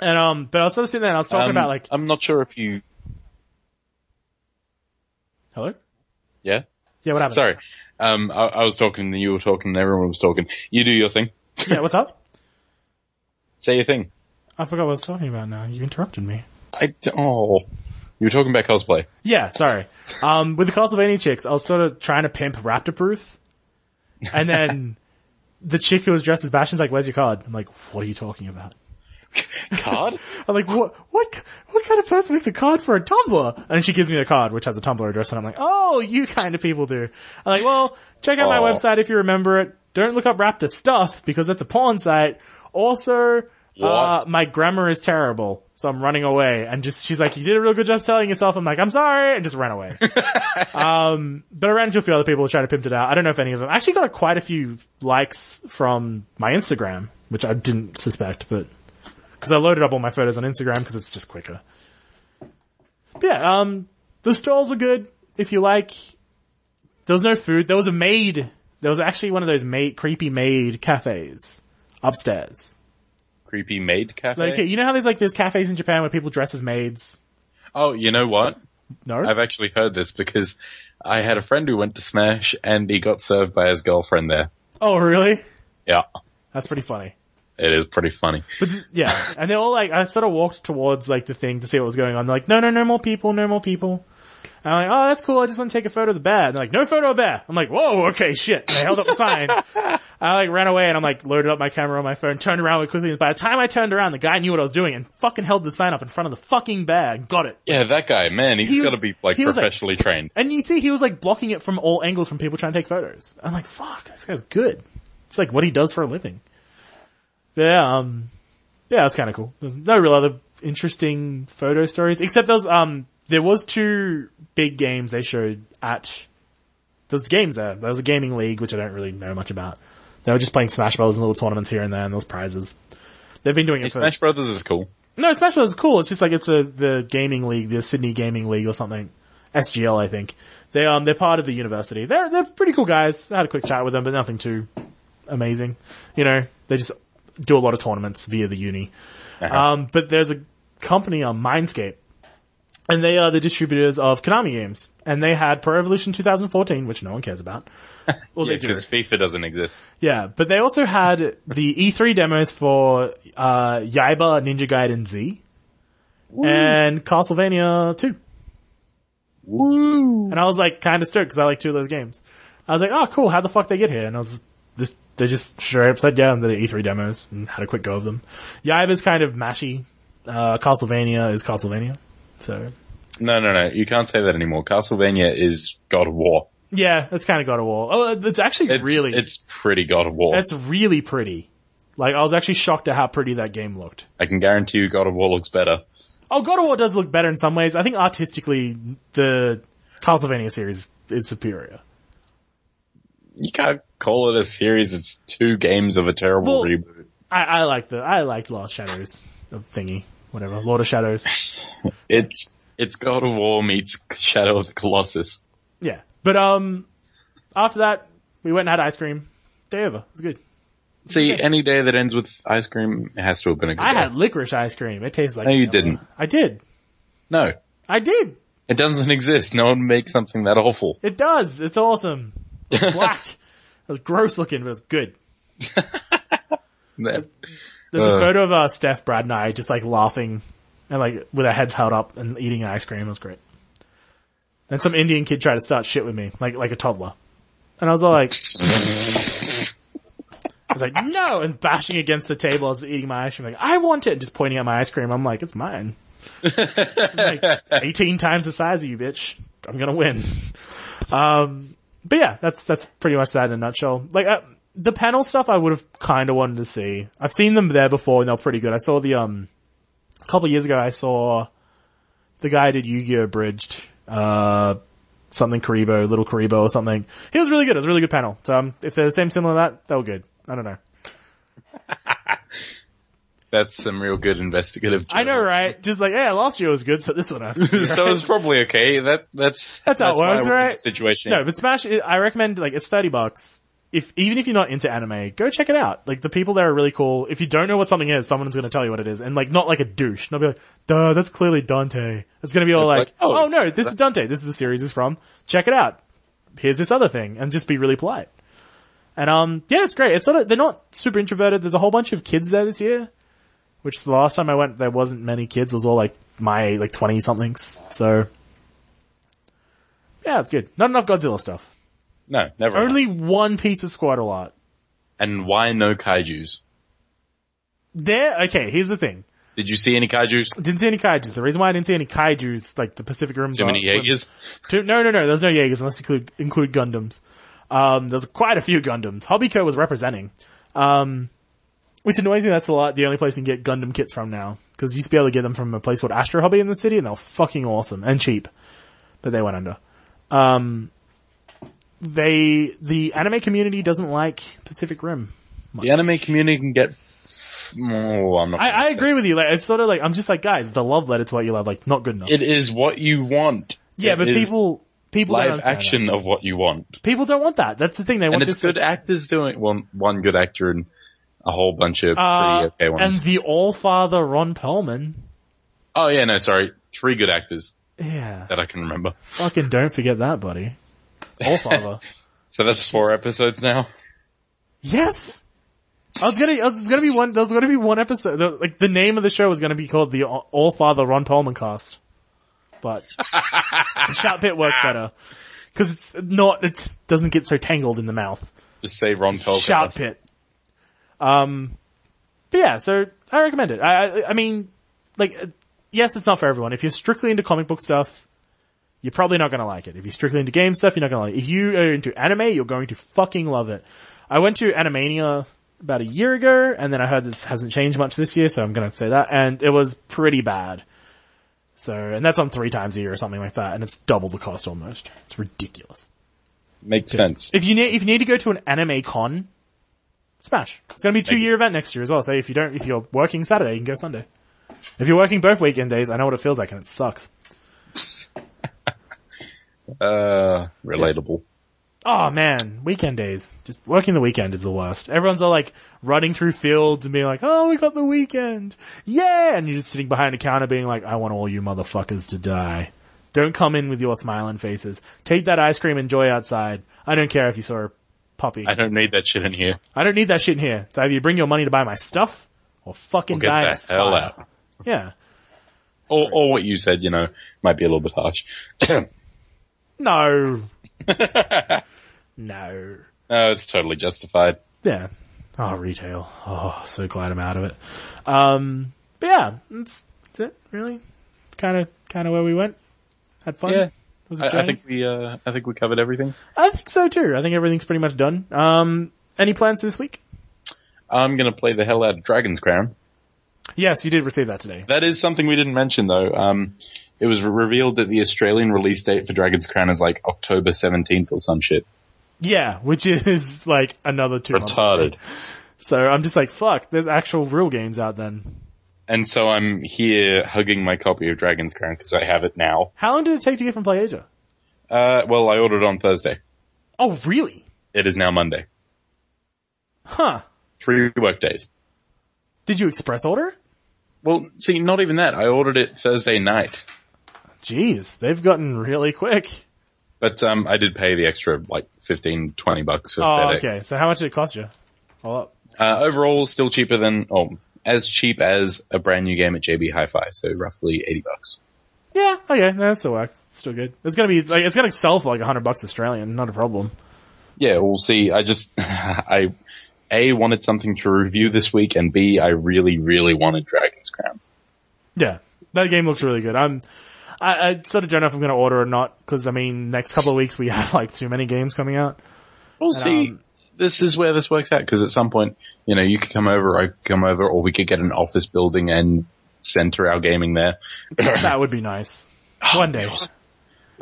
And um, but I was sort of sitting there and I was talking Um, about like, I'm not sure if you. hello? Yeah, Yeah, what happened? sorry. Um, I, I was talking, you were talking, everyone was talking. You do your thing. Yeah, what's up? Say your thing. I forgot what I was talking about now. You interrupted me. I d- oh, you were talking about cosplay. Yeah, sorry. Um, with the Castlevania chicks, I was sort of trying to pimp Raptor Proof. And then the chick who was dressed as Bastion's like, where's your card? I'm like, what are you talking about? Card? I'm like, what, what, what kind of person makes a card for a Tumblr? And she gives me the card, which has a Tumblr address, and I'm like, oh, you kind of people do. I'm like, well, check out my Aw. website if you remember it. Don't look up Raptor stuff because that's a porn site. Also, uh, What? my grammar is terrible, so I'm running away. And just, she's like, you did a real good job selling yourself. I'm like, I'm sorry, and just ran away. um, but I ran into a few other people who tried to pimp it out. I don't know if any of them. I actually got quite a few likes from my Instagram, which I didn't suspect, but because I loaded up all my photos on Instagram because it's just quicker. But yeah, um, the stalls were good. If you like, there was no food. There was a maid. There was actually one of those maid, creepy maid cafes upstairs. Creepy maid cafe. Like, you know how there's like there's cafes in Japan where people dress as maids. oh, you know what? No, I've actually heard this because I had a friend who went to Smash and he got served by his girlfriend there. oh really? Yeah, That's pretty funny. it is pretty funny. But th- yeah, and they're all like, I sort of walked towards like the thing to see what was going on. They're like, no, no, no more people, no more people. And I'm like, oh, that's cool. I just want to take a photo of the bear. And they're like, no photo of bear. I'm like, whoa, okay, shit. And I held up the sign. I like ran away and I'm like loaded up my camera on my phone, turned around really quickly. And by the time I turned around, the guy knew what I was doing and fucking held the sign up in front of the fucking bear and got it. Yeah, that guy, man, he's He was- got to be like he was like- professionally trained. And you see, he was like blocking it from all angles from people trying to take photos. I'm like, fuck, this guy's good. It's like what he does for a living. Yeah, um, yeah, that's kind of cool. There's no real other interesting photo stories, except those, um, there was two big games they showed at, there's games there. There was a gaming league, which I don't really know much about. They were just playing Smash Brothers in little tournaments here and there and those prizes. They've been doing it for, Smash Brothers is cool. no, Smash Bros is cool. It's just like it's a the gaming league, the Sydney Gaming League or something. SGL, I think. They um they're part of the university. They're they're pretty cool guys. I had a quick chat with them, but nothing too amazing. You know, they just do a lot of tournaments via the uni. Uh-huh. Um, but there's a company on Mindscape, and they are the distributors of Konami games, and they had Pro Evolution 2014, which no one cares about. Well, Yeah, they do. because FIFA doesn't exist. Yeah, but they also had the E3 demos for uh, Yaiba, Ninja Gaiden Z, and Castlevania 2. Woo! And I was like kind of stoked because I like two of those games. I was like, oh cool, how the fuck they get here? And I was just, they just straight up said yeah, and did the E3 demos and had a quick go of them. Yaiba's kind of mashy. Uh, Castlevania is Castlevania. So, No, no, no. You can't say that anymore. Castlevania is God of War. yeah, that's kind of God of War. Oh, it's actually It's, really, It's pretty God of War. that's really pretty. Like, I was actually shocked at how pretty that game looked. I can guarantee you God of War looks better. Oh, God of War does look better in some ways. I think artistically, the Castlevania series is superior. You can't call it a series. It's two games of a terrible Well- reboot. I, I like the, I liked Lost Shadows of thingy, whatever, Lord of Shadows. It's, it's God of War meets Shadow of the Colossus. Yeah. But, um, after that, we went and had ice cream. Day over. It was good. See, any day that ends with ice cream has to have been a good I day. had licorice ice cream. It tastes like. No, you vanilla. didn't. I did. No. I did. It doesn't exist. No one makes something that awful. It does. It's awesome. It's black. it was gross looking, but it's good. That- There's a Uh. photo of uh, Steph, Brad, and I just like laughing and like with our heads held up and eating ice cream. It was great. And some Indian kid tried to start shit with me, like like a toddler, and I was all like, I was like, no, and bashing against the table as I was eating my ice cream. Like, I want it, and just pointing at my ice cream. I'm like, it's mine. I'm like, 18 times the size of you, bitch. I'm gonna win. Um, but yeah, that's that's pretty much that in a nutshell. Like uh, the panel stuff, I would have kind of wanted to see. I've seen them there before, and they're pretty good. I saw the um a couple years ago. I saw the guy who did Yu-Gi-Oh Bridged, uh, something Karibo, Little Karibo, or something. He was really good. It was a really good panel. So um, if they're the same similar to that, they were good. I don't know. That's some real good investigative. I know, right? Just like yeah, last year was good, so this one has to be, right? so it's probably okay. That that's That's how it why works, we're in right? this Situation. No, but Smash, i- I recommend, like, it's 30 bucks. If, even if you're not into anime, go check it out. Like, the people there are really cool. If you don't know what something is, someone's gonna tell you what it is. And, like, not like a douche. They'll be like, duh, that's clearly Dante. It's gonna be all It's like, like, oh, oh, no, this is Dante. This is the series it's from. Check it out. Here's this other thing. And just be really polite. And, um, yeah, it's great. It's sort of, they're not super introverted. There's a whole bunch of kids there this year. Which the last time I went, there wasn't many kids. It was all like my, like 20 somethings. So. Yeah, it's good. Not enough Godzilla stuff. no, never. mind. Only one piece of squad a lot. And why no kaiju's? There, okay, here's the thing. Did you see any kaiju's? Didn't see any kaijus. The reason why I didn't see any kaijus, like the Pacific Rim. Too many Jaegers? Two, no, no, no, there's no Jaegers unless you include, include Gundams. Um, there's quite a few Gundams. Hobbyco was representing. Um, which annoys me that's a lot, the only place you can get Gundam kits from now. Cause you used to be able to get them from a place called Astro Hobby in the city and they're fucking awesome and cheap. But they went under. Um, they, the anime community doesn't like Pacific Rim. The anime community can get. Oh, I'm not. I, I agree with you. Like, it's sort of like I'm just like, guys, the love letter to what you love, like, not good enough. It is what you want. yeah, It but is people, people don't Live understand action of what you want, that. People don't want that. That's the thing. They and want it's this. good actors doing well, one good actor and a whole bunch of uh, pretty okay and ones. the All Father Ron Perlman. oh yeah, no, sorry, three good actors Yeah, that I can remember. fucking don't forget that, buddy. All Father. So that's four episodes now. yes. I was gonna, I was gonna be one, there was gonna be one episode, the, like the name of the show was gonna be called the All Father Ron Perlman cast. But, the shout bit works better. Cause it's not, it doesn't get so tangled in the mouth. Just say Ron Perlman. Shout pit. Um, but yeah, so I recommend it. I, I, I mean, like, uh, yes, it's not for everyone. If you're strictly into comic book stuff, you're probably not gonna like it. If you're strictly into game stuff, you're not gonna like it. If you are into anime, you're going to fucking love it. I went to Animania about a year ago, and then I heard this hasn't changed much this year, so I'm gonna say that, and it was pretty bad. So, and that's on three times a year or something like that, and it's double the cost almost. It's ridiculous. Makes sense. If you need, if you need to go to an anime con, Smash. It's going to be a two Thank you. year event next year as well. So if you don't, if you're working Saturday, you can go Sunday. If you're working both weekend days, I know what it feels like and it sucks. Uh, relatable. Oh man, weekend days. Just working the weekend is the worst. Everyone's all like running through fields and being like, oh, we got the weekend. Yeah. And you're just sitting behind a counter being like, I want all you motherfuckers to die. Don't come in with your smiling faces. Take that ice cream and enjoy outside. I don't care if you saw a puppy. I don't need that shit in here. I don't need that shit in here. It's either you bring your money to buy my stuff or fucking Get die. in the hell fire. out. Yeah. Or, or what you said, you know, might be a little bit harsh. Uh, No. no. No, it's totally justified. Yeah. Oh, retail. Oh, so glad I'm out of it. Um, but yeah, that's, that's it, really. It's kind of, kind of where we went. Had fun. Yeah. It was a I, I journey. think we uh, I think we covered everything. I think so too. I think everything's pretty much done. Um, any plans for this week? I'm gonna play the hell out of Dragon's Crown. Yes, you did receive that today. That is something we didn't mention though. Um, it was revealed that the Australian release date for Dragon's Crown is like October 17th or some shit. Yeah, which is like another two months Retarded. away. So I'm just like, fuck, there's actual real games out then. And so I'm here hugging my copy of Dragon's Crown because I have it now. How long did it take to get from Playasia? Uh, well, I ordered on Thursday. Oh, really? It is now Monday. Huh. Three work days. Did you express order? Well, see, not even that. I ordered it Thursday night, Jeez, they've gotten really quick. but um, I did pay the extra like 15, 20 bucks for Oh, FedEx. okay. So how much did it cost you? All up. Uh, overall, still cheaper than, oh, as cheap as a brand new game at JB Hi-Fi, so roughly 80 bucks. Yeah, okay, that still works. It's still good. It's gonna be, like, it's gonna sell for like a hundred bucks Australian, not a problem. Yeah, we'll see. I just, I, A, wanted something to review this week, and B, I really, really wanted Dragon's Crown. Yeah, that game looks really good. I'm, I, I sort of don't know if I'm gonna order or not, cause I mean, next couple of weeks we have like too many games coming out. We'll see. um, this is where this works out, because at some point, you know, you could come over, I could come over, or we could get an office building and center our gaming there. That would be nice. One day. Um,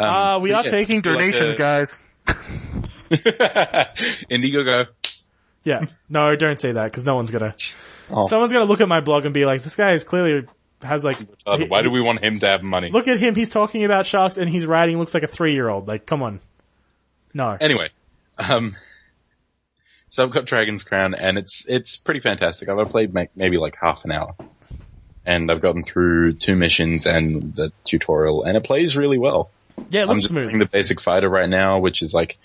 Uh, we but are yeah, taking like donations, a- guys. Indiegogo. Yeah. No, don't say that, cause no one's gonna, Oh. someone's gonna look at my blog and be like, this guy is clearly has like, Uh, he- why do we want him to have money? look at him, he's talking about sharks and he's riding, looks like a three year old. Like, come on. No. anyway, um, so I've got Dragon's Crown, and it's it's pretty fantastic. I've played ma- maybe like half an hour, and I've gotten through two missions and the tutorial, and it plays really well. Yeah, it I'm looks just smooth. playing the basic fighter right now, which is like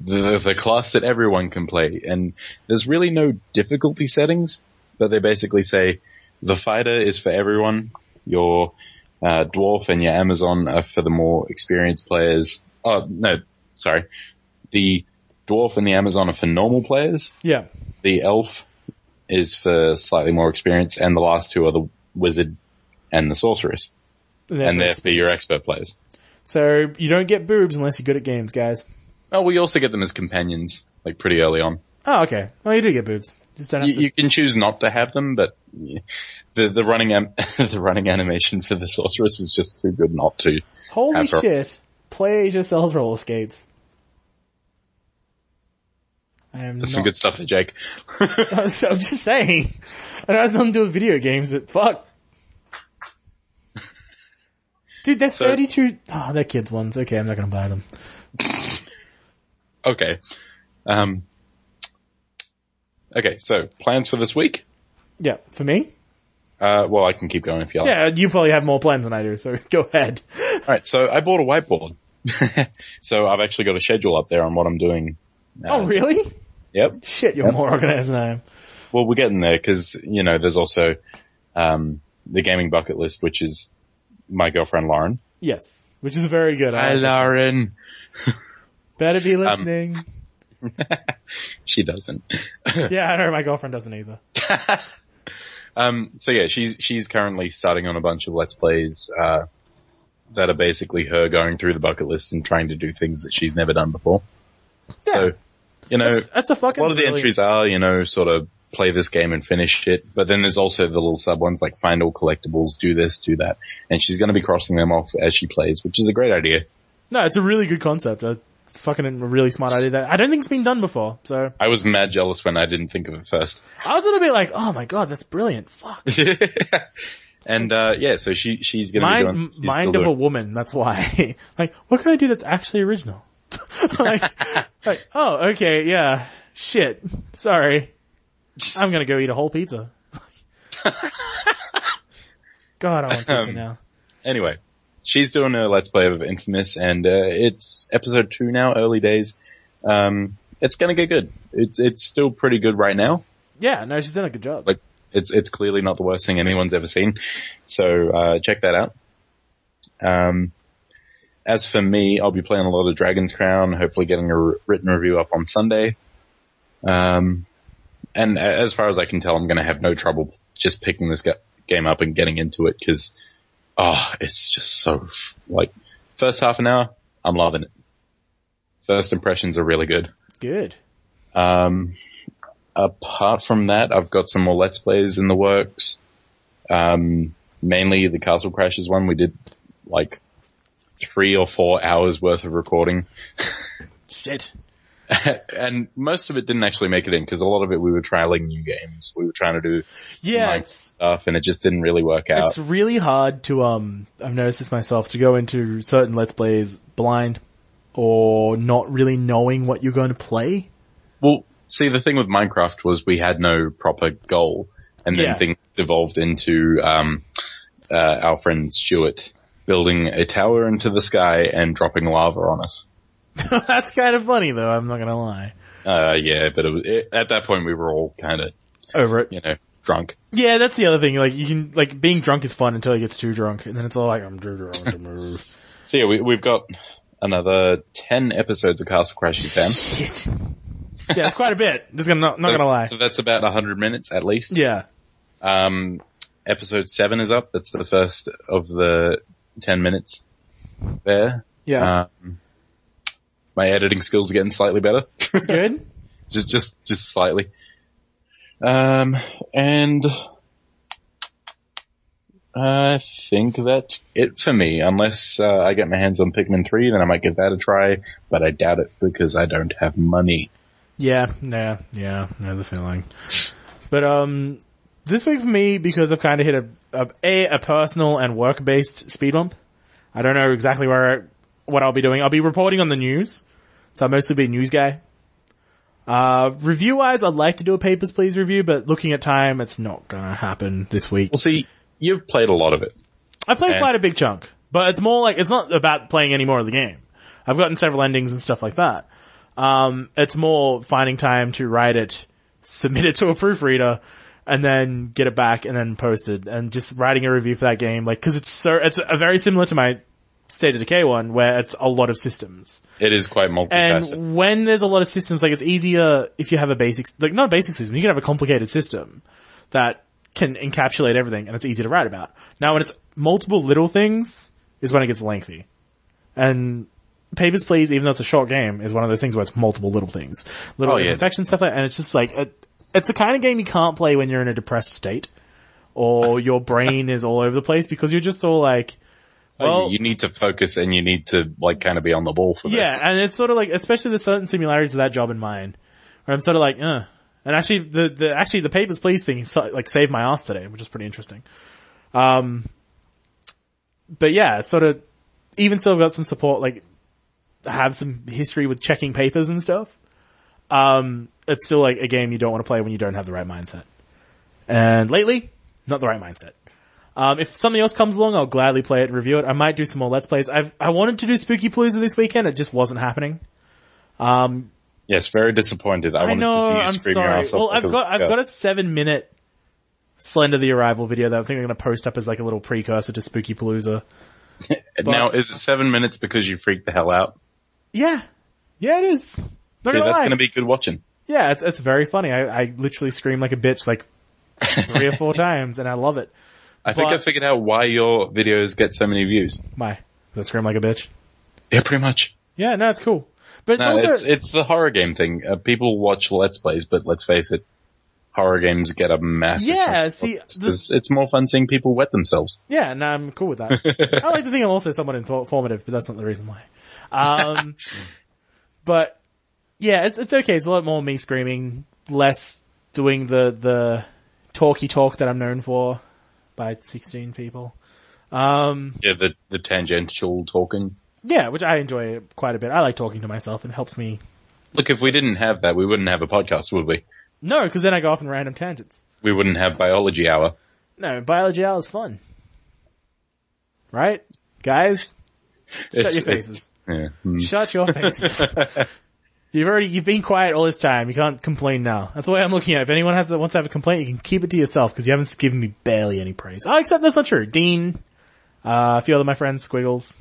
the the class that everyone can play, and there's really no difficulty settings. But they basically say the fighter is for everyone. Your uh, dwarf and your Amazon are for the more experienced players. Oh no, sorry. The dwarf and the Amazon are for normal players. yeah. The elf is for slightly more experienced, and the last two are the wizard and the sorceress, and they're for your expert players. So you don't get boobs unless you're good at games, guys. Oh, we also get them as companions, like pretty early on. Oh, okay. Well, you do get boobs. Just don't have You, to. you can choose not to have them, but yeah, the the running am- the running animation for the sorceress is just too good not to. Holy have her- shit! PlayAsia sells roller skates. I am There's not. some good stuff there, Jake. I'm just saying. I know it has nothing to do with video games, but fuck. Dude, they're So- 32. Oh, they're kids ones. Okay, I'm not gonna buy them. Okay, um, okay. So plans for this week? Yeah, for me. Uh, well, I can keep going if you like. Yeah, you probably have more plans than I do, so go ahead. All right. So I bought a whiteboard, so I've actually got a schedule up there on what I'm doing. Oh, really? Yep. Shit, you're more organized than I am. Well, we're getting there because you know there's also um, the gaming bucket list, which is my girlfriend Lauren. Yes, which is very good. I Lauren. Better Um, be listening. She doesn't. yeah, I know my girlfriend doesn't either. Um, so yeah, she's she's currently starting on a bunch of let's plays uh, that are basically her going through the bucket list and trying to do things that she's never done before. So you know, That's, that's a a fucking. lot of the really- entries are you know sort of play this game and finish it, but then there's also the little sub ones like find all collectibles, do this, do that, and she's going to be crossing them off as she plays, which is a great idea. No, it's a really good concept. Uh, It's fucking a really smart idea. That I don't think it's been done before. So I was mad jealous when I didn't think of it first. I was a little bit like, oh my god, that's brilliant. Fuck. and uh, yeah, so she she's going to be Mind, doing. m- she's mind still of a doing- woman. That's why. like, what can I do that's actually original? like, like, oh, okay, yeah. Shit. Sorry. I'm gonna go eat a whole pizza. God, I want pizza Um, now. anyway, she's doing a let's play of Infamous, and uh, it's episode two now, early days. Um, it's going to get good. It's it's still pretty good right now. Yeah, no, she's done a good job. Like it's it's clearly not the worst thing anyone's ever seen. So uh, check that out. Um, As for me, I'll be playing a lot of Dragon's Crown, hopefully getting a r- written review up on Sunday. Um, and a- as far as I can tell, I'm going to have no trouble just picking this ga- game up and getting into it because, oh, it's just so, f- like, first half an hour, I'm loving it. First impressions are really good. Good. Um, apart from that, I've got some more Let's Plays in the works. Um, mainly the Castle Crashes one. We did like three or four hours worth of recording, Shit. and most of it didn't actually make it in because a lot of it we were trialing new games. We were trying to do Yeah, Mine. it's stuff, and it just didn't really work out. it's really hard to um. I've noticed this myself to go into certain let's plays blind or not really knowing what you're going to play. Well, see, the thing with Minecraft was we had no proper goal, and then Yeah. things devolved into um, uh, our friend Stuart building a tower into the sky and dropping lava on us. That's kind of funny though. I'm not gonna lie. Uh, yeah, but it was, it, at that point we were all kind of, Over it. you know, drunk. Yeah, that's the other thing. Like you can like being drunk is fun until it gets too drunk, and then it's all like I'm too drunk to move. So yeah, we, we've got another 10 episodes of Castle Crashers down. Shit. Yeah, it's quite a bit. Just gonna not, not So- gonna lie. So that's about 100 minutes at least. Yeah. Um, episode 7 is up. That's the first of the 10 minutes there. Yeah. Um, my editing skills are getting slightly better. it's good. just, just, just slightly. Um, and I think that's it for me. Unless uh, I get my hands on Pikmin 3, then I might give that a try, but I doubt it because I don't have money. Yeah, nah, yeah, know the feeling. But um, this week for me, because I've kind of hit a, a a a personal and work based speed bump. I don't know exactly where I, what I'll be doing. I'll be reporting on the news, so I'll mostly be a news guy. Uh, review wise, I'd like to do a papers please review, but looking at time, it's not gonna happen this week. Well, see, you've played a lot of it. I played Okay. quite a big chunk, but it's more like it's not about playing any more of the game. I've gotten several endings and stuff like that. Um, it's more finding time to write it, submit it to a proofreader, and then get it back and then post it, and just writing a review for that game, like because it's so it's a very similar to my State of Decay one, where it's a lot of systems. It is quite And multifaceted. when there's a lot of systems, like it's easier if you have a basic, like not a basic system, you can have a complicated system that can encapsulate everything and it's easy to write about. Now when it's multiple little things is when it gets lengthy. And Papers, Please, even though it's a short game, is one of those things where it's multiple little things. Little Oh, yeah. imperfections, stuff like that, and it's just like, it, it's the kind of game you can't play when you're in a depressed state. Or your brain is all over the place because you're just all like, well- Oh, you need to focus and you need to like kind of be on the ball for Yeah, this. and it's sort of like, especially the certain similarities of that job and mine, where I'm sort of like, uh. And actually, the, the, actually the papers, please thing, so- like, saved my ass today, which is pretty interesting. Um, but yeah, it's sort of, even still got some support, like, have some history with checking papers and stuff. Um, it's still like a game you don't want to play when you don't have the right mindset. And lately, not the right mindset. Um, if something else comes along, I'll gladly play it and review it. I might do some more Let's Plays. I've, I wanted to do Spooky Palooza this weekend. It just wasn't happening. Um, Yes, very disappointed. I, I, wanted know, to see you I'm scream your sorry. ass off Well, like I've got, I've girl. got a seven minute Slender the Arrival video that I think I'm going to post up as like a little precursor to Spooky Palooza. Now, is it seven minutes because you freaked the hell out? Yeah. Yeah, it is. Not See, gonna that's lie. going to be good watching. Yeah, it's it's very funny. I, I literally scream like a bitch like three or four times, and I love it. I think But- I figured out why your videos get so many views. My, does I scream like a bitch? Yeah, pretty much. Yeah, no, it's cool. But it's No, also it's it's the horror game thing. Uh, people watch Let's Plays, but let's face it, horror games get a massive. Yeah, chunk of see, audience the- 'cause it's more fun seeing people wet themselves. yeah, no, I'm cool with that. I like to think I'm also somewhat informative, but that's not the reason why. Um, but yeah, it's it's okay. It's a lot more me screaming, less doing the the talky talk that I'm known for by 16 people. Um, Yeah, the the tangential talking. yeah, which I enjoy quite a bit. I like talking to myself. It helps me Look, if we didn't have that, we wouldn't have a podcast, would we? No, because then I go off on random tangents. We wouldn't have biology hour. No, biology hour is fun. Right? Guys, shut It's- your it's- faces. yeah. Mm. Shut your faces. you've already, you've been quiet all this time. You can't complain now. That's the way I'm looking at it. If anyone has, wants to have a complaint, you can keep it to yourself because you haven't given me barely any praise. Oh, except that's not true. Dean, uh, a few other my friends, Squiggles,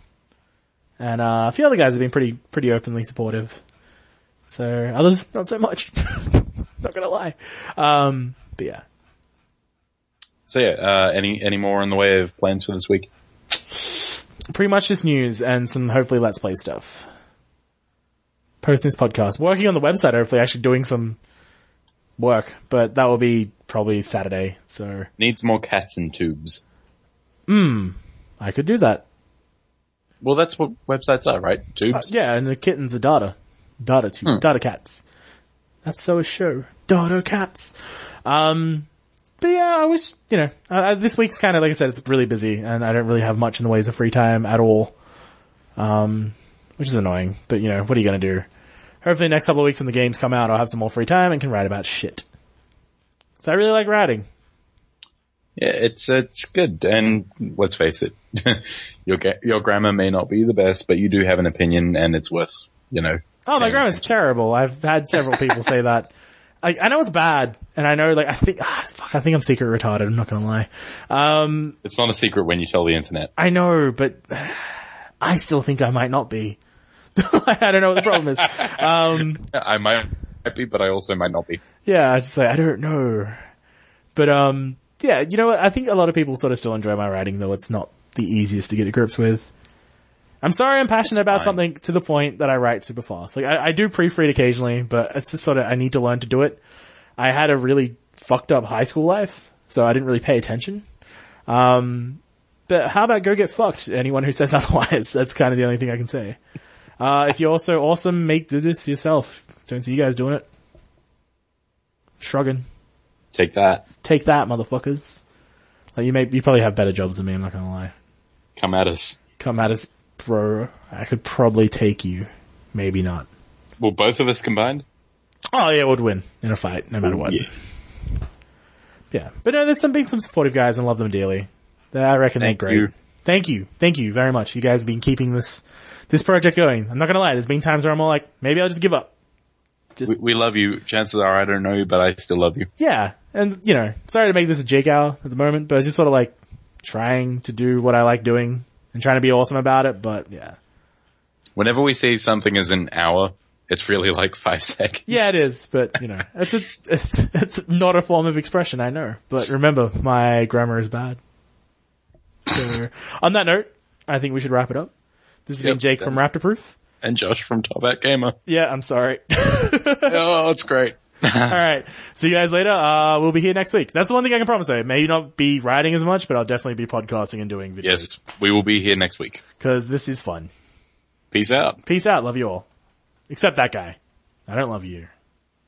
and uh, a few other guys have been pretty pretty openly supportive. So others not so much. not gonna lie. Um, but yeah, So yeah, uh, any any more in the way of plans for this week? pretty much just news and some hopefully let's play stuff. Posting this podcast, working on the website, hopefully actually doing some work, but that will be probably Saturday. So Needs more cats and tubes. I could do that. Well, that's what websites are, right? Uh, Tubes. yeah, and the kittens are data. Data too. Data cats. That's so a show. Data cats. Um, but yeah, I wish, you know, uh, uh, this week's kind of, like I said, it's really busy and I don't really have much in the ways of free time at all. Um, which is annoying, but you know, what are you going to do? Hopefully next couple of weeks when the games come out, I'll have some more free time and can write about shit. So I really like writing. Yeah, it's it's good. And let's face it, your ga- your grammar may not be the best, but you do have an opinion, and it's worth you know. Oh, my Yeah. grammar's terrible. I've had several people say that. I, I know it's bad, and I know like I think ah, fuck, I think I'm secret retarded. I'm not gonna lie. Um, It's not a secret when you tell the internet. I know, but I still think I might not be. I don't know what the problem is. Um, I might be, but I also might not be. yeah, I just like I don't know, but um, yeah, you know what? I think a lot of people sort of still enjoy my writing, though it's not the easiest to get to grips with. I'm sorry, I'm passionate about fine. something to the point that I write super fast. Like I, I do proofread occasionally, but it's just sort of I need to learn to do it. I had a really fucked up high school life, so I didn't really pay attention. Um, but how about go get fucked? Anyone who says otherwise, that's kind of the only thing I can say. Uh, if you're also awesome, make do this yourself. Don't see you guys doing it. Shrugging. Take that. Take that, motherfuckers. Like you may, you probably have better jobs than me, I'm not gonna lie. Come at us. Come at us, bro. I could probably take you. Maybe not. Well, both of us combined. Oh yeah, would win in a fight, no matter what. Yeah. Yeah. But no, there's some being some supportive guys and love them dearly. They- I reckon Thank they're great. you. Thank you. Thank you very much. You guys have been keeping this, this project going. I'm not gonna lie, there's been times where I'm all like, maybe I'll just give up. We, we love you. Chances are I don't know you, but I still love you. Yeah. And, you know, sorry to make this a Jake hour at the moment, but I was just sort of like trying to do what I like doing and trying to be awesome about it, but yeah. Whenever we say something as an hour, it's really like five seconds. Yeah, it is, but you know, it's a, it's, it's not a form of expression, I know, but remember, my grammar is bad. So, on that note, I think we should wrap it up. This has been Yep, Jake that from is- Raptor Proof. And Josh from Top Hat Gamer. Yeah, I'm sorry. Oh, it's great. Alright, see you guys later, uh, we'll be here next week. That's the one thing I can promise I may not be writing as much, but I'll definitely be podcasting and doing videos. Yes, we will be here next week. Cause this is fun. Peace out. Peace out. Love you all. Except that guy. I don't love you.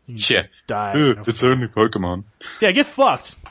Yeah. Die. Ugh, it's only Pokemon. Yeah, get fucked.